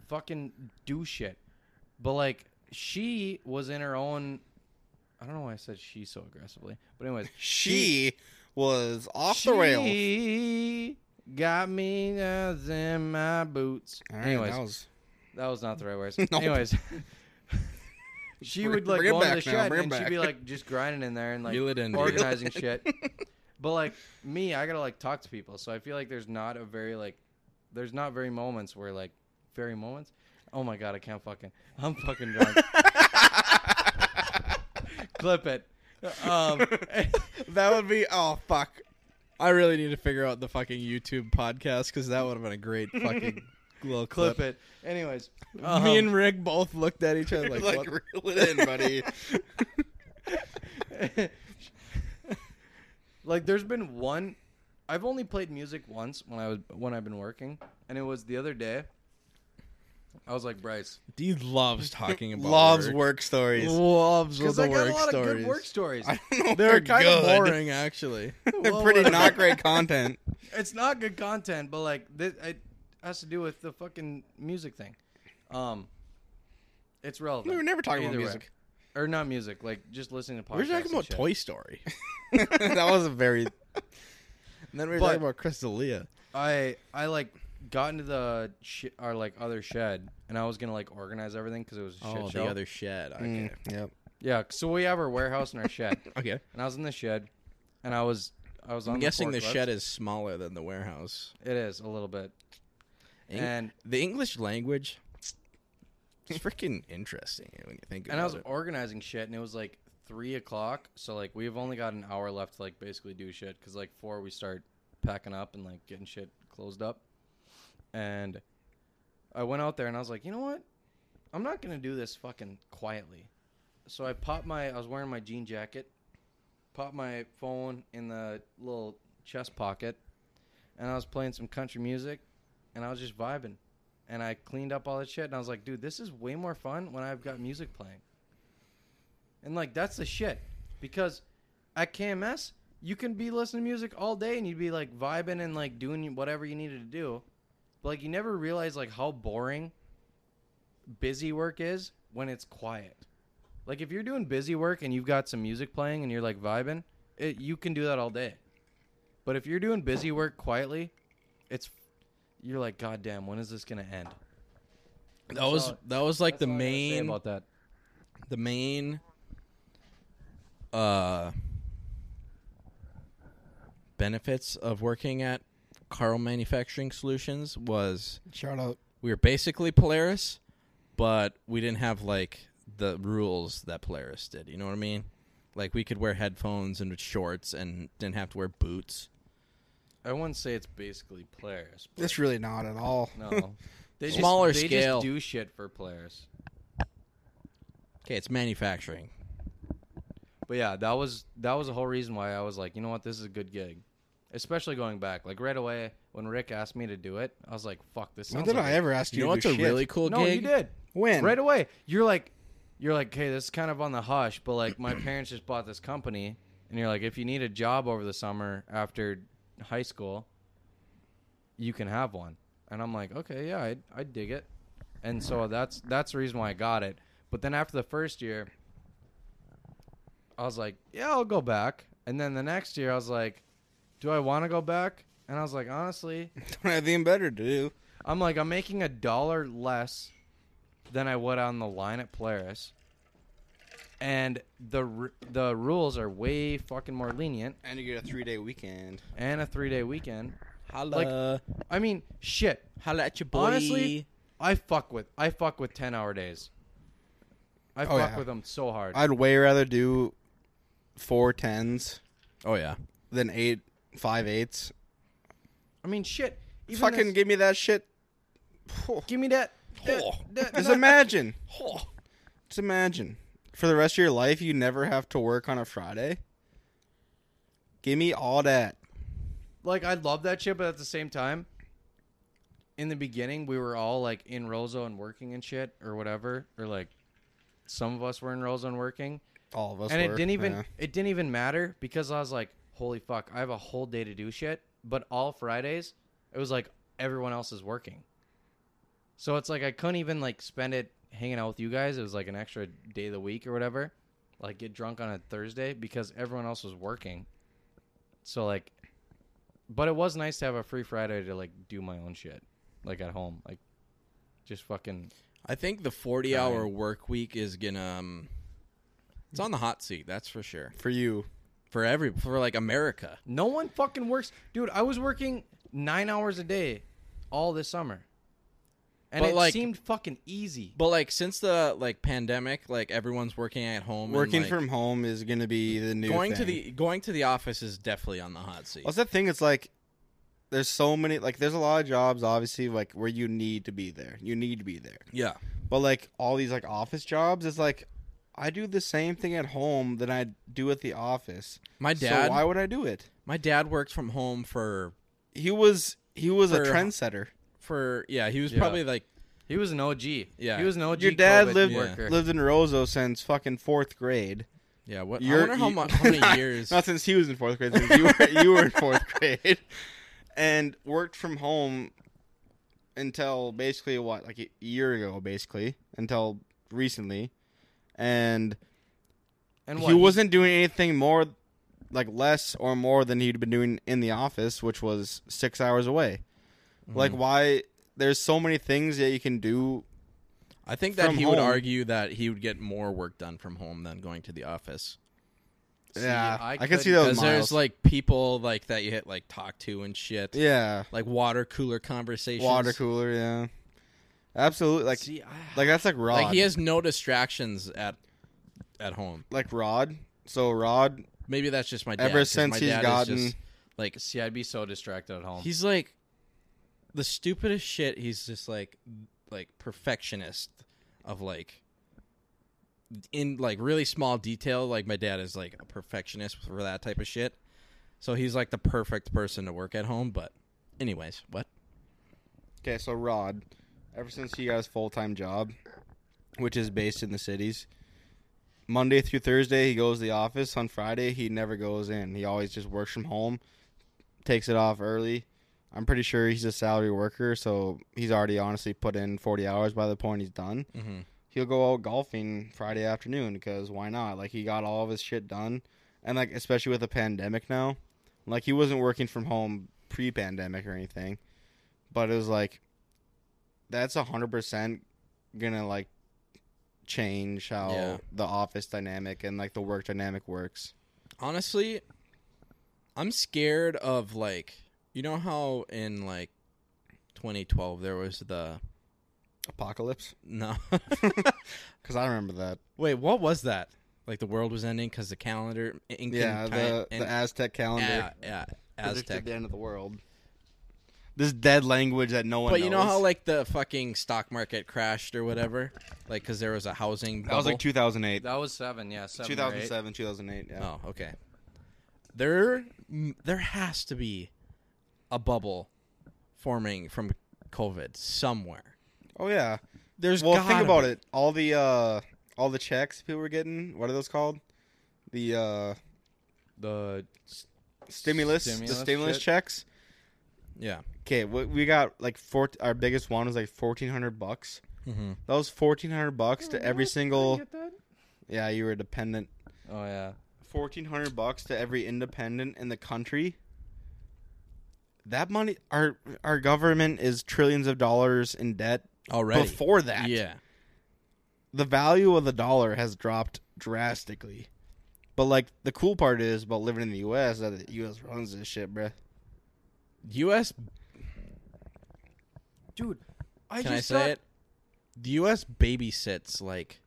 B: fucking do shit. But like she was in her own. I don't know why I said she so aggressively, but anyways,
A: She was off the rail.
B: she got me nuts in my boots. Anyways, that was... (laughs) not the right
A: (laughs)
B: words.
A: Nope.
B: Anyways, she
A: Bring-
B: would like
A: bring it
B: go into the
A: back now,
B: shed
A: bring it
B: and she'd be
A: back.
B: like just grinding in there and like
C: Reel it in, dude.
B: organizing shit.
A: (laughs)
B: But like me, I gotta like talk to people, so I feel like there's not a very like there's not very moments where like very moments. Oh my god, I can't fucking I'm fucking
A: (laughs)
B: drunk. Clip it. Um, (laughs)
C: that would be oh fuck. I really need to figure out the fucking YouTube podcast because that would have been a great (laughs) fucking little clip.
B: clip it. Anyways,
C: Me
B: um,
C: and Rick both looked at each other (laughs) like,
A: like,
C: what the
A: reel it in,
B: (laughs)
A: buddy.
B: like there's been one I've only played music once when I was when I've been working and it was the other day. I was like Bryce
C: He loves talking about
A: Loves
C: work.
A: work stories.
C: Loves all
B: because
C: the
B: I got a
C: work
B: lot
C: stories.
B: of good work stories.
A: I don't know. if
C: They're kind of
A: good.
C: boring, actually.
A: (laughs) They're
B: Well,
A: pretty
B: whatever.
A: not great content. (laughs)
B: It's not good content, but like this, it has to do with the fucking music thing. Um, It's relevant.
A: We were never talking
B: Either
A: about
B: way.
A: music.
B: or not music, like just listening to podcasts.
C: We were talking
B: and
C: about
B: shit.
C: Toy Story.
A: that was a very.
C: And then we were
B: But-
C: talking about Crystalia.
B: I I like got into the sh- our like other shed, and I was gonna like organize everything because it was a shit
C: Oh,
B: show.
C: shed. Okay.
A: Mm, yep.
B: Yeah, so we have our warehouse and our shed,
C: Okay.
B: and I was in the shed, and I was I was on.
C: I'm guessing the
B: forklift.
C: shed is smaller than the warehouse.
B: It is a little bit.
C: Eng-
B: And-
C: the English language is freaking interesting when you think about
B: And I was
C: it.
B: organizing shit, and it was like three o'clock. So like we've only got an hour left to like basically do shit because like four we start packing up and like getting shit closed up. And I went out there and I was like, you know what? I'm not gonna do this fucking quietly. So I popped my. I was wearing my jean jacket. Popped my phone in the little chest pocket, and I was playing some country music, and I was just vibing. And I cleaned up all that shit, and I was like, dude, this is way more fun when I've got music playing. And like that's the shit because at KMS you can be listening to music all day and you'd be like vibing and like doing whatever you needed to do. But like you never realize like how boring busy work is when it's quiet. Like if you're doing busy work and you've got some music playing and you're like vibing, it, you can do that all day. But if you're doing busy work quietly, it's you're like god damn, when is this going to end?
C: that was
B: all-
C: that was like
B: That's
C: the
B: all I gotta say
C: main
B: about that.
C: the main uh benefits of working at Carl Manufacturing Solutions was
A: Shout out.
C: we were basically Polaris, but we didn't have like the rules that Polaris did. You know what I mean? Like we could wear headphones and shorts and didn't have to wear boots.
B: I wouldn't say it's basically players. but-
A: It's really not at all.
B: (laughs) No. They just-
C: Smaller
B: they
C: scale.
B: Just do shit for players.
C: Okay, it's manufacturing.
B: But yeah, that was that was the whole reason why I was like, you know what, this is a good gig. Especially going back, like right away when Rick asked me to do it, I was like, "Fuck this."
A: When
B: sounds
A: did
B: like
A: I
B: a-
A: ever ask you?
C: You know
A: to
C: what's
A: do
C: a
A: shit?
C: really cool
B: No,
C: gig?
B: you did.
A: When?
B: Right away, you're like, you're like, "Hey, this is kind of on the hush," but like my parents just bought this company, and you're like, if you need a job over the summer after high school, you can have one. And I'm like, okay, yeah, I, I dig it. And so that's that's the reason why I got it. But then after the first year, I was like, yeah, I'll go back. And then the next year, I was like, do I want to go back? And I was like, honestly,
A: I have even better to do.
B: I'm like, I'm making a dollar less than I would on the line at Polaris. And the r- the rules are way fucking more lenient,
A: And you get a three day weekend.
B: and a three day weekend.
C: Holla,
B: I mean, shit.
C: holla at your boy.
B: Honestly, I fuck with I fuck with ten hour days. I
A: Oh,
B: fuck
A: yeah.
B: with them so hard.
A: I'd way rather do four tens
C: oh yeah,
A: than eight five eights.
B: I mean, shit. Even
A: Fucking
B: this-
A: give me that shit. Phew.
B: give me that. that-
A: Oh.
B: that-
A: Just imagine. Just imagine. For the rest of your life, you never have to work on a Friday. Give me all that.
B: like I love that shit, but at the same time, in the beginning we were all like in Roseau and working and shit or whatever, or like some of us were in Roseau and working,
A: All of us.
B: and
A: were,
B: it didn't even
A: yeah.
B: it didn't even matter because I was like, holy fuck, I have a whole day to do shit. But all Fridays, it was like everyone else is working, so it's like I couldn't even like spend it hanging out with you guys. It was like an extra day of the week or whatever, like get drunk on a Thursday because everyone else was working. So like, but it was nice to have a free Friday to like do my own shit, like at home, like just fucking
C: I think the forty-hour work week is gonna. Um, it's on the hot seat, that's for sure.
A: for you.
C: For every, for like America,
B: No one fucking works, dude. I was working nine hours a day all this summer, and
C: But,
B: it
C: like-
B: seemed fucking easy.
C: but like since the like pandemic, like everyone's working at home. and,
A: Working
C: like,
A: from home is going to be the new
C: going to
A: thing.
C: the going to the office is definitely on the hot seat.
A: What's that thing? It's like there's so many like there's a lot of jobs obviously like where you need to be there. You need to be there.
C: Yeah,
A: But like all these like office jobs, it's like I do the same thing at home that I do at the office.
C: my dad.
A: So why would I do it?
C: my dad worked from home for
A: He was he was a
C: For-
A: trendsetter.
C: for yeah. He was
B: Yeah.
C: probably like
B: He was an OG.
C: Yeah.
B: he was an OG.
A: Your dad
B: COVID
A: lived
B: worker.
A: lived in Roseau since fucking fourth grade.
C: yeah. What I
A: You're-
C: wonder how,
A: you- (laughs)
C: mu- how many years.
A: Not since he was in fourth grade. Since you were you were in fourth grade, (laughs) and worked from home until basically what like a year ago, basically until recently, and
B: And
A: he wasn't doing anything more, like less or more than he'd been doing in the office, which was six hours away.
C: Mm-hmm.
A: Like, why? There's so many things that you can do.
C: I think that
A: From
C: he would
A: home.
C: argue that he would get more work done from home than going to the office.
B: See,
A: yeah,
B: I
A: I, can
B: couldn't-
A: see those
C: Because
A: miles.
C: there's like people like that you hit like talk to and shit.
A: yeah,
C: Like water cooler conversations.
A: water cooler. Yeah, absolutely. Like,
C: See, I-
A: like that's like Rod.
C: like he has no distractions at at home.
A: like Rod. So Rod,
C: Maybe that's just my dad.
A: ever
C: 'cause
A: since
C: my
A: he's
C: dad is
A: gotten,
C: just, like
B: See, I'd be so distracted at home.
C: he's like the stupidest shit. He's just like like perfectionist of like in like really small detail. Like my dad is like a perfectionist for that type of shit. So he's like the perfect person to work at home. But anyways, what?
A: Okay, so Rod, ever since he got his full time job, which is based in the cities, Monday through Thursday he goes to the office. On Friday he never goes in. He always just works from home, takes it off early. I'm pretty sure he's a salary worker, so he's already honestly put in 40 hours by the point he's done.
C: Mm-hmm.
A: He'll go out golfing Friday afternoon because why not? Like he got all of his shit done, and like especially with the pandemic now, like he wasn't working from home pre-pandemic or anything but it was like that's a hundred percent gonna like change how
C: Yeah.
A: the office dynamic and like the work dynamic works.
C: honestly i'm scared of like you know how in like 2012 there was the (laughs)
A: (laughs) Apocalypse,
C: no
A: because I remember that.
C: wait what was that like the world was ending because the calendar Incan
A: yeah, the
C: time-
A: the Aztec calendar
C: yeah, yeah
A: predicted
C: aztec
A: the end of the world. This dead language that no one.
C: but you know
A: knows.
C: how like the fucking stock market crashed or whatever like because there was a housing
A: that was like
C: bubble?
A: 2008,
B: that was seven, yeah, seven. or eight.
A: 2007, 2008. Yeah,
C: oh okay there mm, there has to be a bubble forming from covid somewhere
A: oh yeah.
C: there's
A: Well,
C: gotta
A: think about
C: be.
A: it. All the uh, all the checks people were getting. What are those called? The uh,
B: The
A: stimulus,
B: Stimulus
A: the stimulus
B: shit?
A: checks.
C: yeah
A: Okay, we, we got like four. Our biggest one was like fourteen hundred bucks.
C: mm-hmm.
A: That was fourteen hundred bucks to every single.
B: Oh
A: Yeah, you were dependent.
B: yeah.
A: Fourteen hundred bucks to every independent in the country. That money, our our government is trillions of dollars in debt.
C: already
A: Before that,
C: Yeah,
A: the value of the dollar has dropped drastically. But like the cool part is about living in the U.S. that the U.S. runs this shit, bruh.
C: U.S.
B: Dude, I
C: Can I say it? The U.S. babysits like,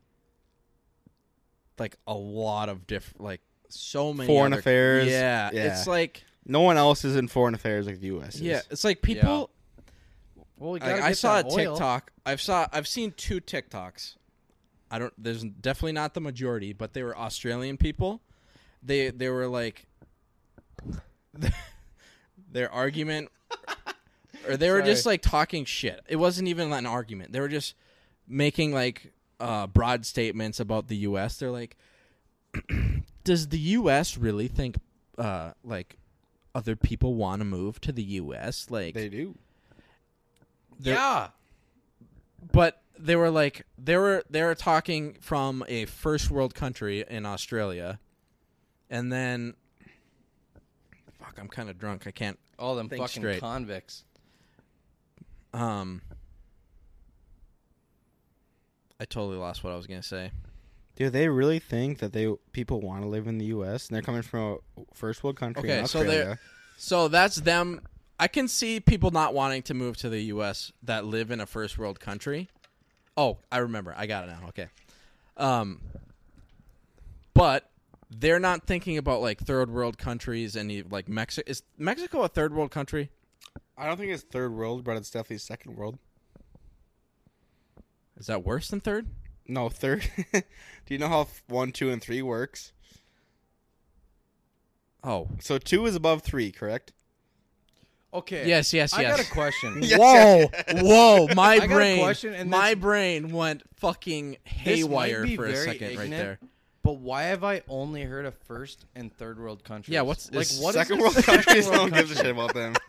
C: like a lot of different, like so many
A: Foreign
C: other-
A: affairs,
C: Yeah,
A: yeah.
C: it's like
A: No one else is in foreign affairs like the U.S. is.
C: yeah, it's like people.
B: Well, we
C: like,
B: gotta
C: I
B: get
C: saw a
B: that oil.
C: TikTok. I've saw I've seen two TikToks. I don't. There's definitely not the majority, but they were Australian people. They they were like, (laughs) their argument, or they were just
A: Sorry.
C: like talking shit. It wasn't even an argument. They were just making like uh, broad statements about the U.S. They're like, (clears throat) does the U.S. really think uh, like other people want to move to the U.S. Like
A: they do.
C: they're-
B: Yeah.
C: but they were like they were they were talking from a first world country in Australia, and then fuck, I'm kind of drunk. I can't.
B: All them
C: Think
B: fucking
C: straight.
B: convicts.
C: Um, I totally lost what I was gonna say.
A: Do they really think that they people want to live in the U.S. and they're coming from a first world country? in
C: Okay, so
A: Australia?
C: they're so that's them. I can see people not wanting to move to the U.S. that live in a first world country. Oh, I remember. I got it now. Okay. Um, but they're not thinking about like third world countries and you- like Mexico. Is Mexico a third world country?
A: I don't think it's third world, but it's definitely second world.
C: Is that worse than third?
A: No, third. (laughs) Do you know how f- one, two, and three works?
C: Oh,
A: So two is above three, correct?
B: Okay.
C: yes, yes,
B: I
C: yes.
B: got a
C: (laughs)
B: question.
A: Yes,
C: whoa,
A: yes,
C: whoa!
B: (laughs)
C: My
B: got a
C: brain,
B: question, and
C: my
B: this-
C: brain went fucking haywire
B: be
C: for a
B: very
C: second right
B: ignorant.
C: there.
B: But why have I only heard of first and third world countries?
C: Yeah, what's-
B: like
C: is
B: what is
A: second
B: a
A: world
B: second
A: countries.
B: world
A: no one gives a
B: country?
A: shit about (laughs) them.
B: (laughs)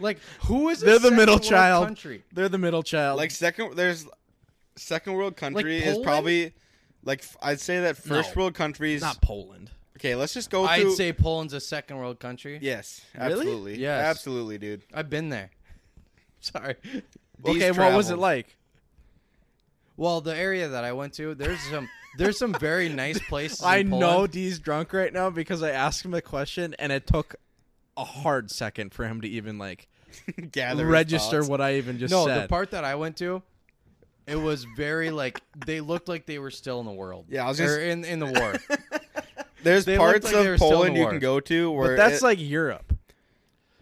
B: Like who is a
C: (laughs) They're the
B: second
C: middle
B: world
C: child.
B: country?
C: They're the middle child.
A: Like second, there's second world country is
B: Poland?
A: probably like f- I'd say that first
C: No.
A: world countries.
C: Not Poland.
A: okay, let's just go through.
B: I'd say Poland's a second world country.
A: yes,
C: Really?
A: absolutely,
B: Yes.
A: absolutely, dude. (laughs)
B: I've been there. (laughs) Sorry.
A: These
C: okay, what was it
A: traveled.
C: like?
B: Well, the area that I went to, there's some there's some very
C: (laughs)
B: nice places. in
C: I know
B: Poland.
C: D's drunk right now because I asked him a question and it took a hard second for him to even like
A: Gather his
C: register
A: thoughts.
C: what I even just
B: No,
C: said.
B: the part that I went to, it was very like they looked like they were still in the world.
A: Yeah, I was just-
B: or in in the
A: (laughs)
B: war.
A: There's
B: they looked
A: parts
B: like they were
A: of
B: still in
A: Poland
B: the
A: you
B: war.
A: can go to where
C: but that's
A: it-
C: like Europe.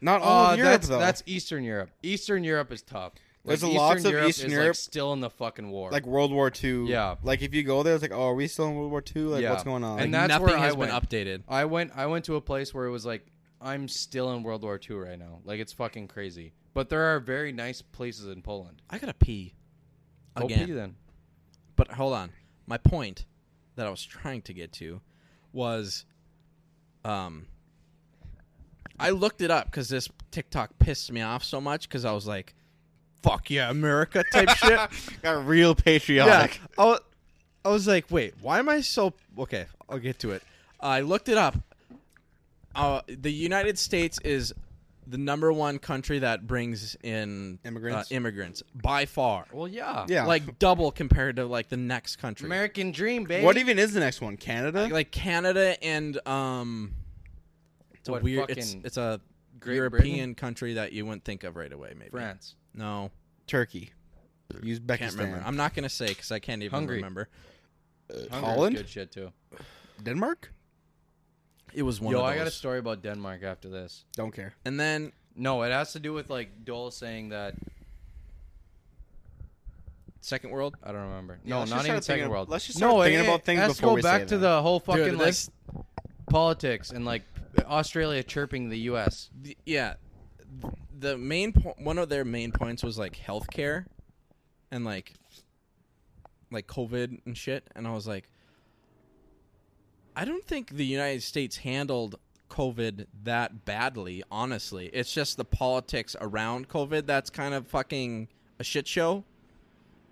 A: not all
B: Uh,
A: of Europe
B: that's,
A: though.
B: that's Eastern Europe. Eastern Europe is tough.
A: There's
B: like,
A: a lots
B: Eastern
A: of
B: Europe
A: Eastern
B: is,
A: Europe-
B: like still in the fucking war.
A: like World War Two.
B: Yeah.
A: Like if you go there, it's like, oh, are we still in World War Two? Like
B: Yeah.
A: what's going on?
B: And
A: Like,
B: that's
C: Nothing
B: where I
C: has been
B: went.
C: updated.
B: I went I went to a place where it was like I'm still in World War II right now. Like it's fucking crazy. But there are very nice places in Poland.
C: I gotta pee
B: Go
C: again.
B: pee then.
C: But hold on. My point that I was trying to get to was um I looked it up cuz this TikTok pissed me off so much cuz I was like fuck yeah America
B: (laughs)
C: type shit.
A: (laughs) got real patriotic.
C: Yeah. I, wa- I was like, wait, why am I so okay? I'll get to it. I looked it up. Uh, the United States is the number one country that brings in
A: Immigrants?
C: uh, immigrants by far,
B: Well yeah.
A: Yeah.
C: like double compared to like the next country,
B: American dream, baby.
A: What even is the next one? Canada?
C: like Canada and um. It's a
B: What,
C: weird. It's,
B: fucking
C: it's a
B: Great
C: European
B: Britain?
C: country that you wouldn't think of right away. Maybe
B: France.
C: No,
A: Turkey. Uzbekistan.
C: can't remember. I'm not gonna say because I can't even
B: Hungary.
C: remember.
B: Hungary's
A: Uh, Holland?
B: good shit too.
A: Denmark?
C: It was one.
B: Yo,
C: of
B: I got a
C: those.
B: story about Denmark after this.
A: Don't care.
C: And then
B: No, it has to do with like Dole saying that
C: second world.
B: I don't remember.
A: Yeah,
B: no,
A: let's
B: not
A: just
B: even
A: start thinking
B: second
A: ab-
B: world.
A: let's just start
B: no,
A: thinking
B: it-
A: about
B: it
A: things
B: has to
A: before
B: go
A: we
B: back
A: say
B: to
A: that.
B: the whole fucking
C: Dude,
B: like
C: this-
B: politics and like Australia chirping the U.S.
C: the- yeah the main point one of their main points was like healthcare and like like covid and shit and i was like i don't think the united states handled covid that badly honestly it's just the politics around covid that's kind of fucking a shit show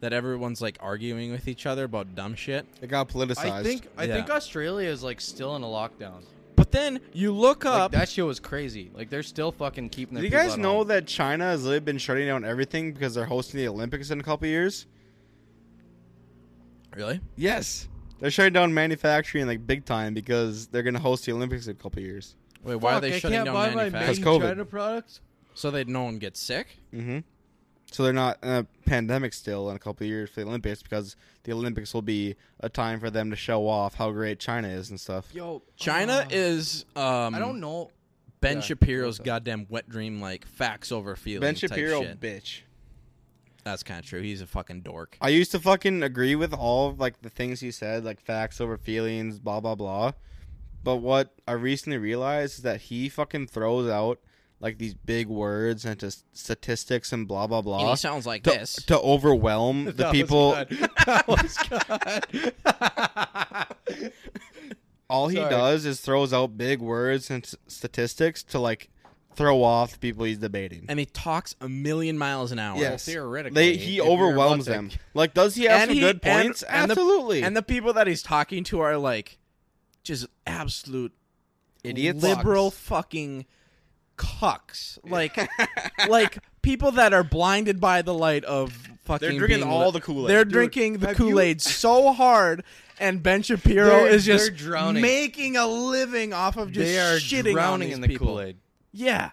C: that everyone's like arguing with each other about dumb shit
A: It got politicized.
B: I think I
C: Yeah.
B: think Australia is like still in a lockdown.
C: but then you look
B: Like,
C: up
B: that shit was crazy. Like they're still fucking keeping. Their
A: Do you
B: people
A: guys
B: at
A: know
B: home.
A: that China has literally been shutting down everything because they're hosting the Olympics in a couple years?
C: really
A: Yes. They're shutting down manufacturing like big time because they're going to host the Olympics in a couple years.
C: wait why are
B: Fuck,
C: they
B: I
C: shutting
B: can't
C: down
B: buy my
A: Because
C: manufacturing
B: made in
A: COVID.
B: China products?
C: so that no one gets sick
A: Mm-hmm. So they're not in a pandemic still in a couple of years for the Olympics because the Olympics will be a time for them to show off how great China is and stuff.
B: Yo,
C: China
A: Uh,
C: is um
B: I don't know.
C: Ben
B: yeah,
C: Shapiro's
B: what's that?
C: goddamn wet dream like facts over feelings.
A: ben
C: type
A: Shapiro,
C: shit.
A: bitch.
C: That's kind of true. He's a fucking dork.
A: I used to fucking agree with all of, like the things he said, like facts over feelings, blah blah blah. But what I recently realized is that he fucking throws out like these big words and just statistics and blah blah
C: And
A: blah
C: he sounds like
A: to,
C: this.
A: to
B: (laughs)
A: overwhelm the
B: That was
A: people.
B: good.
A: (laughs)
B: That was good.
A: All he
B: Sorry.
A: does is throws out big words and s- statistics to like throw off the people he's debating.
C: and he talks a million miles an hour.
A: Yes.
B: theoretically,
A: They,
B: if
A: he
B: you're about
A: overwhelms
B: to-
A: them. Like, does he have
C: And
A: some
C: he-
A: good
C: and-
A: points?
C: and the-
A: Absolutely.
C: And the people that he's talking to are like just absolute
A: Idiots.
C: liberal fucking cucks. Like like people that are blinded by the light of fucking
A: drinking
C: being
A: all
C: li-
A: the Kool-Aid.
C: They're
A: Dude,
C: drinking the
B: have you-
C: Kool-Aid so hard and Ben Shapiro
B: They're-
C: is just
B: they're drowning.
C: making a living off of just
B: They are
C: shitting on
B: drowning
C: these
B: in the
C: people.
B: Kool Aid.
C: Yeah.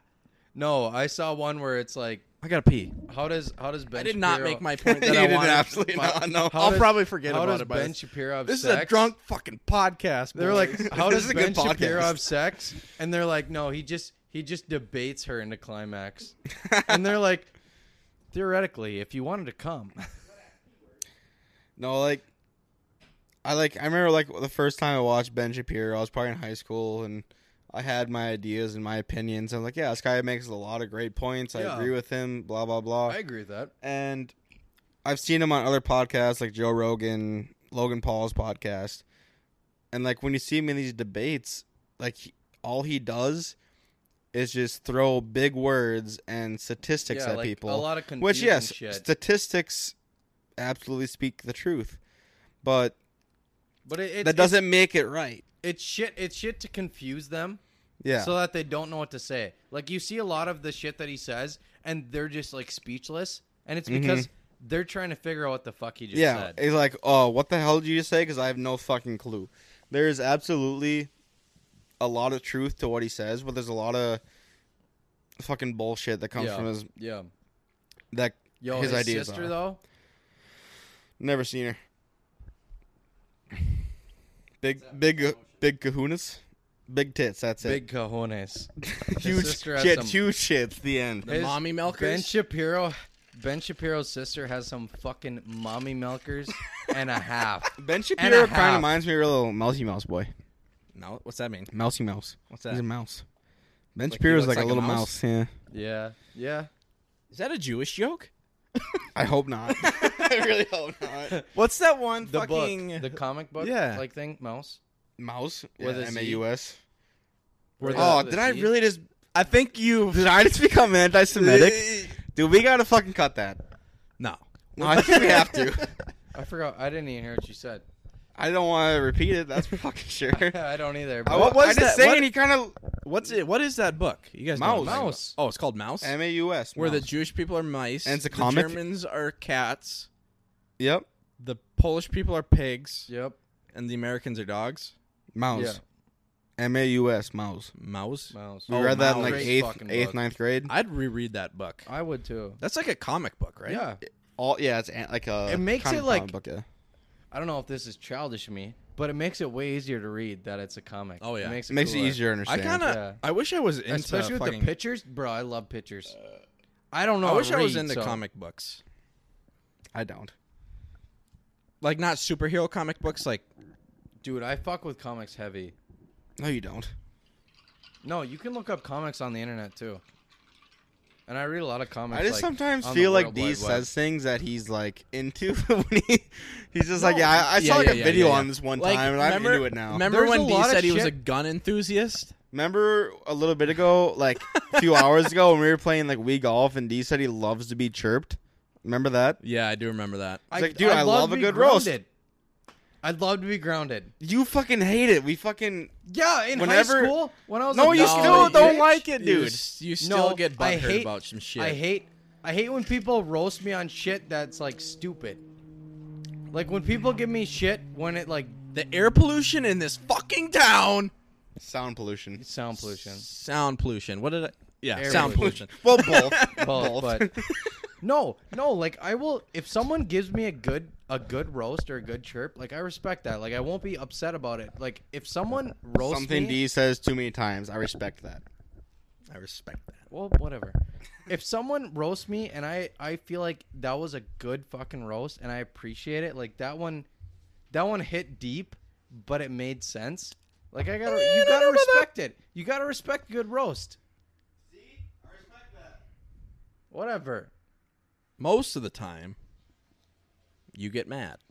B: No, I saw one where it's like,
C: I got to pee.
B: how does how does Ben?
C: I did not
B: Shapiro- (laughs)
C: make my (laughs) point
A: you
C: that I
A: did
C: wanted.
A: absolutely not. No.
B: How
C: I'll
B: does-
C: probably forget
B: how
C: about
B: does
C: it by
B: Ben
C: this-
B: Shapiro have
C: (laughs) This is
B: sex?
C: a drunk fucking podcast.
B: They're (laughs)
C: (laughs)
B: like, how
A: This
B: does
A: is a
B: Ben
A: good podcast.
B: Shapiro have sex? And they're like, no, he just he just debates her into climax. and they're like, theoretically, if you wanted to
C: (laughs)
B: come,
A: No, like I like I remember like the first time I watched Ben Shapiro, I was probably in high school and I had my ideas and my opinions. I'm like, yeah, this guy makes a lot of great points. I
B: Yeah.
A: agree with him, blah blah blah.
B: I agree with that.
A: and I've seen him on other podcasts like Joe Rogan, Logan Paul's podcast. And like when you see him in these debates, like he, all he does is just throw big words and statistics
B: yeah,
A: at
B: like
A: people.
B: a lot of confusing
A: Which yes,
B: shit.
A: statistics absolutely speak the truth, but
B: But it, it's,
A: that doesn't make it right.
B: it's shit. It's shit to confuse them.
A: Yeah.
B: so that they don't know what to say. Like you see a lot of the shit that he says, and they're just like speechless, and it's because they're trying to figure out what the fuck he just
A: Mm-hmm. yeah.
B: said.
A: He's like, oh, what the hell did you just say? Because I have no fucking clue. There is absolutely a lot of truth to what he says, but there's a lot of fucking bullshit that comes
B: yeah.
A: from his
B: yeah.
A: that
B: Yo,
A: his,
B: his,
A: ideas.
B: sister
A: are.
B: though,
A: Never seen
B: (laughs)
A: her. Big, big, big kahunas, big tits. That's
B: big cojones.
A: it. huge
B: sister has
A: shit,
B: some-
A: huge shit's The end.
C: The
B: His
C: mommy milkers.
B: Ben Shapiro, Ben Shapiro's sister has some fucking mommy
A: (laughs)
B: milkers and a half.
A: Ben Shapiro kind of
B: half.
A: reminds me of a little Mousy Mouse boy.
C: No, what's that mean?
A: Mousy Mouse.
C: What's
A: He's a
C: that?
A: mouse. Ben
C: he
A: Shapiro's like,
C: looks
A: a
C: like a
A: little
C: mouse?
A: mouse. Yeah.
B: Yeah, yeah.
C: Is that a Jewish joke?
A: I hope not. (laughs) I really hope not. (laughs)
C: What's that one
B: The
C: fucking
B: book, the comic book,
C: Yeah.
B: like thing, mouse.
A: Mouse.
B: With a Z?
A: M A U S.
B: Where the-
A: Oh,
B: the
A: did I
B: Z-
A: really just?
C: I think you
A: (laughs) Did I just become anti-Semitic? (laughs) Dude, we gotta fucking cut that.
C: (laughs) No.
A: No, I think we have to.
B: I forgot. I didn't even hear what you said.
A: (laughs) I don't want to repeat it. That's for fucking (laughs) sure.
B: I don't either.
A: I,
B: But
C: What was
A: was I just
C: that?
A: saying
C: What-
A: he kind of
C: What's it? What is that book? You guys know
A: Mouse.
C: what I'm talking
B: Mouse.
C: about. Oh, it's called Mouse.
A: M A U S.
C: where the Jewish people are mice,
A: And it's a
C: the
A: comic?
C: Germans are cats,
A: yep
C: the Polish people are pigs,
B: yep.
C: and the Americans are dogs.
A: mouse M A U S mouse.
C: Mouse.
B: Mouse.
A: We
C: Oh,
A: read that in
C: mouse.
A: like
B: Great
A: eighth,
B: fucking
A: eighth,
B: book.
A: ninth grade.
C: I'd reread that book.
B: I would too.
C: That's like a comic book, right?
B: Yeah.
A: All yeah, it's an- like a.
B: It makes
A: comic
B: it, like-
A: comic book, yeah.
B: I don't know if this is childish of me, but it makes it way easier to read that it's a comic.
C: Oh, yeah.
B: It makes it,
A: It makes it
B: cooler.
A: easier to
C: I
A: understand.
C: kind of.
B: Yeah.
C: I wish I was into.
B: Especially with
C: fucking,
B: the pictures. Bro, I love pictures.
A: Uh,
B: I don't know.
C: I wish I was
B: read,
C: into
B: so-
C: comic books,
A: I don't.
C: like not superhero comic books, like
B: Dude, I fuck with comics heavy.
A: No, you don't.
B: No, you can look up comics on the internet too. And I read a lot of comics.
A: I just
B: like,
A: sometimes
B: on the
A: feel like
B: World Wide
A: D
B: Web.
A: says things that he's like into (laughs) when he, he's just like
C: No.
A: yeah. I, I
C: Yeah,
A: saw like
C: yeah,
A: a
C: yeah,
A: video
C: yeah, yeah.
A: on this one
C: Like,
A: time and
C: remember,
A: I'm into it now. Remember,
C: Remember
B: There's a
C: when D
B: lot of
C: said he was a
B: shit-
C: gun enthusiast?
A: a little bit ago, like a few hours ago when we were playing like Wii golf and D said he loves to be chirped. Remember that?
C: Yeah, I do remember that.
A: It's like, dude, I love
B: to
A: a
B: be
A: good roast.
B: grounded. I'd love to be grounded.
A: You fucking hate it. We fucking
B: Yeah, in
A: Whenever-
B: high school when I was
A: No,
B: a
A: you
B: kid,
A: still
B: bitch.
A: don't like it,
C: You,
A: dude.
C: s- you still
B: no,
C: get
B: I
C: butthurt
B: hate,
C: about some shit.
B: I hate I hate when people roast me on shit that's like stupid. Like when people give me shit when it like
C: the air pollution in this fucking town.
A: Sound pollution.
B: sound
C: (laughs)
B: pollution.
C: Sound pollution. What did I? Yeah,
B: Air
C: sound pollution.
B: pollution.
A: Well, both. (laughs)
B: Both, but
C: (laughs)
B: no, no, like I will if someone gives me a good a good roast or a good chirp, like I respect that. Like I won't be upset about it. Like if someone roasts
A: Something
B: me,
A: D says too many times. I respect that.
C: I respect that.
B: well, whatever. If someone roasts me and I I feel like that was a good fucking roast and I appreciate it, like that one, that one hit deep, but it made sense. Like I gotta, you gotta respect it. You gotta respect good roast. Whatever.
C: Most of the time, you get mad.